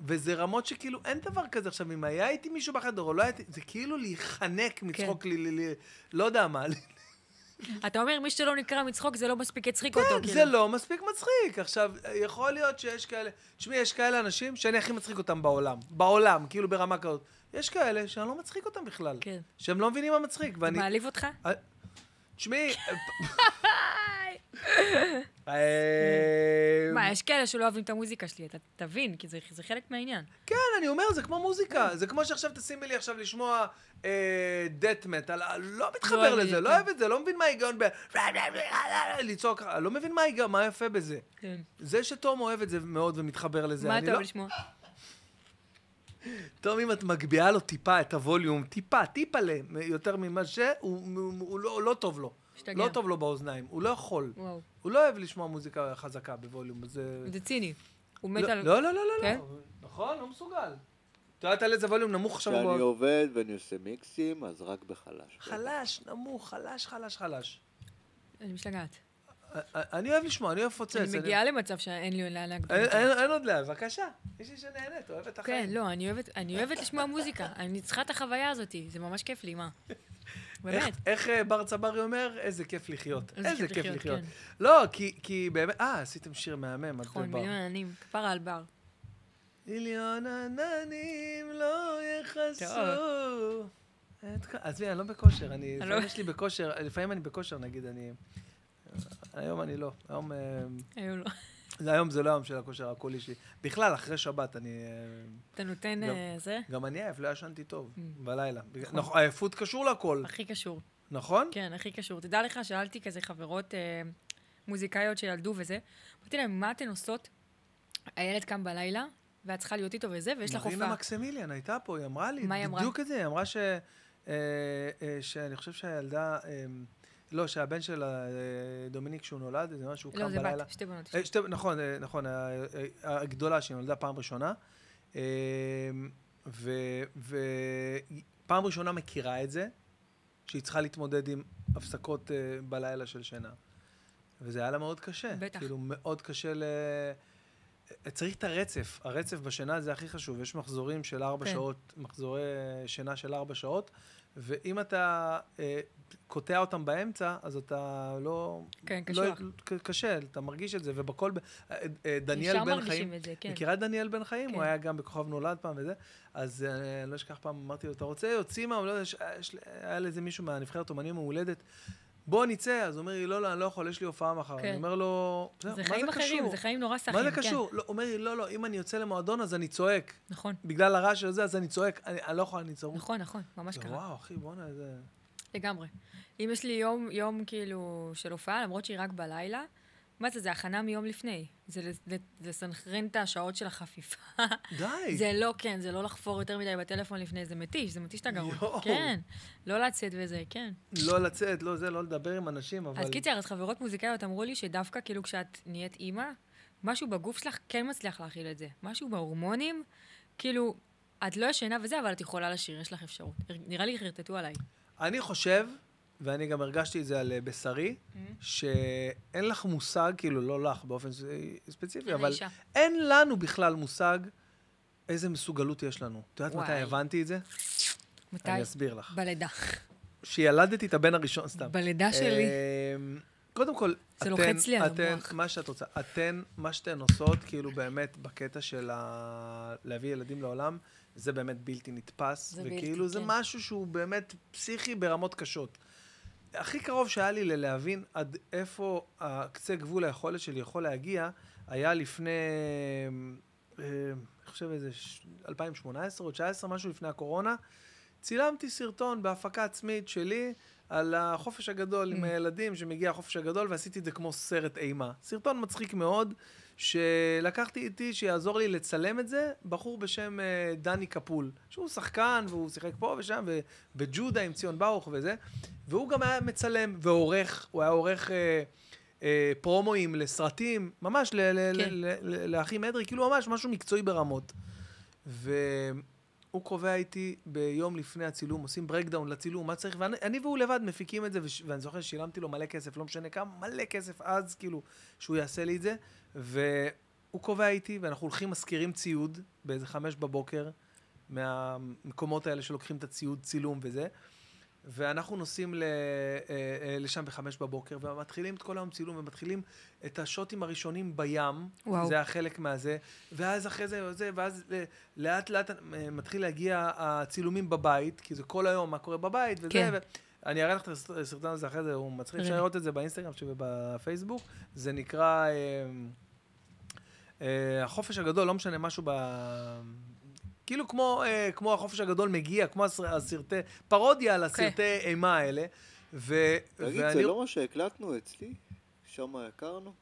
Speaker 1: וזה רמות שכאילו אין דבר כזה עכשיו, אם היה
Speaker 2: כן.
Speaker 1: איתי מישהו בחדר או לא הייתי, זה כאילו להיחנק מצחוק, לי, לי, לי, לא יודע מה,
Speaker 2: אתה אומר, מי שלא נקרע מצחוק, זה לא מספיק יצחיק אותו,
Speaker 1: כן, זה לא מספיק מצחיק. עכשיו, יכול להיות שיש כאלה... תשמעי, יש כאלה אנשים שאני הכי מצחיק אותם בעולם. בעולם, כאילו ברמה כזאת. יש כאלה שאני לא מצחיק אותם בכלל.
Speaker 2: כן.
Speaker 1: שהם לא מבינים מה מצחיק, ואני...
Speaker 2: מעליב אותך?
Speaker 1: תשמעי... אה,
Speaker 2: מה, יש כאלה שלא אוהבים את המוזיקה שלי, אתה תבין, כי זה זה חלק מהעניין.
Speaker 1: כן, אני אומר, זה כמו מוזיקה. זה כמו שעכשיו תשימי לי עכשיו לשמוע אה, דט מטאל. לא מתחבר
Speaker 2: אוהב את
Speaker 1: לזה,
Speaker 2: זה,
Speaker 1: לא
Speaker 2: כן.
Speaker 1: אוהב את זה, לא מבין מה ההיגיון ב... לצעוק, אני לא מבין מה ההיגיון, מה יפה בזה.
Speaker 2: כן.
Speaker 1: זה שתום אוהב את זה מאוד ומתחבר לזה,
Speaker 2: מה
Speaker 1: אני
Speaker 2: אתה
Speaker 1: לא...
Speaker 2: אוהב לשמוע?
Speaker 1: תום, אם את מגביהה לו טיפה את הווליום, טיפה, טיפה ל... יותר ממה ש... הוא- הוא הוא לא- הוא לא טוב לו.
Speaker 2: משתגע.
Speaker 1: לא טוב לו באוזניים, הוא לא יכול.
Speaker 2: וואו,
Speaker 1: הוא לא אוהב לשמוע מוזיקה חזקה בווליום, אז זה...
Speaker 2: זה ציני. הוא מת
Speaker 1: לא,
Speaker 2: על...
Speaker 1: לא, לא, לא, לא.
Speaker 2: כן?
Speaker 1: נכון, לא מסוגל. את יודעת על איזה ווליום נמוך עכשיו הוא...
Speaker 3: כשאני עובד ואני עושה מיקסים, אז רק בחלש.
Speaker 1: חלש, נמוך, חלש, חלש, חלש.
Speaker 2: אני משתגעת.
Speaker 1: א- א- אני אוהב לשמוע, אני אוהב לפוצץ.
Speaker 2: אני מגיעה למצב שאין לי לאן להגביל.
Speaker 1: אין-
Speaker 2: אותי.
Speaker 1: אין אין עוד לאן, בבקשה. מישהי שנהנית, אוהבת את
Speaker 2: כן,
Speaker 1: החיים.
Speaker 2: לא, אני אוהבת- אני אוהבת לשמוע מוזיקה. אני צריכה את החוויה הזאת, זה ממש כיף לי, מה? באמת.
Speaker 1: איך- איך אה, בר צברי אומר? איזה כיף לחיות.
Speaker 2: איזה
Speaker 1: איזה
Speaker 2: כיף
Speaker 1: כיף
Speaker 2: לחיות,
Speaker 1: לחיות.
Speaker 2: כן.
Speaker 1: לא, כי- כי באמת... אה, עשיתם שיר מהמם. את
Speaker 2: נכון,
Speaker 1: ובר.
Speaker 2: מיליון עננים. כפרה על בר.
Speaker 1: מיליון עננים לא יכסו.
Speaker 2: טוב.
Speaker 1: את כל- עזבי, אני לא בכושר, אני...
Speaker 2: לא-
Speaker 1: לפעמים יש לי בכושר, לפעמים אני בכושר, נגיד, אני... היום אני לא. היום... אה,
Speaker 2: היו לו.
Speaker 1: זה היום זה לא היום של הכושר הקולי שלי. בכלל, אחרי שבת אני... אה,
Speaker 2: אתה נותן
Speaker 1: גם-
Speaker 2: אה, זה?
Speaker 1: גם אני עייף, לא ישנתי טוב
Speaker 2: Mm.
Speaker 1: בלילה. נכון, עייפות קשור לכל,
Speaker 2: הכי קשור.
Speaker 1: נכון?
Speaker 2: כן, הכי קשור. תדע לך, שאלתי כזה חברות אה, מוזיקאיות שילדו וזה, אמרתי להם, מה אתן עושות? הילד קם בלילה, ואת צריכה להיות איתו וזה, ויש לך
Speaker 1: מרינה
Speaker 2: הופעה.
Speaker 1: מקסימיליאן הייתה פה, היא אמרה לי,
Speaker 2: מה היא אמרה?
Speaker 1: בדיוק את זה, היא אמרה ש... אה, אה, שאני חושב שהילדה... אה, לא, שהבן שלה, אה, דומיניק, שהוא נולד, היא אמרה שהוא קם
Speaker 2: לא, זה
Speaker 1: בלילה.
Speaker 2: בת, שתי בנות.
Speaker 1: אה, שתי, נכון, אה, נכון, ה- ה- הגדולה שהיא נולדה פעם ראשונה, אה, ו- ופעם ראשונה מכירה את זה, שהיא צריכה להתמודד עם הפסקות אה, בלילה של שינה. וזה היה לה מאוד קשה.
Speaker 2: בטח.
Speaker 1: כאילו, מאוד קשה ל... אה, צריך את הרצף, הרצף בשינה זה הכי חשוב, יש מחזורים של ארבע
Speaker 2: כן.
Speaker 1: שעות, מחזורי אה, שינה של ארבע שעות, ואם אתה אה, קוטע אותם באמצע, אז אתה לא...
Speaker 2: כן,
Speaker 1: לא,
Speaker 2: קשוח.
Speaker 1: ק- קשה, אתה מרגיש את זה, ובכל... ב- אה, אה, דניאל
Speaker 2: ישר
Speaker 1: בן
Speaker 2: מרגישים
Speaker 1: חיים...
Speaker 2: את זה, כן.
Speaker 1: מכירה את דניאל בן חיים?
Speaker 2: כן.
Speaker 1: הוא היה גם בכוכב נולד פעם וזה. אז אה, אני לא אשכח פעם, אמרתי לו, אתה רוצה יוצאים מה? הוא לא יודע, יש- יש לי- היה לאיזה מישהו מהנבחרת אומנים מהולדת. בוא נצא, אז הוא אומר לי, לא, לא, אני לא יכול, יש לי הופעה מחר.
Speaker 2: כן.
Speaker 1: אני אומר לו, "בסדר,
Speaker 2: זה
Speaker 1: מה
Speaker 2: חיים אחרים,
Speaker 1: קשור?
Speaker 2: זה חיים נורא סחים.
Speaker 1: מה זה
Speaker 2: כן.
Speaker 1: קשור? לא, הוא אומר לי, לא, לא, אם אני יוצא למועדון, אז אני צועק.
Speaker 2: נכון,
Speaker 1: בגלל הרעש של זה, אז אני צועק. אני אני לא יכול, אני צרוד.
Speaker 2: נכון, נכון, ממש ככה.
Speaker 1: וואו, אחי, בואנה, איזה...
Speaker 2: לגמרי. אם יש לי יום, יום כאילו של הופעה, למרות שהיא רק בלילה, מה זה, זה הכנה מיום לפני. זה לס- לת- לסנכרן את השעות של החפיפה.
Speaker 1: די.
Speaker 2: זה לא, כן, זה לא לחפור יותר מדי בטלפון לפני, זה מתיש, זה מתיש את הגרון.
Speaker 1: יואו.
Speaker 2: כן, לא לצאת וזה, כן.
Speaker 1: לא לצאת, לא זה, לא לדבר עם אנשים, אבל...
Speaker 2: אז קיצר, אז חברות מוזיקאיות אמרו לי שדווקא כאילו כשאת נהיית אימא, משהו בגוף שלך כן מצליח להכיל את זה. משהו בהורמונים, כאילו, את לא ישנה וזה, אבל את יכולה לשיר, יש לך אפשרות. נראה לי חרטטו עליי.
Speaker 1: אני חושב, ואני גם הרגשתי את זה על אה, בשרי,
Speaker 2: Mm-hmm.
Speaker 1: שאין לך מושג, כאילו, לא לך באופן ס- ספציפי, אבל
Speaker 2: האישה.
Speaker 1: אין לנו בכלל מושג איזה מסוגלות יש לנו. את יודעת מתי
Speaker 2: וואי.
Speaker 1: הבנתי את זה?
Speaker 2: מתי?
Speaker 1: אני אסביר לך.
Speaker 2: בלידה.
Speaker 1: שילדתי את הבן הראשון, סתם.
Speaker 2: בלידה שלי.
Speaker 1: אמ, קודם כל,
Speaker 2: זה לוחץ לי על
Speaker 1: אתן,
Speaker 2: המוח.
Speaker 1: מה שאת רוצה, אתן, מה שאתן עושות, כאילו באמת, בקטע של ה... להביא ילדים לעולם, זה באמת בלתי נתפס.
Speaker 2: זה בלתי,
Speaker 1: וכאילו זה
Speaker 2: כן.
Speaker 1: משהו שהוא באמת פסיכי ברמות קשות. הכי קרוב שהיה לי ללהבין עד איפה הקצה גבול היכולת שלי יכול להגיע, היה לפני, אה, אני חושב איזה ש- 2018 או 2019, משהו לפני הקורונה. צילמתי סרטון בהפקה עצמית שלי על החופש הגדול עם הילדים, שמגיע החופש הגדול, ועשיתי את זה כמו סרט אימה. סרטון מצחיק מאוד, שלקחתי איתי שיעזור לי לצלם את זה, בחור בשם אה, דני קפול, שהוא שחקן, והוא שיחק פה ושם, ובג'ודה עם ציון ברוך וזה, והוא גם היה מצלם ועורך, הוא היה עורך... אה, אה, פרומואים לסרטים, ממש ל- ל-
Speaker 2: כן.
Speaker 1: ל- ל- לאחים אדרי, כאילו ממש משהו מקצועי ברמות. והוא קובע איתי ביום לפני הצילום, עושים ברקדאון לצילום, מה צריך, ואני אני והוא לבד מפיקים את זה, וש, ואני זוכר ששילמתי לו מלא כסף, לא משנה כמה, מלא כסף אז, כאילו, שהוא יעשה לי את זה, והוא קובע איתי, ואנחנו הולכים, משכירים ציוד, באיזה חמש בבוקר, מהמקומות האלה שלוקחים את הציוד, צילום וזה, ואנחנו נוסעים ל, אה, אה, לשם בחמש בבוקר, ומתחילים את כל היום צילום, ומתחילים את השוטים הראשונים בים,
Speaker 2: וואו.
Speaker 1: זה היה חלק מהזה, ואז אחרי זה, זה ואז אה, לאט לאט אה, מתחיל להגיע הצילומים בבית, כי זה כל היום מה קורה בבית, וזה,
Speaker 2: כן.
Speaker 1: ו... אני אראה לך את הסרט- הסרטון הזה אחרי זה, הוא מצחיק, אפשר
Speaker 2: נראה.
Speaker 1: לראות את זה באינסטגרם שלי ובפייסבוק, זה נקרא... אה, אה, החופש הגדול, לא משנה, משהו ב... כאילו כמו, אה, כמו החופש הגדול מגיע, כמו הסר- הסרטי, פרודיה על הסרטי אימה האלה. ו...
Speaker 3: תגיד, זה לא מה שהקלטנו אצלי? שם הכרנו?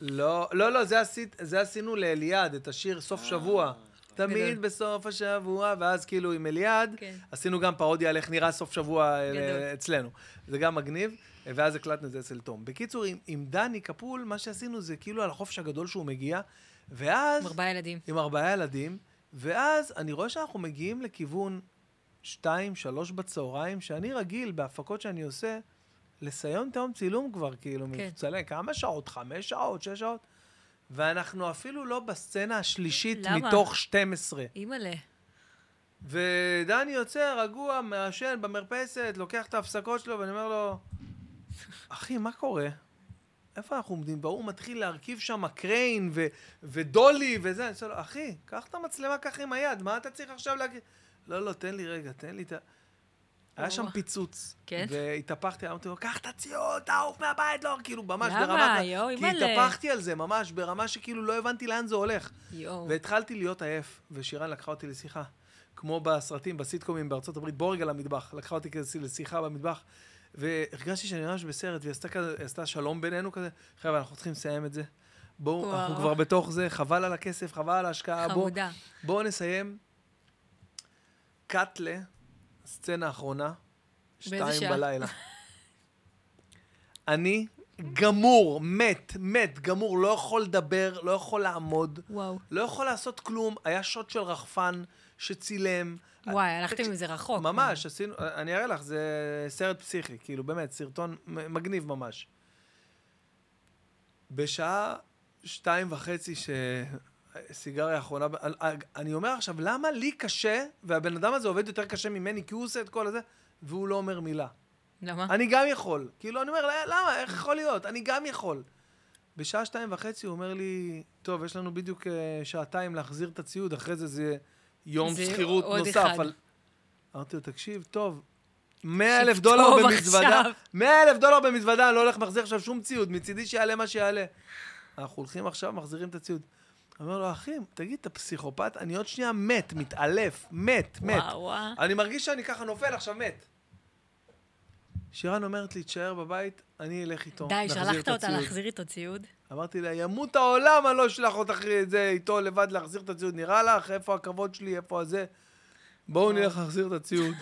Speaker 1: לא, לא, לא, זה, עשית, זה עשינו לאליעד, את השיר סוף
Speaker 3: אה.
Speaker 1: שבוע. תמיד
Speaker 2: גדול.
Speaker 1: בסוף השבוע, ואז כאילו עם אליעד,
Speaker 5: כן.
Speaker 1: עשינו גם פרודיה על איך נראה סוף שבוע אה,
Speaker 5: גדול.
Speaker 1: אצלנו. זה גם מגניב, אה, ואז הקלטנו את זה אצל תום. בקיצור, עם, עם דני קפול, מה שעשינו זה כאילו על החופש הגדול שהוא מגיע, ואז...
Speaker 2: עם ארבעה ילדים.
Speaker 1: עם ארבעה ילדים, ואז אני רואה שאנחנו מגיעים לכיוון שתיים, שלוש בצהריים, שאני רגיל בהפקות שאני עושה, לסיים את היום צילום כבר, כאילו,
Speaker 2: כן.
Speaker 1: מצלם, כמה שעות? חמש שעות? שש שעות? ואנחנו אפילו לא בסצנה השלישית
Speaker 2: למה?
Speaker 1: מתוך 12.
Speaker 2: אימא'לה.
Speaker 1: ודני יוצא רגוע, מעשן במרפסת, לוקח את ההפסקות שלו, ואני אומר לו, אחי, מה קורה? איפה אנחנו עומדים? והוא מתחיל להרכיב שם קריין ו- ודולי וזה, אני שואל לו, אחי, קח את המצלמה ככה עם היד, מה אתה צריך עכשיו להגיד? לא, לא, תן לי רגע, תן לי את ה... היה שם
Speaker 2: וואו.
Speaker 1: פיצוץ.
Speaker 2: כן?
Speaker 1: והתהפכתי, אמרתי לו, קח את הציוד, תעוף מהבית, לא, כאילו, ממש
Speaker 2: למה?
Speaker 1: ברמת...
Speaker 2: יואו,
Speaker 1: כי
Speaker 2: אימא'לה.
Speaker 1: התהפכתי על זה, ממש, ברמה שכאילו לא הבנתי לאן זה הולך.
Speaker 2: יואו.
Speaker 1: והתחלתי להיות עייף, ושירן לקחה אותי לשיחה. כמו בסרטים, בסיטקומים בארצות הברית, בורג על המטבח, לקחה אותי כזה לשיחה במטבח. והרגשתי שאני ממש בסרט, והיא עשתה, כזה, עשתה שלום בינינו כזה, חבר'ה, אנחנו צריכים לסיים את זה. בואו,
Speaker 2: וואו.
Speaker 1: אנחנו כבר בתוך זה, חבל על הכסף, חבל על ההשקעה. בואו-
Speaker 2: חמודה.
Speaker 1: בואו נסיים. קאטלה, סצנה אחרונה,
Speaker 2: באיזה
Speaker 1: שתיים
Speaker 2: שעה?
Speaker 1: בלילה. אני גמור, מת, מת, גמור, לא יכול לדבר, לא יכול לעמוד.
Speaker 2: וואו.
Speaker 1: לא יכול לעשות כלום, היה שוט של רחפן שצילם.
Speaker 2: וואי, הלכתם עם זה רחוק.
Speaker 1: ממש, עשינו, אני אראה לך, זה סרט פסיכי, כאילו באמת, סרטון מ- מגניב ממש. בשעה שתיים וחצי שסיגריה האחרונה, ב- על- על- אני אומר עכשיו, למה לי קשה, והבן אדם הזה עובד יותר קשה ממני, כי הוא עושה את כל הזה, והוא לא אומר מילה.
Speaker 2: למה?
Speaker 1: אני גם יכול. כאילו, אני אומר, "לא, למה? איך יכול להיות? אני גם יכול. בשעה שתיים וחצי הוא אומר לי, טוב, יש לנו בדיוק אה, שעתיים להחזיר את הציוד, אחרי זה זה יום
Speaker 2: זה
Speaker 1: שכירות
Speaker 2: עוד
Speaker 1: נוסף.
Speaker 2: אחד.
Speaker 1: על- אמרתי לו, תקשיב, טוב, 100 אלף
Speaker 2: שפתאום
Speaker 1: דולר במזוודה,
Speaker 2: עכשיו."
Speaker 1: 100 אלף דולר במזוודה, אני לא הולך למחזיר עכשיו שום ציוד, מצידי שיעלה מה שיעלה. אנחנו הולכים עכשיו, מחזירים את הציוד. אני אומר לו, אחי, תגיד, אתה פסיכופת? אני עוד שנייה מת, מתעלף, מת, מת.
Speaker 2: וואו, וואו.
Speaker 1: אני מרגיש שאני ככה נופל, עכשיו מת. שירן אומרת לי, תישאר בבית, אני אלך איתו.
Speaker 2: די,
Speaker 1: נחזיר את
Speaker 2: שלחת אותה
Speaker 1: הציוד."
Speaker 2: להחזיר איתו ציוד?
Speaker 1: אמרתי לה, ימות העולם, אני לא אשלח אותך את זה איתו לבד להחזיר את הציוד. נראה לך? איפה הכבוד שלי? איפה הזה? בואו נלך להחזיר את הציוד.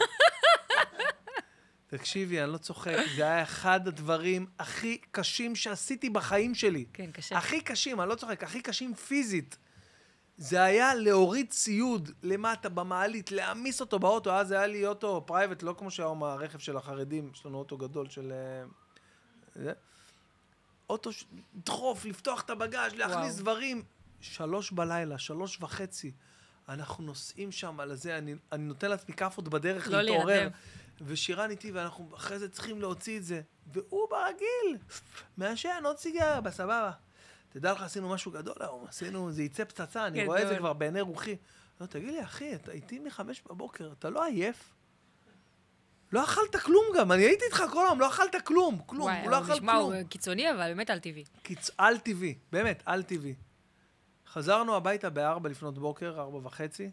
Speaker 1: תקשיבי, אני לא צוחק, זה היה אחד הדברים הכי קשים שעשיתי בחיים שלי.
Speaker 2: כן, קשה.
Speaker 1: הכי קשים, אני לא צוחק, הכי קשים פיזית. זה היה להוריד ציוד למטה במעלית, להעמיס אותו באוטו, אז היה לי אוטו פרייבט, לא כמו שהיום הרכב של החרדים, יש לנו אוטו גדול של... אה, זה. אוטו, ש- לדחוף, לפתוח את הבגאז', להכניס
Speaker 2: וואו.
Speaker 1: דברים. שלוש בלילה, שלוש וחצי, אנחנו נוסעים שם על הזה, אני, אני נותן לעצמי כאפות בדרך
Speaker 2: לא
Speaker 1: להתעורר.
Speaker 2: להירדם.
Speaker 1: ושירן איתי, ואנחנו אחרי זה צריכים להוציא את זה. והוא ברגיל, מעשן עוד סיגריה, בסבבה. תדע לך, עשינו משהו גדול היום, עשינו, זה יצא פצצה, אני רואה את זה
Speaker 2: גדול.
Speaker 1: כבר בעיני רוחי. לא, תגיד לי, אחי, אתה איתי מחמש בבוקר, אתה לא עייף? לא אכלת כלום גם, אני הייתי איתך כל היום, לא אכלת כלום, כלום,
Speaker 2: וואי,
Speaker 1: הוא לא
Speaker 2: הוא
Speaker 1: אכל
Speaker 2: נשמע,
Speaker 1: כלום. לא
Speaker 2: הוא קיצוני, אבל באמת על טבעי.
Speaker 1: קיצ... על טבעי, באמת, על טבעי. חזרנו הביתה בארבע לפנות בוקר, ארבע וחצי,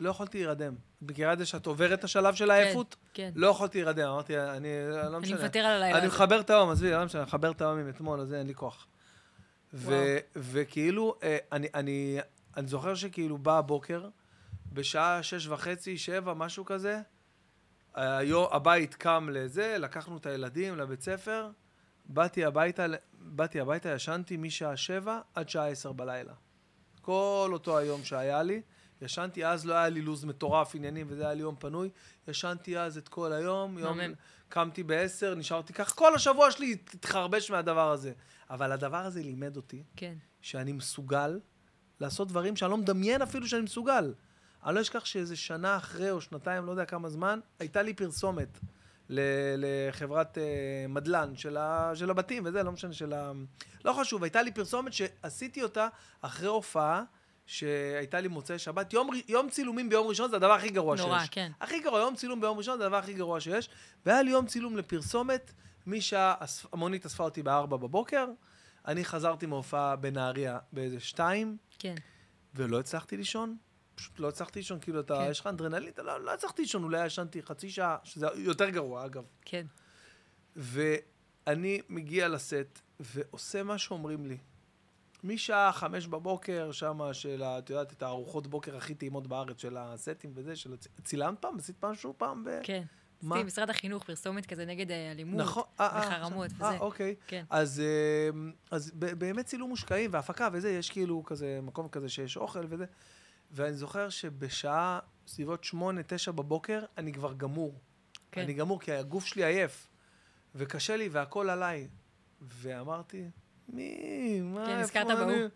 Speaker 1: לא יכולתי להירדם. את מכירה את זה שאת עוברת את השלב של העייפות?
Speaker 2: כן.
Speaker 1: לא יכולתי להירדם, אמרתי, אני לא משנה.
Speaker 2: מוותר על הלילה
Speaker 1: אני
Speaker 2: הזה.
Speaker 1: מחבר את היום, עזבי, לא משנה, מחבר את היום עם אתמול, אז אין לי כוח. ו- וכאילו, אה, אני, אני, אני זוכר שכאילו בא הבוקר, בשעה שש וחצי, שבע, משהו כזה, היו, הבית קם לזה, לקחנו את הילדים לבית ספר, באתי הביתה, ל- באתי הביתה, ישנתי משעה שבע עד שעה עשר בלילה. כל אותו היום שהיה לי, ישנתי אז, לא היה לי לו"ז מטורף, עניינים, וזה היה לי יום פנוי, ישנתי אז את כל היום, יום,
Speaker 2: מהמם.
Speaker 1: קמתי בעשר, נשארתי כך, כל השבוע שלי התחרבש מהדבר הזה. אבל הדבר הזה לימד אותי
Speaker 2: כן.
Speaker 1: שאני מסוגל לעשות דברים שאני לא מדמיין אפילו שאני מסוגל. אני לא אשכח שאיזה שנה אחרי או שנתיים, לא יודע כמה זמן, הייתה לי פרסומת ל- לחברת אה, מדלן של, ה, של הבתים וזה, לא משנה, של ה... לא חשוב, הייתה לי פרסומת שעשיתי אותה אחרי הופעה שהייתה לי מוצאי שבת. יום, ר- יום צילומים ביום ראשון זה הדבר הכי גרוע שיש.
Speaker 2: נורא, כן.
Speaker 1: הכי גרוע, יום צילום ביום ראשון זה הדבר הכי גרוע שיש. והיה לי יום צילום לפרסומת, משעה, אס- המונית אספה אותי בארבע בבוקר, אני חזרתי מהופעה בנהריה באיזה שתיים,
Speaker 2: כן.
Speaker 1: ולא הצלחתי לישון. פשוט לא הצלחתי לישון, כאילו אתה,
Speaker 2: כן.
Speaker 1: יש לך אדרנלין, אתה לא, לא הצלחתי לישון, אולי ישנתי חצי שעה, שזה יותר גרוע אגב.
Speaker 2: כן.
Speaker 1: ואני מגיע לסט ועושה מה שאומרים לי. משעה חמש בבוקר, שמה של, ה- את יודעת, את הארוחות בוקר הכי טעימות בארץ של הסטים וזה, של... הצ- צילמת פעם? עשית משהו פעם? ב...
Speaker 2: כן.
Speaker 1: מה?
Speaker 2: עשיתי משרד החינוך פרסומת כזה נגד אה, אלימות.
Speaker 1: נכון, אה, אה,
Speaker 2: וחרמות
Speaker 1: עכשיו, אה,
Speaker 2: וזה.
Speaker 1: אוקיי.
Speaker 2: כן.
Speaker 1: אז, אה, אז ב- באמת צילום מושקעים והפקה וזה, יש כאילו כזה מקום כזה שיש אוכל וזה. ואני זוכר שבשעה סביבות שמונה, תשע בבוקר, אני כבר גמור.
Speaker 2: כן.
Speaker 1: אני גמור כי הגוף שלי עייף, וקשה לי והכל עליי. ואמרתי, מי? מה,
Speaker 2: כן,
Speaker 1: איפה
Speaker 2: נזכרת
Speaker 1: אני?"
Speaker 2: בהוא.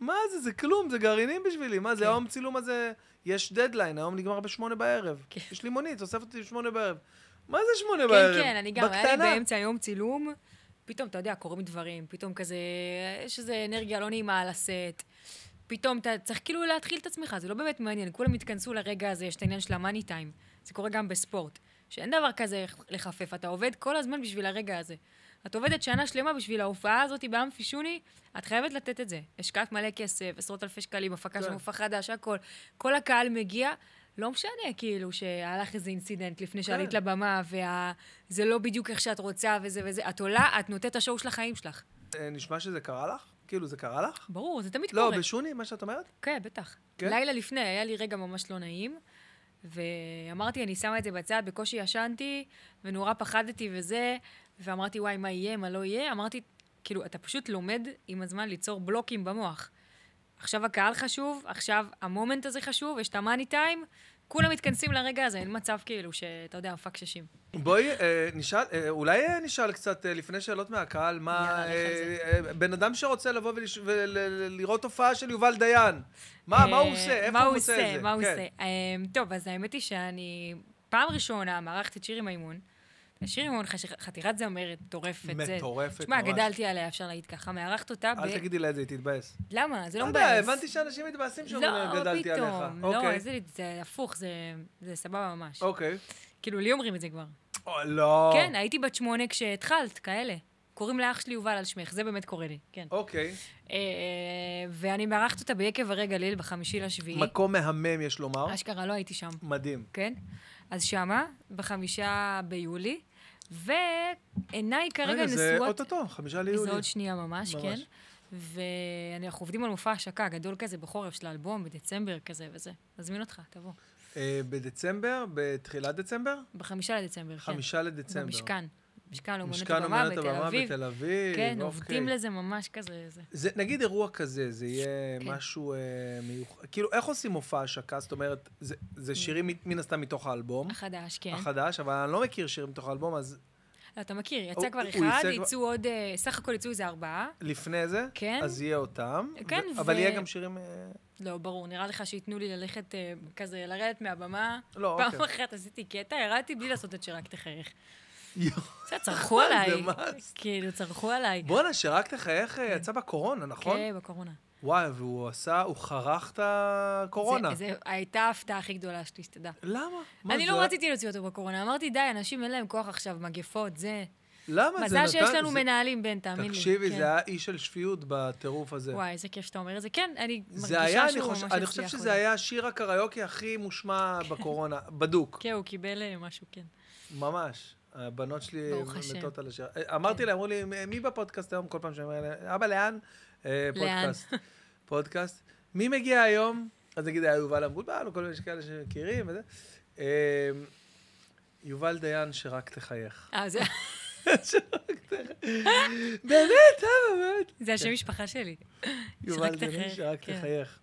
Speaker 1: מה זה, זה כלום, זה גרעינים בשבילי. מה זה,
Speaker 2: כן.
Speaker 1: היום צילום הזה, יש דדליין, היום נגמר בשמונה בערב.
Speaker 2: כן.
Speaker 1: יש לי מונית, אוספת אותי בשמונה בערב. מה זה שמונה בערב?
Speaker 2: כן, כן, אני גם, היה לי
Speaker 1: בקטנה.
Speaker 2: באמצע היום צילום, פתאום, אתה יודע, קורים דברים, פתאום כזה, יש איזו אנרגיה לא נעימה על הסט. פתאום אתה צריך כאילו להתחיל את עצמך, זה לא באמת מעניין, כולם התכנסו לרגע הזה, יש את העניין של המאני טיים, זה קורה גם בספורט, שאין דבר כזה לחפף, אתה עובד כל הזמן בשביל הרגע הזה. את עובדת שנה שלמה בשביל ההופעה הזאת באמפי שוני, את חייבת לתת את זה. השקעת מלא כסף, עשרות אלפי שקלים, הפקה של
Speaker 1: כן.
Speaker 2: מופע חדש, הכל. כל הקהל מגיע, לא משנה כאילו שהיה לך איזה אינסידנט לפני שעלית
Speaker 1: כן.
Speaker 2: לבמה, וזה לא בדיוק איך שאת רוצה וזה וזה, את עולה, את נותנת את השואו של החיים שלך.
Speaker 1: אה, נשמע שזה קרה לך? כאילו, זה קרה לך?
Speaker 2: ברור, זה תמיד
Speaker 1: לא,
Speaker 2: קורה.
Speaker 1: בשוני, מה שאת אומרת?
Speaker 2: כן, בטח.
Speaker 1: כן?
Speaker 2: כן? לילה לפני, היה לי רגע ממש לא נעים, ואמרתי, אני שמה את זה בצד, בקושי ישנתי, ונורא פחדתי וזה, ואמרתי, וואי, מה יהיה, מה לא יהיה? אמרתי, כאילו, אתה פשוט לומד עם הזמן ליצור בלוקים במוח. עכשיו הקהל חשוב, עכשיו המומנט הזה חשוב, יש את המאני טיים, כולם מתכנסים לרגע הזה, אין מצב כאילו שאתה יודע, פאק ששים.
Speaker 1: בואי, אה, נשאל, אה, אולי אה, נשאל קצת, אה, לפני שאלות מהקהל, מה...
Speaker 2: יאללה, לך על
Speaker 1: אה, אה, בן אדם שרוצה לבוא ולש- ולראות הופעה של יובל דיין, מה מה הוא
Speaker 2: אה,
Speaker 1: עושה? איפה
Speaker 2: מה
Speaker 1: הוא עושה את זה?
Speaker 2: מה הוא
Speaker 1: כן.
Speaker 2: עושה? אה, טוב, אז האמת היא שאני פעם ראשונה מארחת את שירי מימון. שירי מימון חש- חתיכת זמרת מטורפת. זה-
Speaker 1: מטורפת,
Speaker 2: תשמע,
Speaker 1: ממש.
Speaker 2: גדלתי עליה, אפשר להגיד ככה. מארחת אותה ב...
Speaker 1: אל תגידי לה את זה, היא תתבאס.
Speaker 2: למה? זה לא
Speaker 1: לא יודע,
Speaker 2: מבאס.
Speaker 1: הבנתי שאנשים מתבאסים
Speaker 2: לא,
Speaker 1: שאומרים להם, גדלתי עליך.
Speaker 2: פתאום. לא,
Speaker 1: אוקיי.
Speaker 2: איזה- זה הפוך, זה- זה סבבה ממש.
Speaker 1: אוקיי.
Speaker 2: כאילו, לי אומרים את זה כבר.
Speaker 1: או, לא.
Speaker 2: כן, הייתי בת שמונה כשהתחלת, כאלה. קוראים לאח שלי יובל על שמך, זה באמת קורה לי, כן.
Speaker 1: אוקיי.
Speaker 2: אה, אה, ואני מארחת אותה ביקב הרי גליל בחמישי לשביעי.
Speaker 1: מקום מהמם, יש לומר.
Speaker 2: אשכרה, לא הייתי שם.
Speaker 1: מדהים.
Speaker 2: כן? אז שמה, בחמישה ביולי, ועיניי כרגע
Speaker 1: רגע, זה
Speaker 2: נשואות...
Speaker 1: אוטוטו, חמישה
Speaker 2: זה
Speaker 1: ליולי.
Speaker 2: עוד שנייה ממש,
Speaker 1: ממש.
Speaker 2: כן? ואנחנו עובדים על מופע השקה גדול כזה בחורף של האלבום, בדצמבר כזה וזה. נזמין אותך, תבוא.
Speaker 1: אה, בדצמבר, בתחילת דצמבר?
Speaker 2: בחמישה לדצמבר, כן.
Speaker 1: חמישה לדצמבר.
Speaker 2: במשכן. משכן לאומנות
Speaker 1: משכן
Speaker 2: הבמה
Speaker 1: אומנת
Speaker 2: בתל
Speaker 1: הבמה
Speaker 2: אביב.
Speaker 1: בתל אביב.
Speaker 2: כן,
Speaker 1: אוקיי.
Speaker 2: עובדים לזה ממש כזה, זה.
Speaker 1: זה, נגיד אירוע כזה, זה יהיה
Speaker 2: כן.
Speaker 1: משהו אה, מיוחד. כאילו, איך עושים מופע השקה? זאת אומרת, זה, זה שירים מ- מן הסתם מתוך האלבום
Speaker 2: החדש, Mm. כן.
Speaker 1: החדש, אבל אני לא מכיר שירים מתוך האלבום, אז
Speaker 2: לא, אתה מכיר,
Speaker 1: הוא-
Speaker 2: יצא כבר
Speaker 1: הוא
Speaker 2: אחד,
Speaker 1: יצא כבר-
Speaker 2: יצאו עוד, אה, סך הכל יצאו איזה ארבעה.
Speaker 1: לפני זה,
Speaker 2: כן.
Speaker 1: אז יהיה אותם.
Speaker 2: כן,
Speaker 1: ו...
Speaker 2: ו-
Speaker 1: אבל יהיה גם שירים... אה,
Speaker 2: לא, ברור, נראה לך שייתנו לי ללכת אה, כזה, לרדת מהבמה.
Speaker 1: לא,
Speaker 2: פעם
Speaker 1: אוקיי.
Speaker 2: אחת עשיתי קטע, ירדתי בלי לעשות את שרק תחייך.
Speaker 1: יואו,
Speaker 2: בסדר, צרחו עליי.
Speaker 1: זה must.
Speaker 2: כאילו, צרחו עליי.
Speaker 1: בואנה, שרק תחייך אה, יצא בקורונה, נכון?
Speaker 2: כן, בקורונה.
Speaker 1: וואי, והוא עשה, הוא חרך את הקורונה.
Speaker 2: זה- זה הייתה ההפתעה הכי גדולה שלי, שתדע.
Speaker 1: למה? מה
Speaker 2: אני
Speaker 1: זה?
Speaker 2: לא רציתי להוציא אותו בקורונה, אמרתי, די, אנשים אין להם כוח עכשיו, מגפות, זה.
Speaker 1: למה זה
Speaker 2: מזל שיש
Speaker 1: נתן-
Speaker 2: לנו
Speaker 1: זה-
Speaker 2: מנהלים, בן, תאמין לי.
Speaker 1: תקשיבי,
Speaker 2: כן.
Speaker 1: זה היה אי של שפיות בטירוף הזה.
Speaker 2: וואי, איזה כיף שאתה אומר את זה. כן, אני
Speaker 1: זה היה,
Speaker 2: מרגישה
Speaker 1: אני
Speaker 2: שהוא ממש
Speaker 1: חושב,
Speaker 2: הצליח. כן.
Speaker 1: אני חושב
Speaker 2: בזה.
Speaker 1: שזה היה שיר הקריוקי הכי מושמע בקורונה, בדוק,
Speaker 2: כן, הוא קיבל אה, משהו, כן.
Speaker 1: ממש. הבנות שלי
Speaker 2: ברוך השם. כן.
Speaker 1: מתות על השיר. אה, אמרתי להם, אמרו לי, "מ- מי בפודקאסט היום? כל פעם שאני אומר להם, אבא, לאן? אה,
Speaker 2: לאן?
Speaker 1: פודקאסט. פודקאסט. מי מגיע היום? אז נגיד היה יובל אמבולבל, או כל מיני כאלה שמכירים וזה. אה, יובל דיין, שרק תחייך.
Speaker 2: אה, זה-
Speaker 1: באמת, אה, באמת.
Speaker 2: זה השם משפחה שלי.
Speaker 1: יובל
Speaker 2: שרק
Speaker 1: דיין,
Speaker 2: תחייך,
Speaker 1: שרק
Speaker 2: כן.
Speaker 1: תחייך.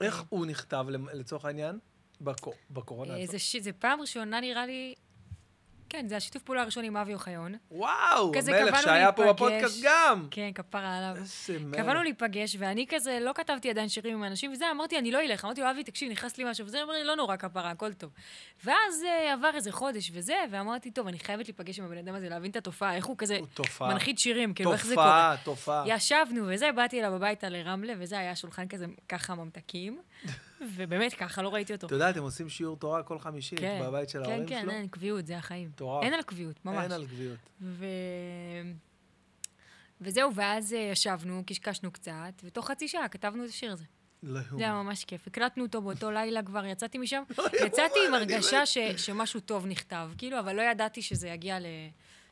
Speaker 1: איך הוא נכתב למ- לצורך העניין? בקו- בקורונה.
Speaker 2: אה, זה ש- זה פעם ראשונה, נראה לי, כן, זה השיתוף פעולה הראשון עם אבי אוחיון.
Speaker 1: וואו,
Speaker 2: כזה
Speaker 1: מלך
Speaker 2: קבענו
Speaker 1: שהיה פה
Speaker 2: להיפגש.
Speaker 1: בפודקאסט גם.
Speaker 2: כן, כפרה עליו.
Speaker 1: איזה אה, מלך.
Speaker 2: קבענו להיפגש, ואני כזה לא כתבתי עדיין שירים עם אנשים, וזה, אמרתי, אני לא אלך. אמרתי לו, אבי, תקשיב, נכנס לי משהו, וזה, הוא אמר לי, לא נורא כפרה, הכל טוב. ואז אה, עבר איזה חודש וזה, ואמרתי, טוב, אני חייבת להיפגש עם הבן אדם הזה, להבין את התופעה, איך הוא כזה
Speaker 1: הוא תופעה.
Speaker 2: מנחית שירים, כאילו, איך זה קורה.
Speaker 1: תופעה, תופעה.
Speaker 2: ישבנו וזה, באתי אליו הביתה לרמלה, וזה היה שולחן כזה, ככה ממתקים, ובאמת ככה, לא ראיתי אותו.
Speaker 1: אתה יודע, אתם עושים שיעור תורה כל חמישי
Speaker 2: כן,
Speaker 1: בבית של ההורים
Speaker 2: כן, כן,
Speaker 1: שלו?
Speaker 2: אין קביעות, זה החיים.
Speaker 1: מטורף.
Speaker 2: אין על קביעות, ממש.
Speaker 1: אין על גביעות.
Speaker 2: ו... וזהו, ואז אה, ישבנו, קשקשנו קצת, ותוך חצי שעה כתבנו את השיר הזה.
Speaker 1: לא
Speaker 2: זה היה
Speaker 1: יאומן.
Speaker 2: ממש כיף. הקלטנו אותו באותו לילה כבר, יצאתי משם. יצאתי עם הרגשה ש... שמשהו טוב נכתב, כאילו, אבל לא ידעתי שזה יגיע ל...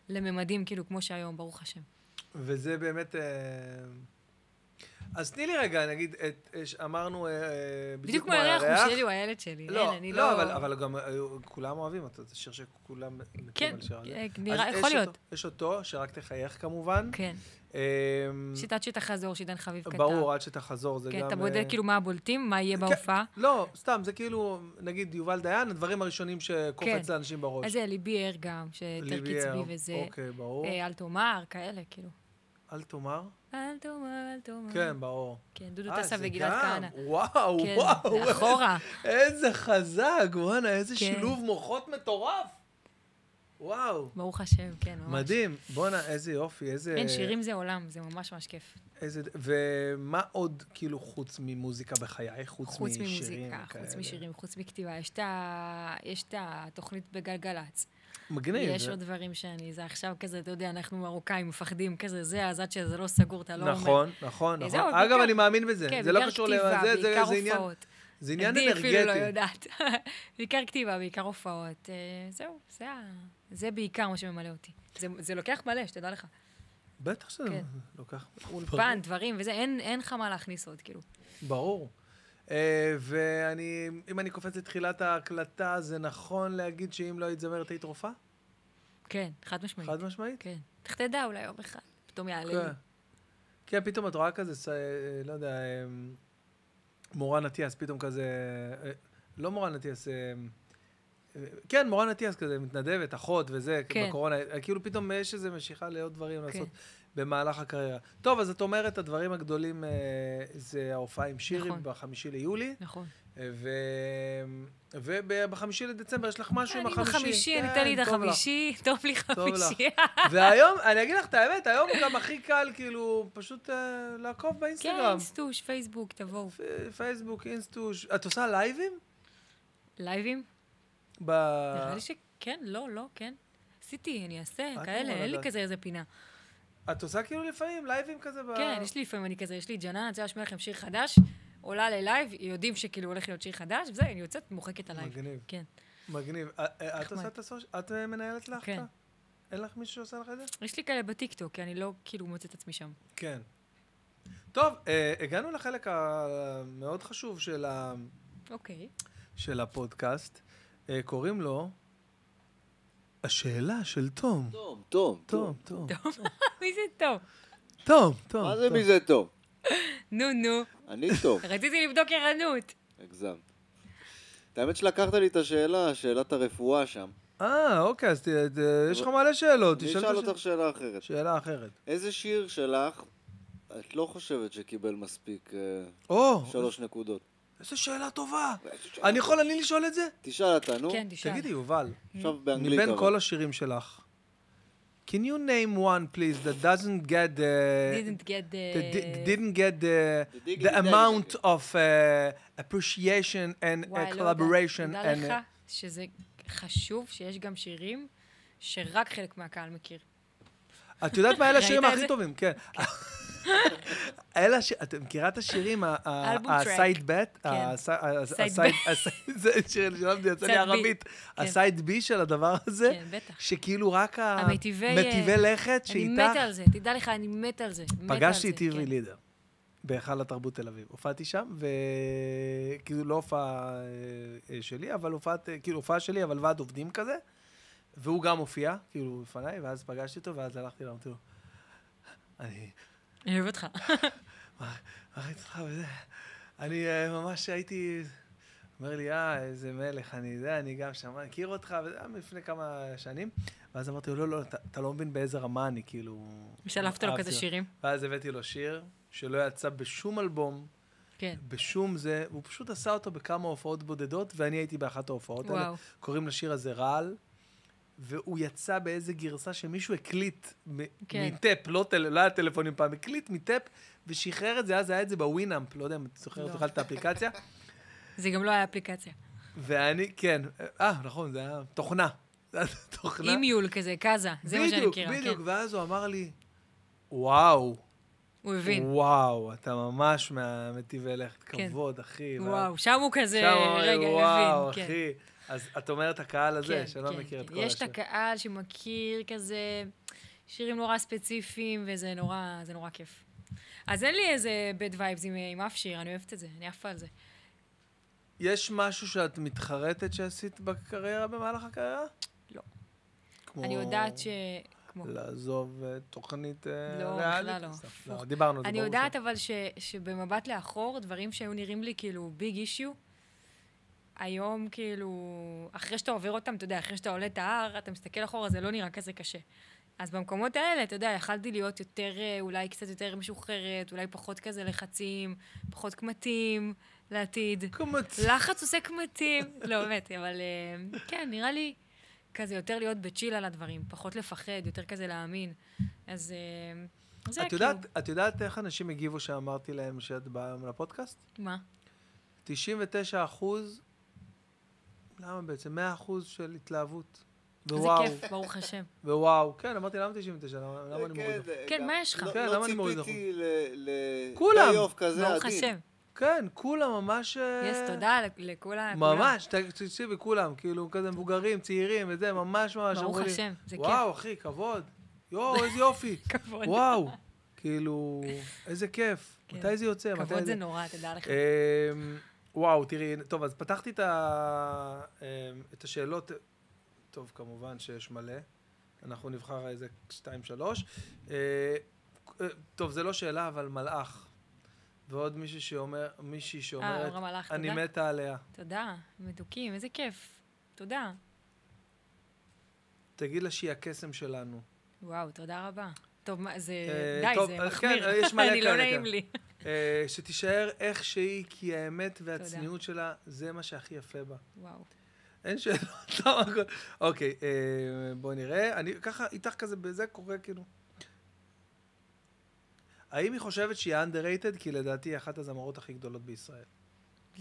Speaker 2: לממדים, כאילו, כמו שהיום, ברוך השם.
Speaker 1: וזה באמת... אה, אז תני לי רגע, נגיד, את- אה, ש- אמרנו אה, אה,
Speaker 2: בדיוק כמו הירח, הוא שלי, הוא הילד שלי. אין,
Speaker 1: לא,
Speaker 2: כן, אני
Speaker 1: לא, אבל- אבל גם היו- כולם אוהבים אותו, זה שיר שכולם
Speaker 2: כן,
Speaker 1: מתים על שיר הזה.
Speaker 2: אה,
Speaker 1: אז
Speaker 2: נראה,
Speaker 1: יש
Speaker 2: יכול להיות.
Speaker 1: אותו- יש אותו, שרק תחייך כמובן.
Speaker 2: כן.
Speaker 1: אמ,
Speaker 2: שיטת שתחזור, שעידן חביב כתב.
Speaker 1: ברור, עד שתחזור, זה גם...
Speaker 2: כן, אתה
Speaker 1: אה,
Speaker 2: בודק כאילו מה הבולטים, מה יהיה בהופעה.
Speaker 1: לא, סתם, זה כאילו, נגיד, יובל דיין, הדברים הראשונים שקופץ
Speaker 2: כן.
Speaker 1: לאנשים בראש.
Speaker 2: אז זה ליביאר גם, שיותר
Speaker 1: ליבי
Speaker 2: קצבי
Speaker 1: ארב,
Speaker 2: וזה.
Speaker 1: אוקיי, ברור.
Speaker 2: אה, אל תאמר, כאלה, כאילו.
Speaker 1: אל תאמר.
Speaker 2: אל תאמר, אל תאמר.
Speaker 1: כן, ברור.
Speaker 2: כן, דודו
Speaker 1: אה,
Speaker 2: טסה
Speaker 1: זה
Speaker 2: וגלעד
Speaker 1: גם.
Speaker 2: כהנא.
Speaker 1: וואו,
Speaker 2: כן,
Speaker 1: וואו.
Speaker 2: אחורה.
Speaker 1: איזה חזק, וואנה, איזה
Speaker 2: כן.
Speaker 1: שילוב מוחות מטורף. וואו.
Speaker 2: ברוך השם, כן, ממש.
Speaker 1: מדהים. בואנה, איזה יופי, איזה...
Speaker 2: כן, שירים זה עולם, זה ממש ממש כיף.
Speaker 1: איזה... ומה עוד, כאילו, חוץ ממוזיקה בחיי? חוץ משירים
Speaker 2: חוץ ממוזיקה,
Speaker 1: כאלה?
Speaker 2: חוץ משירים, חוץ מכתיבה. יש את ה- יש את התוכנית בגלגלצ.
Speaker 1: מגניב.
Speaker 2: יש עוד דברים שאני, זה עכשיו כזה, אתה יודע, אנחנו מרוקאים, מפחדים כזה, זה, אז עד שזה לא סגור, אתה לא אומר.
Speaker 1: נכון, נכון, נכון.
Speaker 2: זהו,
Speaker 1: אגב,
Speaker 2: בעיקר-
Speaker 1: אני מאמין בזה.
Speaker 2: כן,
Speaker 1: זה לא
Speaker 2: בעיקר
Speaker 1: קשור
Speaker 2: כתיבה,
Speaker 1: לזה, זה-
Speaker 2: בעיקר
Speaker 1: זה עניין-
Speaker 2: הופעות.
Speaker 1: זה עניין
Speaker 2: עדי
Speaker 1: אנרגטי.
Speaker 2: אפילו לא יודעת. בעיקר כתיבה, בעיקר הופעות. אה, זהו, זה ה... זה בעיקר מה שממלא אותי. זה, זה לוקח מלא, שתדע לך.
Speaker 1: בטח שזה
Speaker 2: כן.
Speaker 1: לוקח...
Speaker 2: אולפן, דברים וזה, אין, אין לך מה להכניס עוד, כאילו.
Speaker 1: ברור. אה, ואני, אם אני קופץ לתחילת ההקלטה, זה נכון להגיד שאם לא היית זמרת היית רופאה?
Speaker 2: כן, חד משמעית.
Speaker 1: חד משמעית?
Speaker 2: כן. איך תדע אולי יום אחד, פתאום יעלה לי.
Speaker 1: כן. כן, פתאום את רואה כזה, ס- אה, לא יודע, אה, מורן אטיאס, פתאום כזה... אה, לא מורן אטיאס, אה, אה, כן, מורן אטיאס כזה, מתנדבת, אחות וזה,
Speaker 2: כן.
Speaker 1: בקורונה, אה, כאילו פתאום יש איזו משיכה לעוד דברים לעשות
Speaker 2: כן.
Speaker 1: במהלך הקריירה. טוב, אז את אומרת, הדברים הגדולים אה, זה ההופעה עם שירי
Speaker 2: נכון.
Speaker 1: בחמישי ליולי. אה,
Speaker 2: נכון.
Speaker 1: ו... ובחמישי לדצמבר יש לך משהו עם
Speaker 2: אני
Speaker 1: החמישי.
Speaker 2: בחמישי,
Speaker 1: כן,
Speaker 2: אני אתן לי את
Speaker 1: טוב לך.
Speaker 2: החמישי, טוב לי חמישי.
Speaker 1: והיום, אני אגיד לך את האמת, היום גם הכי קל כאילו פשוט אה, לעקוב
Speaker 2: כן,
Speaker 1: באינסטגרם.
Speaker 2: אינסטוש, פייסבוק, תבואו.
Speaker 1: פ- פייסבוק, אינסטוש. את עושה לייבים?
Speaker 2: לייבים?
Speaker 1: ב...
Speaker 2: נראה לי שכן, לא, לא, כן. עשיתי, אני אעשה,
Speaker 1: אמורה
Speaker 2: כאלה, אין לי
Speaker 1: לדעת.
Speaker 2: כזה איזה פינה.
Speaker 1: את עושה כאילו לפעמים לייבים כזה ב...
Speaker 2: כן, יש לי לפעמים, אני כזה, יש לי ג'ננה, אני רוצה להשמיע לכם שיר חדש, עולה ללייב, יודעים שכאילו הולך להיות שיר חדש, וזה, אני יוצאת, מוחקת את הלייב.
Speaker 1: מגניב.
Speaker 2: כן.
Speaker 1: מגניב. אה, אה, את
Speaker 2: נחמד.
Speaker 1: עושה את הסוש... את אה, מנהלת לך?
Speaker 2: כן.
Speaker 1: אותה? אין לך מישהו שעושה לך את זה?
Speaker 2: יש לי כאלה בטיקטוק, כי אני לא כאילו מוצאת את עצמי שם.
Speaker 1: כן. טוב, אה, הגענו לחלק המאוד חשוב של ה...
Speaker 2: אוקיי.
Speaker 1: של הפודקאסט, אה, קוראים לו השאלה של תום.
Speaker 3: תום, תום,
Speaker 1: תום,
Speaker 3: תום.
Speaker 1: תום.
Speaker 2: מי זה טוב?
Speaker 1: תום, תום.
Speaker 3: מה זה
Speaker 1: תום.
Speaker 3: מי זה תום?
Speaker 2: נו, נו.
Speaker 3: אני תום.
Speaker 2: רציתי לבדוק ערנות.
Speaker 3: הגזמת. את האמת שלקחת לי את השאלה, שאלת הרפואה שם.
Speaker 1: אה, אוקיי, אז ת- ת- יש לך מלא שאלות.
Speaker 3: אני
Speaker 1: לא, תשאל את
Speaker 3: אשאל
Speaker 1: השאלה.
Speaker 3: אותך שאלה אחרת.
Speaker 1: שאלה אחרת.
Speaker 3: איזה שיר שלך את לא חושבת שקיבל מספיק אה,
Speaker 1: או,
Speaker 3: שלוש נקודות?
Speaker 1: איזו שאלה טובה. לא, אני יכול אני לשאול את זה?
Speaker 3: תשאל אתה, נו.
Speaker 2: כן, תשאל.
Speaker 1: תגידי, יובל,
Speaker 3: עכשיו באנגלית.
Speaker 1: מבין
Speaker 3: אבל.
Speaker 1: כל השירים שלך, can you name one, please, that doesn't get... uh,
Speaker 2: didn't get the...
Speaker 1: that di- didn't get the,
Speaker 3: The diggity
Speaker 1: the
Speaker 3: diggity.
Speaker 1: amount of uh, appreciation and uh,
Speaker 2: וואי, לא
Speaker 1: collaboration.
Speaker 2: יודעת.
Speaker 1: and, uh,
Speaker 2: תדע לך שזה חשוב שיש גם שירים שרק חלק מהקהל מכיר.
Speaker 1: את יודעת מה אלה השירים
Speaker 2: ראית את
Speaker 1: הכי
Speaker 2: זה?
Speaker 1: טובים, כן. אלה הש... את מכירה את השירים, ה- ה-
Speaker 2: אלבום טרק.
Speaker 1: הסייד בט?
Speaker 2: כן. סייד בט.
Speaker 1: זה שיר שלמדתי, יצא לי
Speaker 2: סייד בי.
Speaker 1: ערבית.
Speaker 2: כן.
Speaker 1: הסייד בי של הדבר הזה,
Speaker 2: כן, בטח.
Speaker 1: שכאילו רק
Speaker 2: המיטיבי, אה,
Speaker 1: המטיבי לכת
Speaker 2: אני
Speaker 1: שאיתך,
Speaker 2: מתה על זה, תדע לך, אני מתה על זה. מתה על זה,
Speaker 1: פגשתי את עברי
Speaker 2: כן.
Speaker 1: לידר. בהיכל התרבות תל אביב. הופעתי שם, וכאילו לא הופעה אה, אה, שלי, אבל הופעת, אה, כאילו הופעה שלי, אבל ועד עובדים כזה, והוא גם הופיע, כאילו, בפניי, ואז פגשתי אותו, ואז הלכתי אליו, אמרתי לו, אני לא
Speaker 2: אני אוהב אותך.
Speaker 1: מה ראיתי אותך וזה? אני אה, ממש הייתי אומר לי, אה, איזה מלך, אני יודע, אני גם שם, אני מכיר אותך, וזה היה מלפני כמה שנים. ואז אמרתי לו, לא, לא, אתה, אתה לא מבין באיזה רמה אני, כאילו...
Speaker 2: שלפת לו
Speaker 1: אהבתי
Speaker 2: כזה שירים.
Speaker 1: ואז הבאתי לו שיר שלא יצא בשום אלבום,
Speaker 2: כן.
Speaker 1: בשום זה, הוא פשוט עשה אותו בכמה הופעות בודדות, ואני הייתי באחת ההופעות האלה.
Speaker 2: וואו.
Speaker 1: קוראים לשיר הזה רעל, והוא יצא באיזה גרסה שמישהו הקליט מ-
Speaker 2: כן.
Speaker 1: מטאפ, לא, טל, לא היה טלפונים פעם, הקליט מטאפ, ושחרר את זה, אז היה את זה בווינאמפ, לא יודע אם את זוכרת
Speaker 2: לא.
Speaker 1: בכלל את האפליקציה.
Speaker 2: זה גם לא היה אפליקציה.
Speaker 1: ואני, כן, אה, נכון, זה היה תוכנה. זה היה תוכנה.
Speaker 2: אימיול כזה, קאזה, זה מה שאני מכירה.
Speaker 1: בדיוק,
Speaker 2: כן.
Speaker 1: בדיוק, ואז הוא אמר לי, וואו,
Speaker 2: הוא הבין.
Speaker 1: וואו, אתה ממש מהמטיבי לכת,
Speaker 2: כן.
Speaker 1: כבוד, אחי.
Speaker 2: וואו, שם הוא כזה,
Speaker 1: שם אמר לי,
Speaker 2: רגע,
Speaker 1: וואו,
Speaker 2: הבין. כן.
Speaker 1: אחי. אז את אומרת הקהל הזה,
Speaker 2: כן,
Speaker 1: שלא
Speaker 2: כן,
Speaker 1: מכיר את
Speaker 2: כן.
Speaker 1: כל
Speaker 2: יש את
Speaker 1: השיר.
Speaker 2: הקהל שמכיר כזה שירים נורא ספציפיים, וזה נורא, זה נורא כיף. אז אין לי איזה bad vibes עם, עם אף שיר, אני אוהבת את זה, אני עפה על זה.
Speaker 1: יש משהו שאת מתחרטת שעשית בקריירה, במהלך הקריירה?
Speaker 2: לא.
Speaker 1: כמו
Speaker 2: אני יודעת ש... כמו...
Speaker 1: לעזוב אה, תוכנית אה,
Speaker 2: לא,
Speaker 1: ריאלית?
Speaker 2: בכלל לא.
Speaker 1: לא,
Speaker 2: הפוך.
Speaker 1: דיברנו על זה,
Speaker 2: אני
Speaker 1: ברור
Speaker 2: יודעת
Speaker 1: ש-
Speaker 2: אבל ש, שבמבט לאחור, דברים שהיו נראים לי כאילו ביג אישיו, היום כאילו, אחרי שאתה עובר אותם, אתה יודע, אחרי שאתה עולה את ההר, אתה מסתכל אחורה, זה לא נראה כזה קשה. אז במקומות האלה, אתה יודע, יכלתי להיות יותר, אה, אולי קצת יותר משוחררת, אולי פחות כזה לחצים, פחות קמטים לעתיד.
Speaker 1: קומץ.
Speaker 2: לחץ עושה קמטים. לא, באמת, אבל אה, כן, נראה לי כזה יותר להיות בצ'יל על הדברים, פחות לפחד, יותר כזה להאמין. אז אה, זה
Speaker 1: את
Speaker 2: כאילו...
Speaker 1: יודעת- את יודעת איך אנשים הגיבו שאמרתי להם שאת באה היום לפודקאסט?
Speaker 2: מה?
Speaker 1: 99 אחוז, למה בעצם? 100 אחוז של התלהבות.
Speaker 2: זה
Speaker 1: ווואו,
Speaker 2: כיף, ברוך השם.
Speaker 1: ווואו. כן, אמרתי למה 99? למה למה אני מוריד? לך?
Speaker 2: כן, מה יש לך?
Speaker 1: כן, למה אני מוריד
Speaker 3: לא
Speaker 1: לך?
Speaker 3: ציפיתי ל-
Speaker 1: כולם.
Speaker 3: לפלייאוף כזה עדין.
Speaker 2: ברוך השם.
Speaker 1: כן, כולם ממש... אה,
Speaker 2: יס, תודה לכ- לכולם.
Speaker 1: ממש, ת- תקשיבי, כולם, כאילו, כזה מבוגרים, צעירים וזה, ממש ממש.
Speaker 2: ברוך
Speaker 1: אמרו לי,
Speaker 2: השם, זה כיף.
Speaker 1: וואו, אחי, כבוד. יואו, איזה יופי.
Speaker 2: כבוד.
Speaker 1: וואו, כאילו, איזה כיף.
Speaker 2: כן.
Speaker 1: מתי זה יוצא? מתי
Speaker 2: כבוד זה נורא, תדע לך. אה,
Speaker 1: אמ, וואו, תראי, טוב, אז פתחתי את, ה... אמ, את השאלות, טוב, כמובן שיש מלא, אנחנו נבחר איזה שתיים, שלוש. אה, אה, טוב, זה לא שאלה, אבל מלאך. ועוד מישהי שאומר, מישהי
Speaker 2: אה,
Speaker 1: שאומרת,
Speaker 2: אברהם הלך,
Speaker 1: אני
Speaker 2: תודה.
Speaker 1: מתה עליה.
Speaker 2: תודה, מתוקים, איזה כיף. תודה.
Speaker 1: תגיד לה שהיא הקסם שלנו.
Speaker 2: וואו, תודה רבה. טוב, מה, זה...
Speaker 1: אה,
Speaker 2: די,
Speaker 1: טוב,
Speaker 2: זה
Speaker 1: אה,
Speaker 2: מחמיר.
Speaker 1: כן, יש מלא
Speaker 2: אני לא
Speaker 1: כאלה,
Speaker 2: נעים
Speaker 1: כן.
Speaker 2: לי.
Speaker 1: אה, שתישאר איך שהיא, כי האמת והצניעות שלה, זה מה שהכי יפה בה.
Speaker 2: וואו.
Speaker 1: אין שאלות, למה הכל... אוקיי, אה, בוא נראה. אני ככה, איתך כזה בזה קורה כאילו. האם היא חושבת שהיא underrated? כי לדעתי היא אחת הזמרות הכי גדולות בישראל.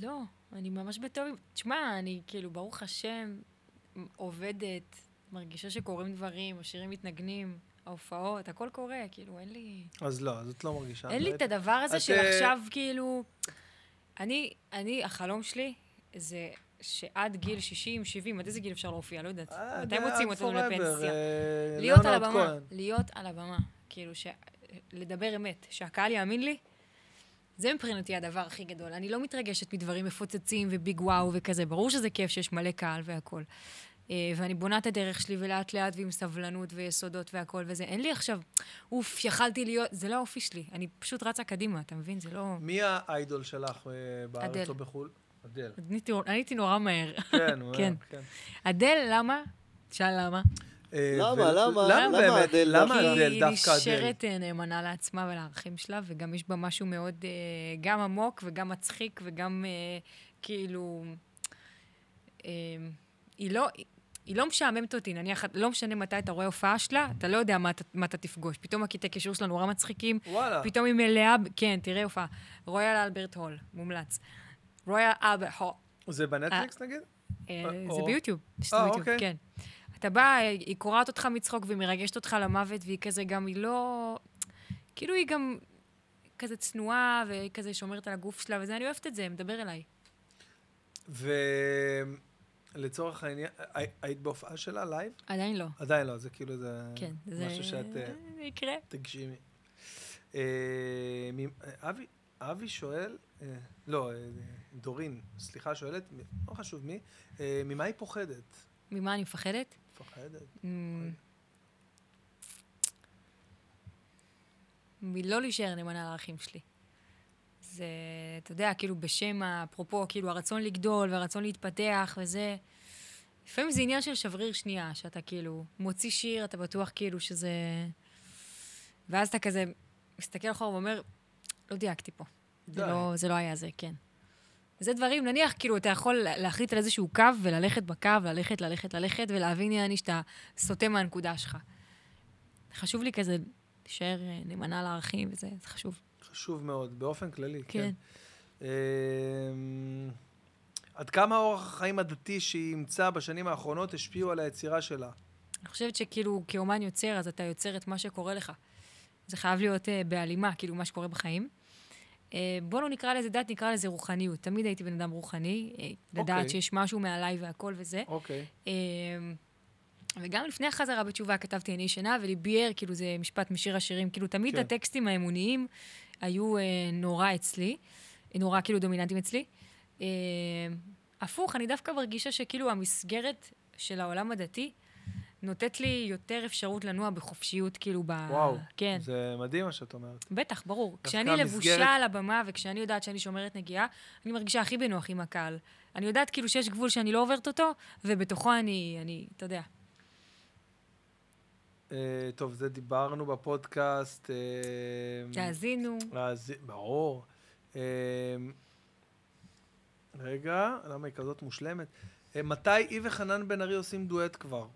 Speaker 2: לא, אני ממש בטוב עם... תשמע, אני כאילו, ברוך השם, מ- עובדת, מרגישה שקורים דברים, השירים מתנגנים, ההופעות, הכל קורה, כאילו, אין לי...
Speaker 1: אז לא, אז את לא מרגישה.
Speaker 2: אין לי את
Speaker 1: underrated.
Speaker 2: הדבר הזה
Speaker 1: את,
Speaker 2: של
Speaker 1: אה,
Speaker 2: עכשיו, כאילו... אני, אני, החלום שלי זה שעד גיל 60, 70, עד איזה גיל אפשר להופיע? לא יודעת.
Speaker 1: אה,
Speaker 2: מתי
Speaker 1: זה
Speaker 2: מוצאים
Speaker 1: עד
Speaker 2: אותנו
Speaker 1: forever,
Speaker 2: לפנסיה?
Speaker 1: אה,
Speaker 2: להיות על
Speaker 1: ליאונרד
Speaker 2: הבמה,
Speaker 1: כהן.
Speaker 2: להיות על הבמה. כאילו, ש- לדבר אמת, שהקהל יאמין לי, זה מבחינתי הדבר הכי גדול. אני לא מתרגשת מדברים מפוצצים וביג וואו וכזה. ברור שזה כיף שיש מלא קהל והכול. אה, ואני בונה את הדרך שלי ולאט לאט ועם סבלנות ויסודות והכל וזה. אין לי עכשיו, אוף, יכלתי להיות... זה לא האופי שלי. אני פשוט רצה קדימה, אתה מבין? זה לא...
Speaker 1: מי האיידול שלך אה,
Speaker 2: אדל.
Speaker 1: בארץ או בחו"ל? אדל.
Speaker 2: עניתי- עניתי נורא מהר.
Speaker 1: כן, הוא
Speaker 2: כן.
Speaker 1: היה, כן.
Speaker 2: אדל, למה? תשאל למה.
Speaker 1: אה,
Speaker 3: למה,
Speaker 1: ו-
Speaker 3: למה?
Speaker 1: למה
Speaker 3: למה
Speaker 1: באמת?
Speaker 3: אדל
Speaker 1: למה
Speaker 3: דווקא?
Speaker 1: אדל? דווקא
Speaker 2: כי
Speaker 1: אדל.
Speaker 2: היא נשארת אה, נאמנה לעצמה ולערכים שלה, וגם יש בה משהו מאוד, אה, גם עמוק וגם מצחיק וגם אה, כאילו... אה, היא לא... היא לא משעממת אותי, נניח, לא משנה מתי אתה רואה הופעה שלה, אתה לא יודע מה, אתה- מה אתה תפגוש. פתאום הקטעי קישור שלה נורא מצחיקים,
Speaker 1: וואלה.
Speaker 2: פתאום היא מלאה, ב- כן, תראה הופעה. רויאל אלברט הול, מומלץ. רויאל אלברט הול.
Speaker 1: זה בנטפליקס נגיד?
Speaker 2: אה,
Speaker 1: אה,
Speaker 2: זה
Speaker 1: או-
Speaker 2: ביוטיוב, יש
Speaker 1: אה,
Speaker 2: לנו יוטיוב,
Speaker 1: אוקיי.
Speaker 2: כן. אתה בא, היא קורעת אותך מצחוק והיא מרגשת אותך למוות, והיא כזה גם, היא לא... כאילו היא גם כזה צנועה, וכזה שומרת על הגוף שלה וזה, אני אוהבת את זה, מדבר אליי.
Speaker 1: ולצורך העניין, הי- היית בהופעה שלה לייב?
Speaker 2: עדיין לא.
Speaker 1: עדיין לא, זה כאילו זה...
Speaker 2: כן, זה...
Speaker 1: משהו שאת אה,
Speaker 2: זה יקרה.
Speaker 1: תגשימי. אה, מי- אה, אבי- אבי שואל, אה, לא, אה, דורין, סליחה, שואלת, מ- לא חשוב מי, אה, ממה היא פוחדת?
Speaker 2: ממה אני מפחדת?
Speaker 1: פוחדת?
Speaker 2: מ- לא מלא להישאר נאמנה לערכים שלי. זה אז אה, אתה יודע, כאילו בשם, ה- אפרופו, כאילו הרצון לגדול והרצון להתפתח וזה, לפעמים זה עניין של שבריר שנייה, שאתה כאילו מוציא שיר, אתה בטוח כאילו שזה... ואז אתה כזה מסתכל אחורה ואומר, לא דייקתי פה. זה
Speaker 1: די.
Speaker 2: לא, זה לא היה זה, כן. זה דברים, נניח, כאילו, אתה יכול לה- להחליט על איזשהו קו וללכת בקו, ללכת, ללכת, ללכת, ולהבין, יעני, שאתה סוטה מהנקודה שלך. חשוב לי כזה להישאר אה, נאמנה לערכים וזה, זה חשוב.
Speaker 1: חשוב מאוד, באופן כללי, כן.
Speaker 2: כן.
Speaker 1: אמ, עד כמה אורח החיים הדתי שהיא אימצה בשנים האחרונות השפיעו על היצירה שלה?
Speaker 2: אני חושבת שכאילו, כאומן יוצר, אז אתה יוצר את מה שקורה לך. זה חייב להיות אה, בהלימה, כאילו, מה שקורה בחיים. אה, בוא לא נקרא לזה דת, נקרא לזה רוחניות. תמיד הייתי בן אדם רוחני, אה,
Speaker 1: אוקיי.
Speaker 2: לדעת שיש משהו מעליי והכל וזה.
Speaker 1: אוקיי.
Speaker 2: אמ, וגם לפני החזרה בתשובה כתבתי אני ישנה, וליבי ער, כאילו זה משפט משיר השירים, כאילו תמיד
Speaker 1: כן.
Speaker 2: כן. הטקסטים האמוניים היו אה, נורא אצלי, נורא כאילו דומיננטיים אצלי. אה, הפוך, אני דווקא מרגישה שכאילו המסגרת של העולם הדתי נותנת לי יותר אפשרות לנוע בחופשיות, כאילו ב...
Speaker 1: וואו.
Speaker 2: כן.
Speaker 1: זה מדהים מה שאת אומרת.
Speaker 2: בטח, ברור.
Speaker 1: דווקא
Speaker 2: כשאני
Speaker 1: המסגרת-
Speaker 2: לבושה על הבמה וכשאני יודעת שאני שומרת נגיעה, אני מרגישה הכי בנוח עם הקהל. אני יודעת כאילו שיש גבול שאני לא עוברת אותו, ובתוכו אני, אני, אתה יודע.
Speaker 1: אה, טוב, זה דיברנו בפודקאסט. אמ,
Speaker 2: תאזינו.
Speaker 1: אז ברור. אמ, רגע, למה היא כזאת מושלמת? אה, מתי היא וחנן בן ארי עושים דואט כבר?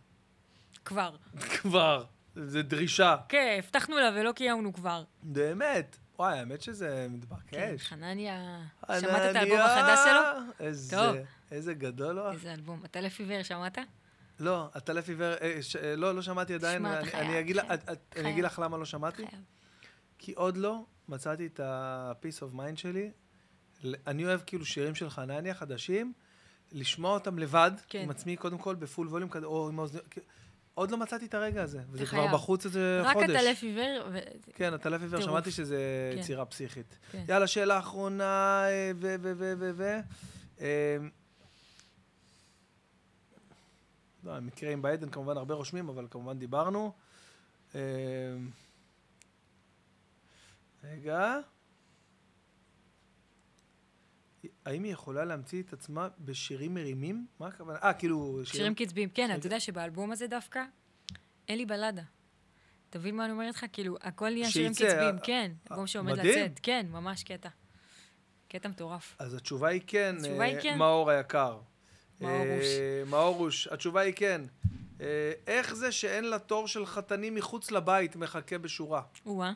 Speaker 2: כבר.
Speaker 1: כבר. זה דרישה.
Speaker 2: כן, הבטחנו לה ולא קיימנו כבר. כן,
Speaker 1: באמת. וואי, האמת שזה מתבקש.
Speaker 2: חנניה, כן. שמעת את האלבום
Speaker 1: כן, חנניה,
Speaker 2: החדש שלו?
Speaker 1: איזה,
Speaker 2: טוב.
Speaker 1: איזה גדול הוא.
Speaker 2: איזה אלבום. אתה לב עיוור, שמעת?
Speaker 1: לא, הטלף עיוור, אה, ש- אה, לא, לא שמעתי עדיין.
Speaker 2: תשמע, אתה
Speaker 1: אני-
Speaker 2: חייב,
Speaker 1: אני אגיד לך-
Speaker 2: חייב,
Speaker 1: את- את- אני
Speaker 2: חייב.
Speaker 1: אגיד לך למה לא שמעתי.
Speaker 2: חייב.
Speaker 1: כי עוד לא מצאתי את ה-peace of mind שלי. ל- אני אוהב כאילו שירים של חנניה חדשים, לשמוע אותם לבד,
Speaker 2: כן.
Speaker 1: עם עצמי קודם כל בפול ווליום כזה, או עם האוזניות. כאילו, עוד לא מצאתי את הרגע הזה, וזה
Speaker 2: אתה
Speaker 1: כבר
Speaker 2: חייב.
Speaker 1: בחוץ איזה
Speaker 2: רק
Speaker 1: חודש.
Speaker 2: אתה לב עיוור, ו...
Speaker 1: כן, הטלף עיוור,
Speaker 2: טירוף.
Speaker 1: שמעתי שזה
Speaker 2: כן.
Speaker 1: יצירה פסיכית.
Speaker 2: כן.
Speaker 1: יאללה, שאלה אחרונה, אה, ו... ו... ו... ו... ו... אמ, לא, המקרים בעדן כמובן הרבה רושמים, אבל כמובן דיברנו. אמ, רגע. האם היא יכולה להמציא את עצמה בשירים מרימים? מה הכוונה? אה, כאילו...
Speaker 2: שירים קצביים. כן,
Speaker 1: רגע.
Speaker 2: אתה יודע שבאלבום הזה דווקא, אין לי בלדה. תבין מה אני אומרת לך? כאילו, הכל נהיה שירים
Speaker 1: שיצא,
Speaker 2: קצביים,
Speaker 1: אה,
Speaker 2: כן. אלבום שעומד
Speaker 1: מדהים.
Speaker 2: לצאת. כן, ממש קטע. קטע מטורף.
Speaker 1: אז התשובה היא כן,
Speaker 2: התשובה היא
Speaker 1: אה,
Speaker 2: כן.
Speaker 1: מאור היקר.
Speaker 2: מאור
Speaker 1: אה,
Speaker 2: רוש.
Speaker 1: מאור רוש, התשובה היא כן. אה, איך זה שאין לה תור של חתנים מחוץ לבית מחכה בשורה?
Speaker 2: או-אה.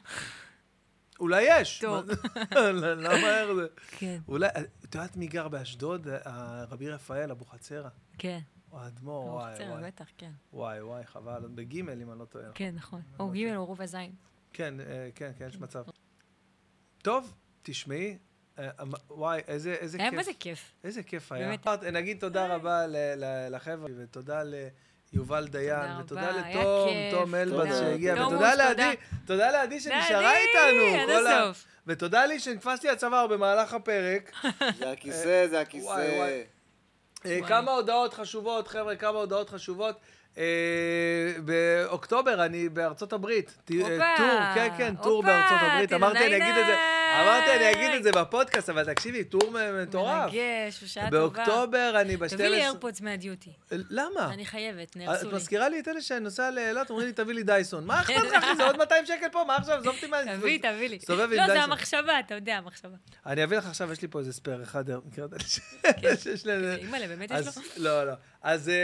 Speaker 1: אולי יש.
Speaker 2: תור.
Speaker 1: מה- למה איך זה?
Speaker 2: כן,
Speaker 1: אולי, אה, את יודעת מי גר באשדוד? ה- רבי רפאל אבוחצירא.
Speaker 2: כן.
Speaker 1: או האדמו"ר, וואי
Speaker 2: מוחצר,
Speaker 1: וואי.
Speaker 2: בטח, כן.
Speaker 1: וואי וואי, חבל. בגימל, אם אני לא טועה.
Speaker 2: כן, נכון. או ג' או רובע ז'.
Speaker 1: כן, אה, כן, כן, יש מצב. טוב, תשמעי. אה, אמ- וואי, איזה איזה
Speaker 2: היה
Speaker 1: כיף.
Speaker 2: בזה אה, כיף.
Speaker 1: איזה כיף היה.
Speaker 2: באמת. אה.
Speaker 1: באמת. נגיד תודה רבה ל- ל- לחבר'ה, ותודה ליובל דיין,
Speaker 2: רבה,
Speaker 1: ותודה
Speaker 2: היה
Speaker 1: לתום,
Speaker 2: כיף.
Speaker 1: תום אלבז
Speaker 3: תודה.
Speaker 1: שהגיע,
Speaker 2: תומוס,
Speaker 1: ותודה לעדי,
Speaker 2: תודה.
Speaker 1: תודה לעדי שנשארה
Speaker 2: די,
Speaker 1: איתנו.
Speaker 2: עד
Speaker 1: כל ה-
Speaker 2: הסוף.
Speaker 1: ותודה לי שנתפסתי הצוואר במהלך הפרק. אה,
Speaker 3: זה הכיסא, זה
Speaker 1: וואי,
Speaker 3: הכיסא.
Speaker 1: וואי. אה, כמה הודעות חשובות, חבר'ה, כמה הודעות חשובות. אה, באוקטובר אני בארצות הברית, ט- אה,
Speaker 2: הופה,
Speaker 1: טור, כן כן, טור
Speaker 2: הופה,
Speaker 1: בארצות הברית, אמרתי אני אגיד את זה,
Speaker 2: תנאי.
Speaker 1: אמרתי אני אגיד את זה בפודקאסט, אבל תקשיבי, טור מ- מטורף.
Speaker 2: מרגש, בשעה טובה.
Speaker 1: באוקטובר אני ב-12...
Speaker 2: תביא לי איירפודס מהדיוטי.
Speaker 1: למה?
Speaker 2: אני חייבת,
Speaker 1: אה, את
Speaker 2: נהרסו לי.
Speaker 1: מזכירה לי את אלה שאני נוסע לאילת, אומרים לי, תביא לי דייסון. מה אכפת לך, אחי? זה עוד 200 שקל פה, מה עכשיו? עזוב אותי מה...
Speaker 2: תביא, תביא לי.
Speaker 1: סובב עם
Speaker 2: לא, זה
Speaker 1: דייסון.
Speaker 2: המחשבה, אתה יודע, המחשבה.
Speaker 1: אני אביא לך עכשיו, יש לי פה איזה ספייר אחד, אה, מכירה את אלה ש- שיש להם...
Speaker 2: אימא'לה, כן. אוקיי, באמת יש
Speaker 1: אה, אז,
Speaker 2: לו?
Speaker 1: לא, לא. אז אה,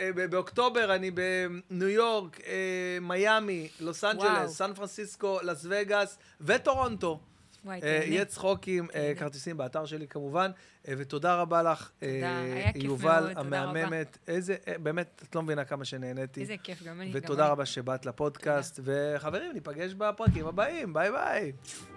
Speaker 1: אה, ב- באוקטובר אני בניו יורק, אה, מיאמי, לוס אנג'לס, סן פרנסיסקו, לס וגאס וטורונטו.
Speaker 2: וואי,
Speaker 1: אה, יהיה
Speaker 2: תהנה.
Speaker 1: צחוקים, אה,
Speaker 2: תהנה.
Speaker 1: כרטיסים באתר שלי כמובן, אה, ותודה רבה לך, אה,
Speaker 2: תודה, היה כיף
Speaker 1: יובל
Speaker 2: מאוד, תודה
Speaker 1: המהממת. איזה, אה, באמת, את לא מבינה כמה שנהניתי.
Speaker 2: איזה כיף, גם אני. גם
Speaker 1: ותודה
Speaker 2: אני.
Speaker 1: רבה שבאת לפודקאסט, וחברים, ניפגש בפרקים הבאים, ביי ביי.